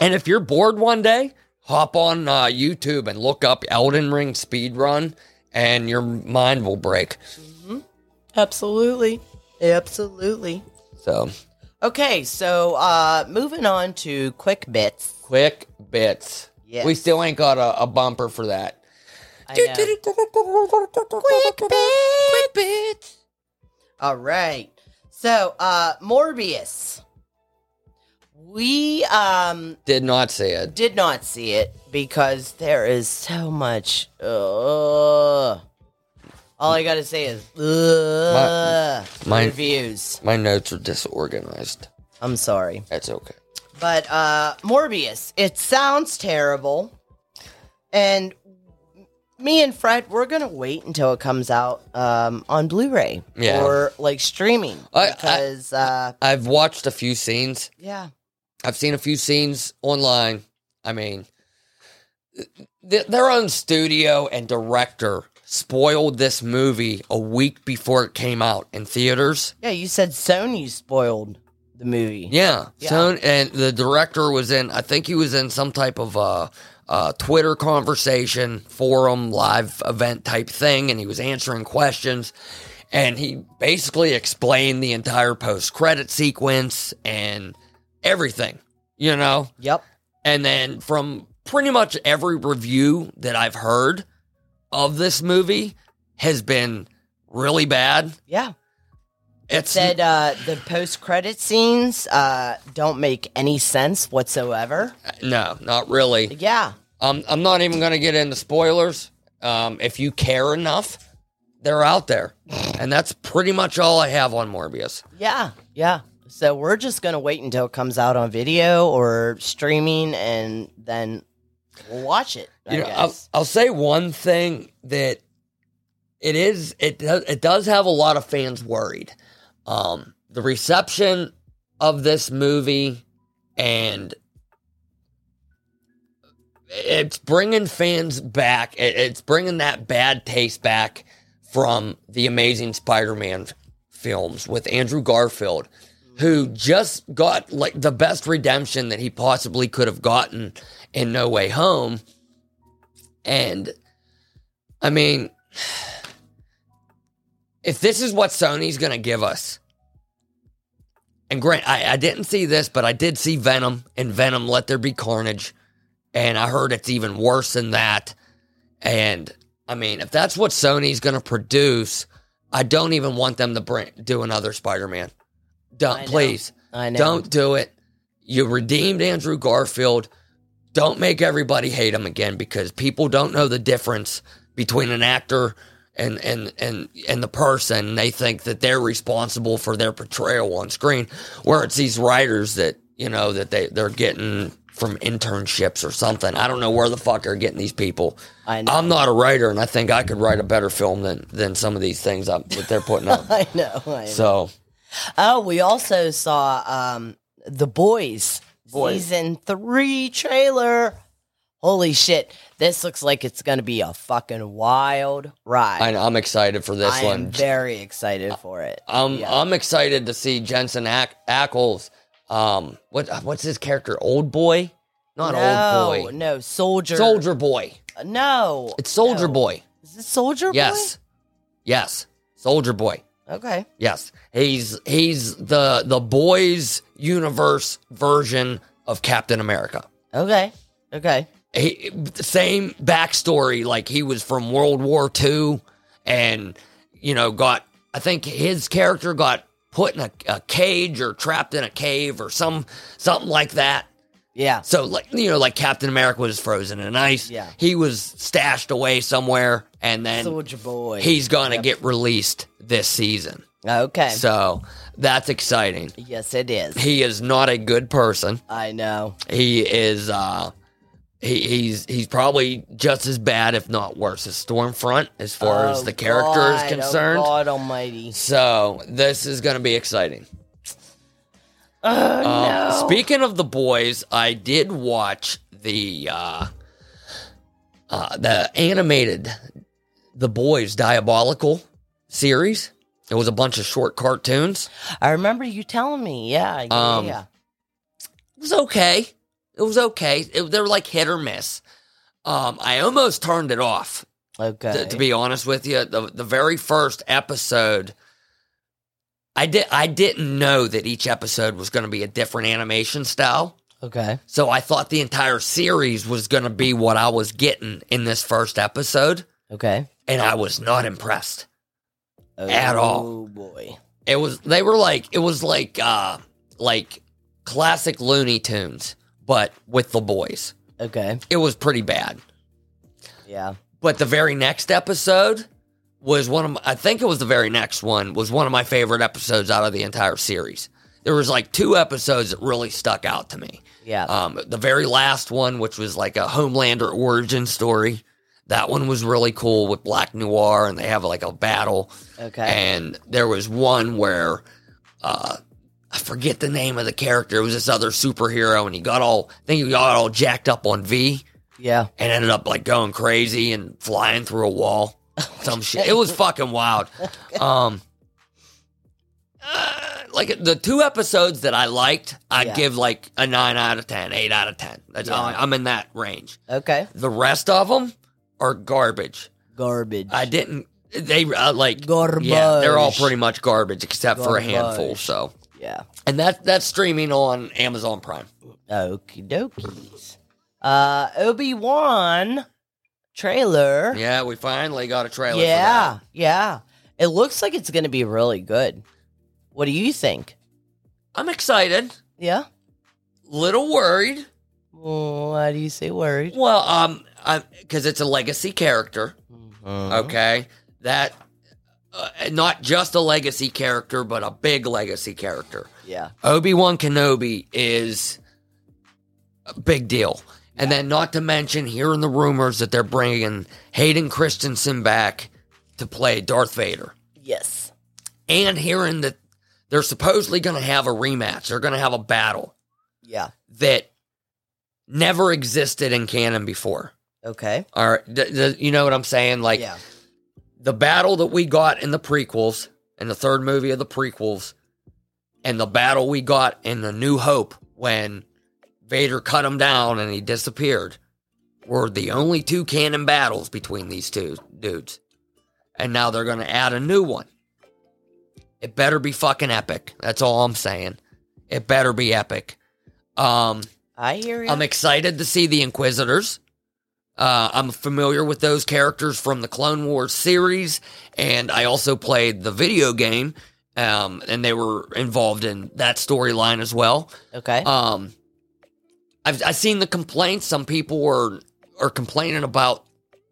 A: and if you're bored one day, hop on uh, YouTube and look up Elden Ring speedrun, and your mind will break.
B: Absolutely. Absolutely.
A: So
B: Okay, so uh moving on to quick bits.
A: quick bits.
B: Yes.
A: We still ain't got a, a bumper for that.
B: I know.
A: Quick bits. Quick bits.
B: All right. So, uh Morbius. We um
A: Did not see it.
B: did not see it because there is so much uh All I got to say is uh
A: my-
B: reviews.
A: My notes are disorganized.
B: I'm sorry.
A: That's okay.
B: But uh Morbius, it sounds terrible. And me and Fred, we're gonna wait until it comes out um, on Blu-ray
A: Yeah.
B: or like streaming
A: I- I-
B: because uh,
A: I've watched a few scenes.
B: yeah,
A: I've seen a few scenes online. I mean, th- their own studio and director spoiled this movie a week before it came out in theaters.
B: yeah. You said Sony spoiled the movie.
A: Yeah.
B: Yeah.
A: So and the director was in I think he was in some type of uh uh Twitter conversation, forum, live event type thing and he was answering questions and he basically explained the entire post credit sequence and everything, you know?
B: Yep.
A: And then from pretty much every review that I've heard of this movie has been really bad.
B: Yeah.
A: It's
B: Said uh, the post-credit scenes uh, don't make any sense whatsoever.
A: no, not really.
B: Yeah.
A: Um, I'm not even going to get into spoilers. Um, if you care enough, they're out there, and that's pretty much all I have on Morbius.
B: Yeah, yeah. So we're just gonna wait until it comes out on video or streaming, and then we'll watch it. I
A: You know, I'll,
B: guess.
A: I'll say one thing that it is it does, it does have a lot of fans worried. Um, the reception of this movie and it's bringing fans back. It- It's bringing that bad taste back from the Amazing Spider-Man f- films with Andrew Garfield, who just got like the best redemption that he possibly could have gotten in No Way Home. And I mean, if this is what Sony's going to give us, and Grant, I, I didn't see this, but I did see Venom and Venom Let There Be Carnage. And I heard it's even worse than that. And I mean, if that's what Sony's going to produce, I don't even want them to bring, do another Spider Man.
B: I
A: Don't,
B: know.
A: please.
B: I know.
A: Don't do it. You redeemed Andrew Garfield. Don't make everybody hate him again because people don't know the difference between an actor and and and and the person. They think that they're responsible for their portrayal on screen, where it's these writers that you know that they they're getting from internships or something. I don't know where the fuck are getting these people.
B: I know.
A: I'm not a writer, and I think I could write a better film than than some of these things up that they're putting up.
B: I know. I know.
A: so
B: oh, we also saw um the boys,
E: Boys.
B: season three trailer. Holy shit! This looks like it's gonna be a fucking wild ride.
A: I, I'm excited for this
B: I
A: one.
B: am very excited for it.
A: I'm
B: Yeah.
A: Um, I'm excited to see Jensen Ack- Ackles. Um, what what's his character? Old boy, not
B: no,
A: old boy.
B: no soldier,
A: Soldier boy.
B: No,
A: It's Soldier
B: no.
A: boy.
B: Is it soldier
A: Yes, yes. Soldier boy.
B: boy? Okay.
A: Yes, he's he's the the boys universe version of Captain America.
B: Okay. Okay.
A: he, same backstory. Like he was from World War II, and you know, got I think his character got put in a, a cage or trapped in a cave or some something like that.
B: Yeah.
A: So like you know, like Captain America was frozen in ice.
B: Yeah.
A: he was stashed away somewhere, and then
B: Soldier boy.
A: he's gonna get released this season.
B: okay.
A: So that's exciting.
B: yes, it is.
A: He is not a good person
B: I know.
A: he is uh he, he's he's probably just as bad if not worse as stormfront as far as
B: Oh,
A: the character
B: God,
A: is concerned
B: Oh, God Almighty.
A: so this is going to be exciting
B: Oh
A: um,
B: no.
A: speaking of the boys i did watch the uh uh the animated the boys diabolical series it was a bunch of short cartoons
B: I remember you telling me. Yeah. Yeah.
A: Um,
B: yeah.
A: it was okay. It was okay. It, they were like hit or miss. Um, I almost turned it off.
B: Okay.
A: To, to be honest with you, the the very first episode, I did I didn't know that each episode was going to be a different animation style.
B: okay.
A: So I thought the entire series was going to be what I was getting in this first episode,
B: Okay.
A: and I was not impressed.
B: Oh,
A: At all.
B: boy.
A: It was they were like it was like uh like classic Looney Tunes, but with the boys.
B: Okay.
A: It was pretty bad.
B: Yeah.
A: But the very next episode was one of my, I think it was the very next one was one of my favorite episodes out of the entire series. There was like two episodes that really stuck out to me.
B: Yeah.
A: Um, the very last one, which was like a Homelander origin story, that one was really cool with Black Noir, and they have like a battle.
B: okay.
A: And there was one where uh, I forget the name of the character. It was this other superhero, and he got all I think he got all jacked up on V
B: yeah.
A: and ended up like going crazy and flying through a wall. Some shit. It was fucking wild. Um, uh, like the two episodes that I liked, I'd
B: Yeah.
A: give like a nine out of ten, eight out of ten. That's all I, I'm in that range.
B: Okay.
A: The rest of them are garbage.
B: Garbage.
A: I didn't. They uh, like
B: Garbage.
A: Yeah, they're all pretty much garbage except for a handful.
B: Garbage.
A: So,
B: yeah.
A: and that that's streaming on Amazon Prime.
B: Okie dokies. Uh, Obi Wan trailer.
A: Yeah, we finally got a trailer. for that.
B: Yeah, yeah. It looks like it's going to be really good. What do you think?
A: I'm excited.
B: Yeah.
A: Little worried.
B: Mm, Why do you say worried?
A: Well, um, because it's a legacy character. Okay, that uh, not just a legacy character, but a big legacy character.
B: Yeah.
A: Obi Wan Kenobi is a big deal, and then not to mention hearing the rumors that they're bringing Hayden Christensen back to play Darth Vader,
B: Yes.
A: and hearing that they're supposedly going to have a rematch. They're going to have a battle
B: Yeah.
A: that never existed in canon before.
B: Okay.
A: All right, th- th- you know what I'm saying? Like
B: yeah.
A: the battle that we got in the prequels, in the third movie of the prequels, and the battle we got in the New Hope when Vader cut him down and he disappeared, were the only two canon battles between these two dudes. And now they're going to add a new one. It better be fucking epic. That's all I'm saying. It better be epic. Um,
B: I hear you.
A: I'm excited to see the Inquisitors. Uh, I'm familiar with those characters from the Clone Wars series, and I also played the video game, um, and they were involved in that storyline as well.
B: okay.
A: Um, I've, I've seen the complaints. Some people were are complaining about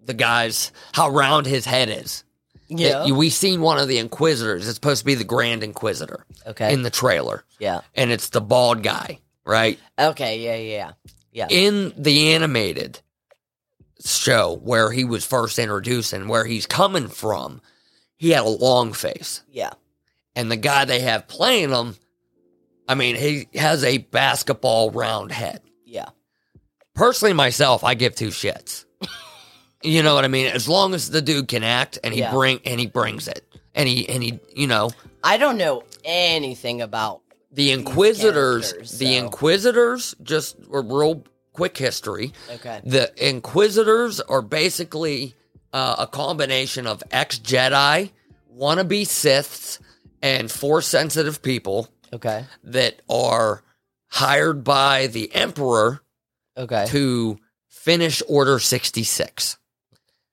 A: the guy's how round his head is.
B: yeah.
A: we seen one of the Inquisitors. It's supposed to be the Grand Inquisitor
B: okay.
A: in the trailer,
B: yeah.
A: and it's the bald guy, right?
B: Okay. Yeah. Yeah. Yeah. Yeah.
A: in the animated show where he was first introduced and where he's coming from, he had a long face.
B: yeah.
A: And the guy they have playing him, I mean, he has a basketball round head.
B: Yeah.
A: Personally, myself, I give two shits. you know what I mean? As long as the dude can act and he
B: Yeah.
A: bring and he brings it. And he and he you know,
B: I don't know anything about.
A: the Inquisitors
B: characters,
A: the
B: so-
A: Inquisitors just a real quick history.
B: Okay.
A: The Inquisitors are basically uh, a combination of ex Jedi, wannabe Siths, and force sensitive people
B: Okay.
A: that are hired by the Emperor
B: Okay.
A: to finish Order 66.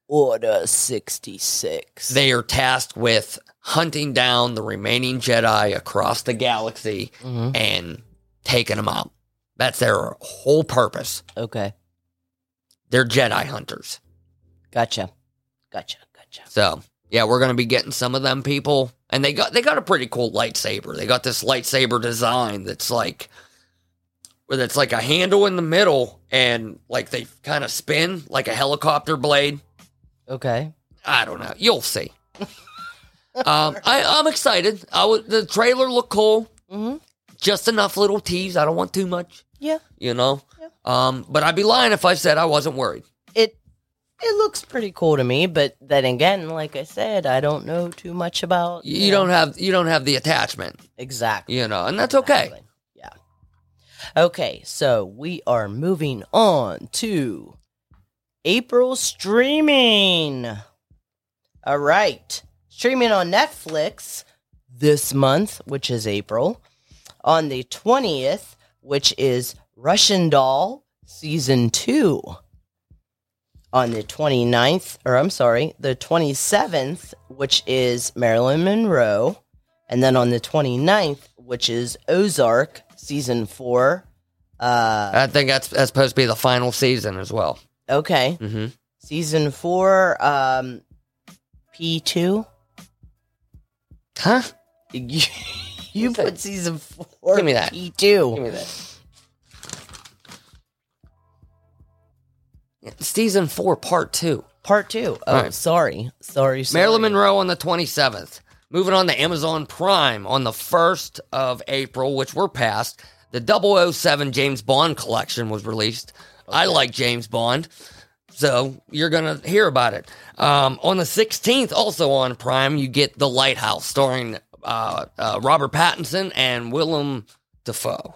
B: Order sixty six.
A: They are tasked with hunting down the remaining Jedi across the galaxy
B: Mhm.
A: and taking them out. That's their whole purpose.
B: Okay.
A: They're Jedi hunters.
B: Gotcha. Gotcha. Gotcha.
A: So yeah, we're gonna be getting some of them people, and they got they got a pretty cool lightsaber. They got this lightsaber design that's like where that's like a handle in the middle, and like they kind of spin like a helicopter blade.
B: Okay.
A: I don't know. You'll see. um, I, I'm excited. I w- the trailer looked cool.
B: Mhm.
A: Just enough little tease. I don't want too much,
B: Yeah.
A: you know. Um, but I'd be lying if I said I wasn't worried.
B: It it looks pretty cool to me, but then again, like I said, I don't know too much about
A: You, you don't have you don't have the attachment,
B: exactly.
A: you know, and that's okay.
B: Exactly. Yeah. Okay, so we are moving on to April streaming. All right. Streaming on Netflix this month, which is April, on the 20th, which is Russian Doll season 2. On the 29th, or I'm sorry, the 27th, which is Marilyn Monroe. And then on the 29th, which is Ozark season four. Uh,
A: I think that's that's supposed to be the final season as well.
B: okay.
A: Mm-hmm.
B: Season four, um, P2.
A: Huh?
B: You, you put season four,
A: Give me that.
B: P2.
A: Give me that. Season four, part two.
B: Part two. Oh,
A: Alright.
B: sorry. Sorry. sorry.
A: Marilyn Monroe on the twenty seventh. Moving on to Amazon Prime on the first of April, which we're past. The 007 James Bond collection was released. I like James Bond, so you're gonna hear about it. Um, on the sixteenth, also on Prime, you get The Lighthouse, starring uh, uh, Robert Pattinson and Willem Dafoe.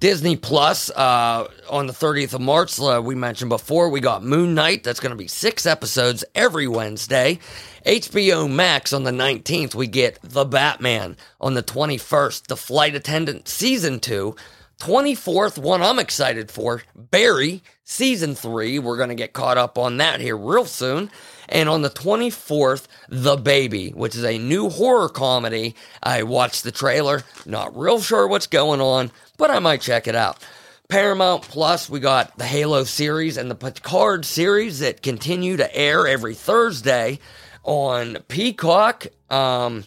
A: Disney Plus uh, on the 30th of March, uh, we mentioned before, we got Moon Knight. That's going to be six episodes every Wednesday. HBO Max on the 19th, we get The Batman. On the 21st, The Flight Attendant Season 2. 24th, one I'm excited for, Barry Season 3. We're going to get caught up on that here real soon. And on the 24th, The Baby, which is a new horror comedy. I watched the trailer, not real sure what's going on, but I might check it out. Paramount Plus, we got the Halo series and the Picard series that continue to air every Thursday on Peacock. Um,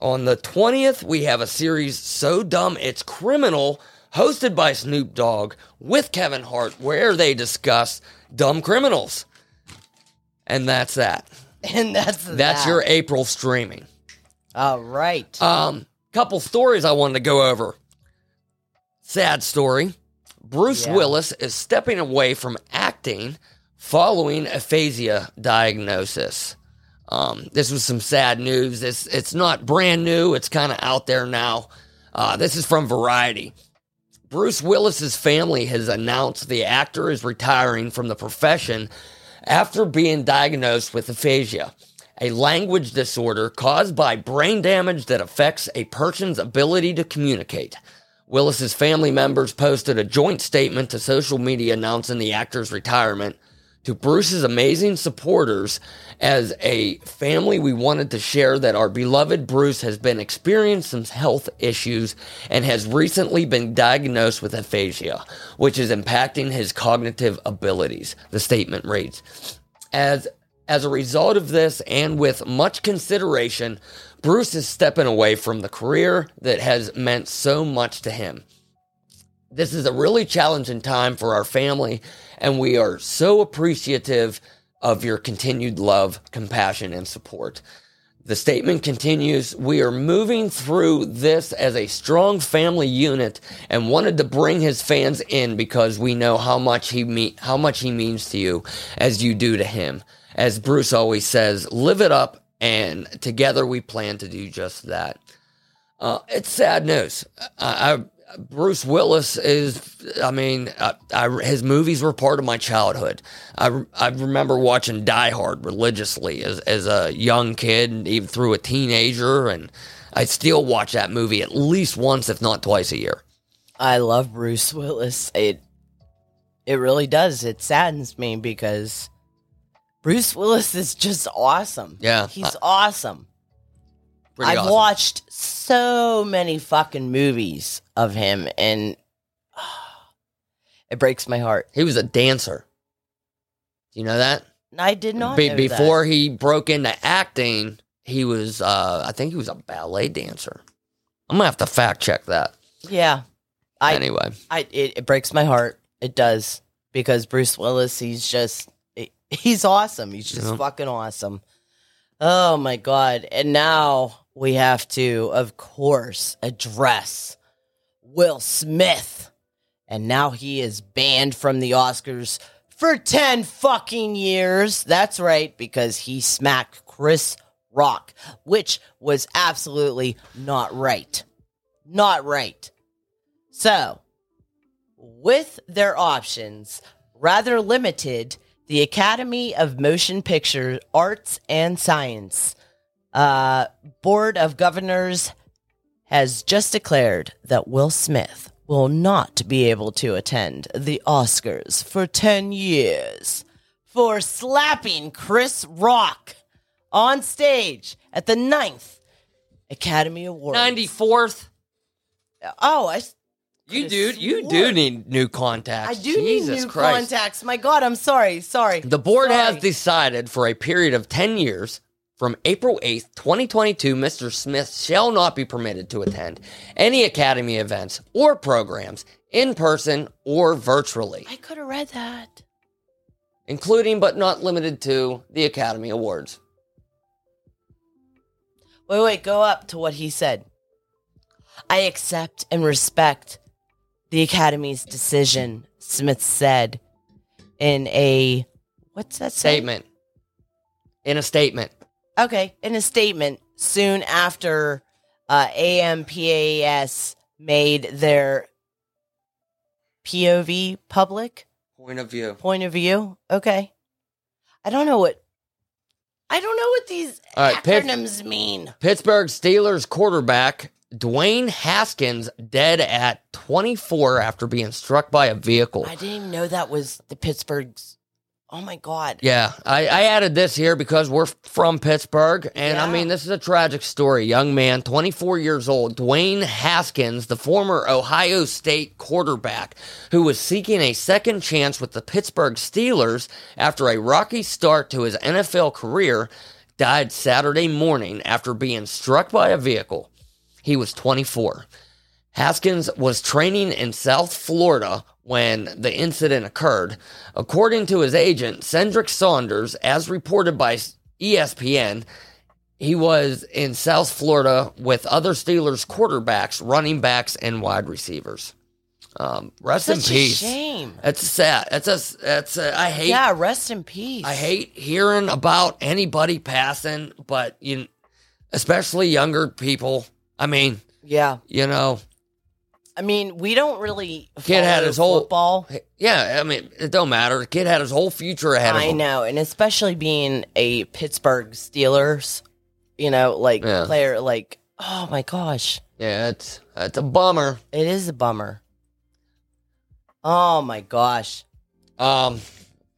A: on the 20th, we have a series so dumb it's criminal, hosted by Snoop Dogg with Kevin Hart, where they discuss dumb criminals. And that's that.
B: and that's
A: That's
B: that.
A: your April streaming.
B: All right.
A: Um, couple stories I wanted to go over. Sad story. Bruce
B: Yeah.
A: Willis is stepping away from acting following aphasia diagnosis. Um, this was some sad news. It's it's not brand new. It's kind of out there now. Uh, this is from Variety. Bruce Willis's family has announced the actor is retiring from the profession after being diagnosed with aphasia, a language disorder caused by brain damage that affects a person's ability to communicate. Willis's family members posted a joint statement to social media announcing the actor's retirement. To Bruce's amazing supporters, as a family, we wanted to share that our beloved Bruce has been experiencing some health issues and has recently been diagnosed with aphasia, which is impacting his cognitive abilities. The statement reads As as a result of this, and with much consideration, Bruce is stepping away from the career that has meant so much to him. This is a really challenging time for our family, and we are so appreciative of your continued love, compassion, and support. The statement continues We are moving through this as a strong family unit and wanted to bring his fans in because we know how much he me- how much he means to you as you do to him. As Bruce always says, live it up and together we plan to do just that. Uh, it's sad news. I, I, Bruce Willis is, I mean, I, I, his movies were part of my childhood. I, re- I remember watching Die Hard religiously as, as a young kid, and even through a teenager, and I still watch that movie at least once, if not twice a year.
B: I love Bruce Willis. It it really does. It saddens me because Bruce Willis is just awesome.
A: Yeah.
B: He's awesome.
A: Pretty
B: I've
A: awesome.
B: watched so many fucking movies of him and it breaks my heart.
A: He was a dancer. Do you know that?
B: And I did not
A: Be-
B: know that.
A: before he broke into acting, he was, uh, I think he was a ballet dancer. I'm going to have to fact check that.
B: Yeah. I-
A: anyway.
B: I it, it breaks my heart. It does because Bruce Willis, he's just he- he's awesome. He's just
A: Yeah.
B: fucking awesome. Oh my god! And now we have to, of course, address Will Smith, and now he is banned from the Oscars for ten fucking years. That's right, because he smacked Chris Rock, which was absolutely not right. Not right. So, with their options rather limited, the Academy of Motion Picture Arts and Science uh, Board of Governors has just declared that Will Smith will not be able to attend the Oscars for 10 years for slapping Chris Rock on stage at the 9th Academy Awards.
A: 94th.
B: Oh, I
A: You
B: Could've
A: dude, you do
B: swore.
A: need new contacts.
B: I do
A: Jesus
B: need new
A: Christ.
B: contacts. My God, I'm sorry. Sorry.
A: The board has
B: Sorry.
A: decided for a period of 10 years from April 8th, 2022, Mr. Smith shall not be permitted to attend any academy events or programs in person or virtually,
B: I could have read that.
A: including but not limited to the Academy Awards.
B: Wait, wait, go up to what he said. I accept and respect the Academy's decision, Smith said in a what's that say?
A: Statement. In a statement.
B: Okay, in a statement soon after uh, AMPAS made their POV public.
A: Point of view.
B: point of view. Okay. I don't know what I don't know what these
A: All right, pick-
B: acronyms mean.
A: Pittsburgh Steelers quarterback Dwayne Haskins dead at 24 after being struck by a vehicle.
B: I didn't even know that was the Pittsburgh's. Oh my God.
A: Yeah, I, I added this here because we're from Pittsburgh, and I
B: Yeah.
A: mean, this is a tragic story. Young man, 24 years old, Dwayne Haskins, the former Ohio State quarterback, who was seeking a second chance with the Pittsburgh Steelers after a rocky start to his NFL career, died Saturday morning after being struck by a vehicle. He was 24. Haskins was training in South Florida when the incident occurred. According to his agent, Cendric Saunders, as reported by E ESPN, he was in South Florida with other Steelers quarterbacks, running backs, and wide receivers. Um, rest
B: Such
A: in
B: a
A: peace.
B: shame.
A: That's sad. That's a, that's a, I hate
B: Yeah, rest in peace.
A: I hate hearing about anybody passing, but you, especially younger people. I mean,
B: Yeah.
A: you know,
B: I mean, we don't really
A: Kid had
B: follow
A: his whole-
B: football.
A: yeah. I mean, it don't matter. The kid had his whole future ahead of
B: I
A: him.
B: know, and especially being a Pittsburgh Steelers, you know, like
A: Yeah.
B: player, like oh my gosh,
A: Yeah, it's it's a bummer.
B: it is a bummer. Oh my gosh,
A: Um,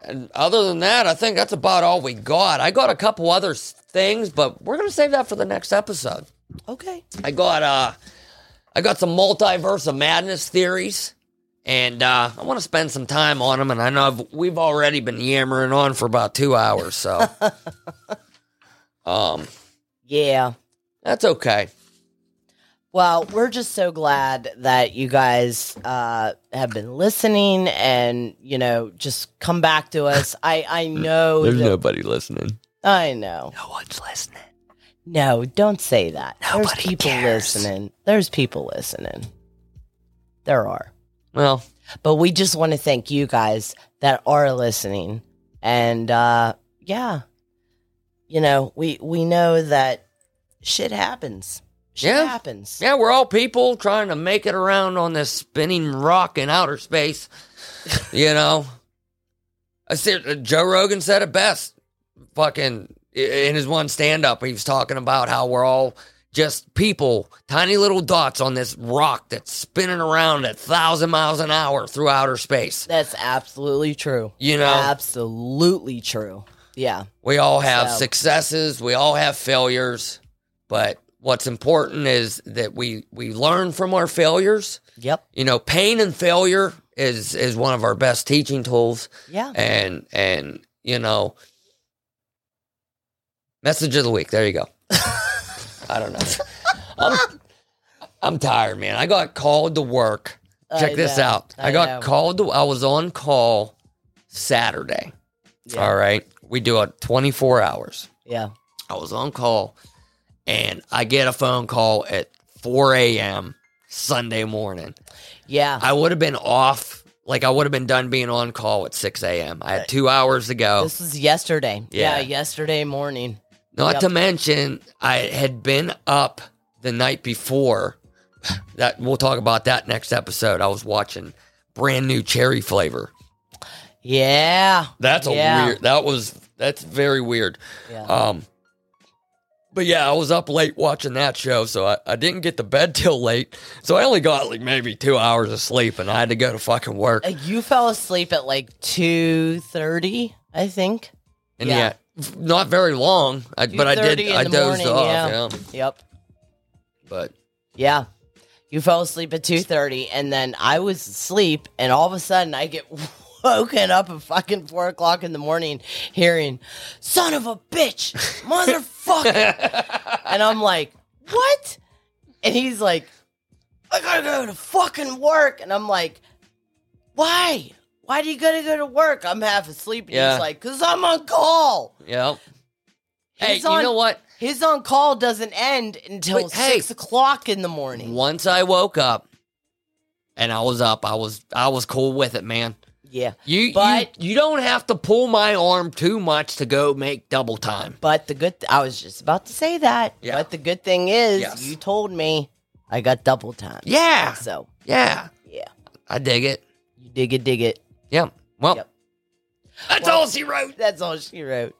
A: and other than that, I think that's about all we got. I got a couple other s- things, but we're gonna save that for the next episode.
B: okay,
A: I got uh, I got some multiverse of madness theories, and uh, I want to spend some time on them. And I know I've, we've already been yammering on for about two hours, so um,
B: yeah.
A: that's okay.
B: Well, we're just so glad that you guys uh, have been listening, and you know, just come back to us. I I know, that-
A: nobody listening.
B: I know.
A: No one's listening.
B: No, don't say that. There's
A: Nobody
B: people
A: cares.
B: listening. There's people listening. There are.
A: Well,
B: But we just want to thank you guys that are listening. And uh yeah. You know, we we know that shit happens. Shit
A: Yeah.
B: happens.
A: yeah, we're all people trying to make it around on this spinning rock in outer space. you know, I said uh, Joe Rogan said it best. Fucking in his one stand up, he was talking about how we're all just people, tiny little dots on this rock that's spinning around at thousand miles an hour through outer space.
B: That's absolutely true.
A: You know.
B: absolutely true. Yeah.
A: We all have
B: So-
A: successes, we all have failures, but what's important is that we we learn from our failures.
B: Yep.
A: you know pain and failure is is one of our best teaching tools
B: Yeah.
A: and and you know message of the week there you go i don't know I'm, I'm tired man i got called to work check
B: I
A: this
B: know.
A: out i,
B: I
A: got
B: know.
A: called to i was on call saturday
B: Yeah.
A: all right we do it 24 hours
B: Yeah.
A: I was on call and I get a phone call at 4 a.m. Sunday morning.
B: Yeah.
A: I would have been off, like, I would have been done being on call at 6 a.m. I had two hours to go.
B: this is yesterday.
A: Yeah.
B: yeah, yesterday morning.
A: Not
B: Yep.
A: to mention, I had been up the night before. That we'll talk about that next episode. I was watching brand new cherry flavor.
B: Yeah.
A: That's a
B: Yeah.
A: weird. That was that's very weird.
B: Yeah.
A: Um, but yeah, I was up late watching that show, so I, I didn't get to bed till late. So I only got like maybe two hours of sleep, and I had to go to fucking work.
B: Uh, You fell asleep at like two thirty, I think.
A: And yeah,
B: yeah.
A: f- not very long. I, but I
B: 2:30
A: did.
B: in
A: I
B: the
A: dozed
B: morning,
A: off. Yeah.
B: yeah. Yep.
A: But
B: Yeah. You fell asleep at two thirty, and then I was asleep, and all of a sudden I get woken up at fucking four o'clock in the morning, hearing "son of a bitch, motherfucker," and I'm like, "What?" And he's like, "I gotta go to fucking work," and I'm like, "Why? Why do you gotta go to work?" I'm half asleep, and
A: Yeah.
B: he's like, "Cause I'm on call."
A: yeah. Hey,
B: He's
A: you
B: on-
A: know what?
B: His on call doesn't end until
A: But, hey.
B: six o'clock in the morning.
A: Once I woke up, and I was up. I was I was cool with it, man.
B: Yeah,
A: You,
B: But-
A: you you don't have to pull my arm too much to go make double time.
B: but the good th- I was just about to say that.
A: Yeah.
B: But the good thing is,
A: Yes.
B: you told me I got double time.
A: Yeah.
B: So
A: Yeah.
B: yeah,
A: I dig it.
B: you dig it, dig it.
A: Yeah. Well,
B: Yep.
A: that's
B: Well-
A: all she wrote.
B: That's all she wrote.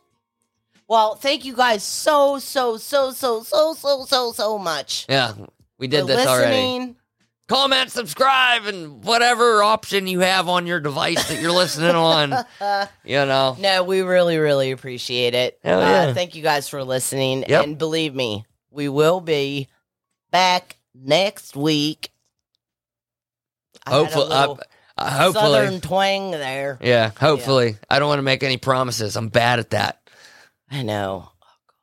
B: Well, thank you guys so so so so so so so so much
A: Yeah. We did
B: for
A: this already.
B: listening
A: comment, subscribe, and whatever option you have on your device that you're listening on. You know,
B: Uh, No, we really, really appreciate it.
A: Hell
B: uh,
A: yeah.
B: thank you guys for listening.
A: Yep.
B: And believe me, we will be back next week. I had a
A: hopefully, I,
B: little
A: I- Uh, hopefully,
B: Southern twang there.
A: yeah, hopefully. I don't want to make any promises. I'm bad at that.
B: I know. Oh, God.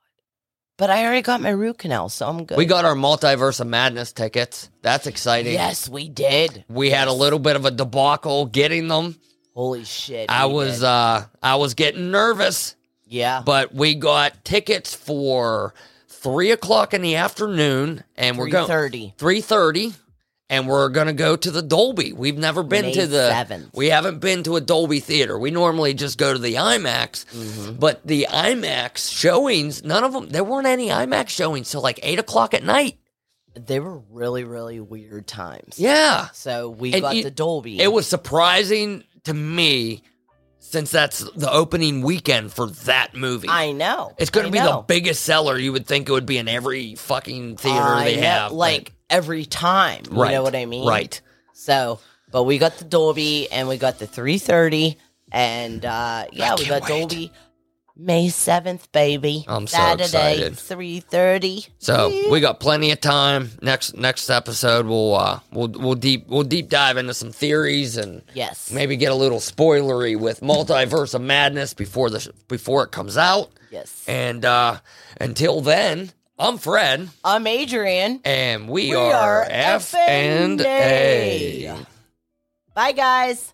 B: But I already got my root canal, so I'm good.
A: We got our multiverse of madness tickets. That's exciting.
B: Yes, we did.
A: We had a little bit of a debacle getting them.
B: Holy shit.
A: I
B: we
A: was
B: did.
A: uh I was getting nervous,
B: yeah.
A: but we got tickets for three o'clock in the afternoon, and we're going
B: 3:30.
A: three thirty, and we're gonna go to the Dolby. We've never been
B: May
A: to the
B: 7th.
A: we haven't been to a Dolby theater. We normally just go to the IMAX,
B: Mm-hmm.
A: but the IMAX showings, none of them. There weren't any IMAX showings till like eight o'clock at night.
B: They were really, really weird times.
A: Yeah,
B: So we
A: And
B: got
A: you-
B: the Dolby.
A: It was surprising to me since that's the opening weekend for that movie.
B: I know.
A: it's going
B: I
A: to be
B: know.
A: the biggest seller. You would think it would be in every fucking theater
B: I
A: they
B: know,
A: have. but-
B: Like every time. You
A: right,
B: know what I mean?
A: Right.
B: So, but we got the Dolby and we got the 330. And uh, yeah, we
A: can't
B: got
A: wait.
B: Dolby May 7th, baby.
A: I'm so
B: Saturday,
A: excited.
B: 330.
A: So we got plenty of time. Next next episode, we'll uh, we'll we'll deep we'll deep dive into some theories and
B: Yes.
A: maybe get a little spoilery with Multiverse of Madness before the sh- before it comes out.
B: Yes.
A: And uh, until then, I'm Fred.
B: I'm Adrian.
A: And we,
B: We
A: are,
B: are
A: F and
B: F&A.
A: A.
B: Bye, guys.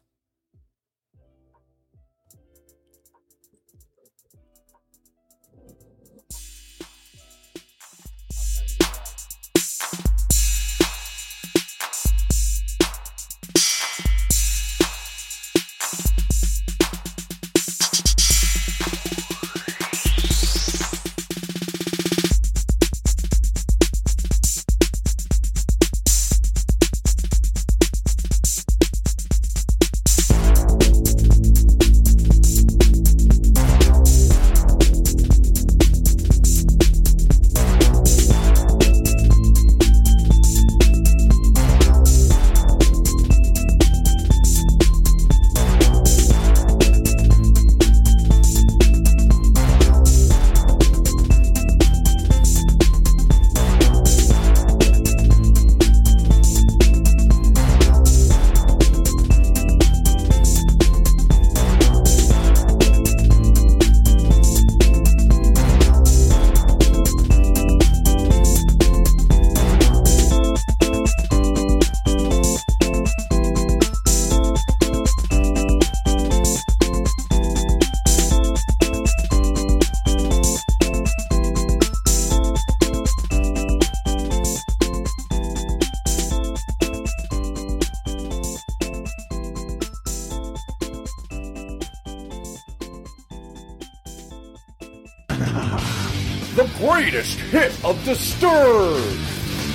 F: The greatest hit of Disturbed.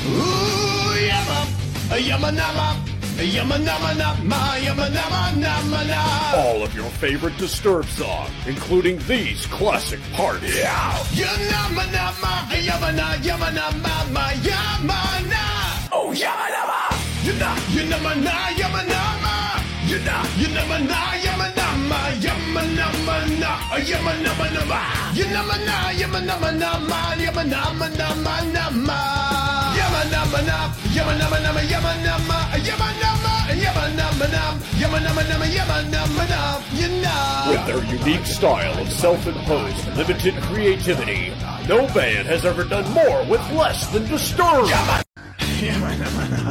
G: Ooh, yumma, yumma, numma, yumma, numma, numma, yumma, numma, numma, numma.
F: All of your favorite Disturbed songs, including these classic parties.
G: You numma, numma, yumma, na, yumma, numma, ma, yumma, na. Oh, yumma, numma. You na, you numma, na, yumma, numma. You na, you numma, na, yumma, numma, yumma, numma, na, yumma, numma, numma. You numma, na, yumma, numma, numma, yumma, numma, numma, numma. Yumma, numma, num, yumma, numma, numma, yumma, numma, yumma, numma, yumma, numma, num, yumma, numma, numma, yumma, numma, num. You know.
F: With their unique style of self-imposed, limited creativity, no band has ever done more with less than Disturbed.
G: Yeah, man, man, man.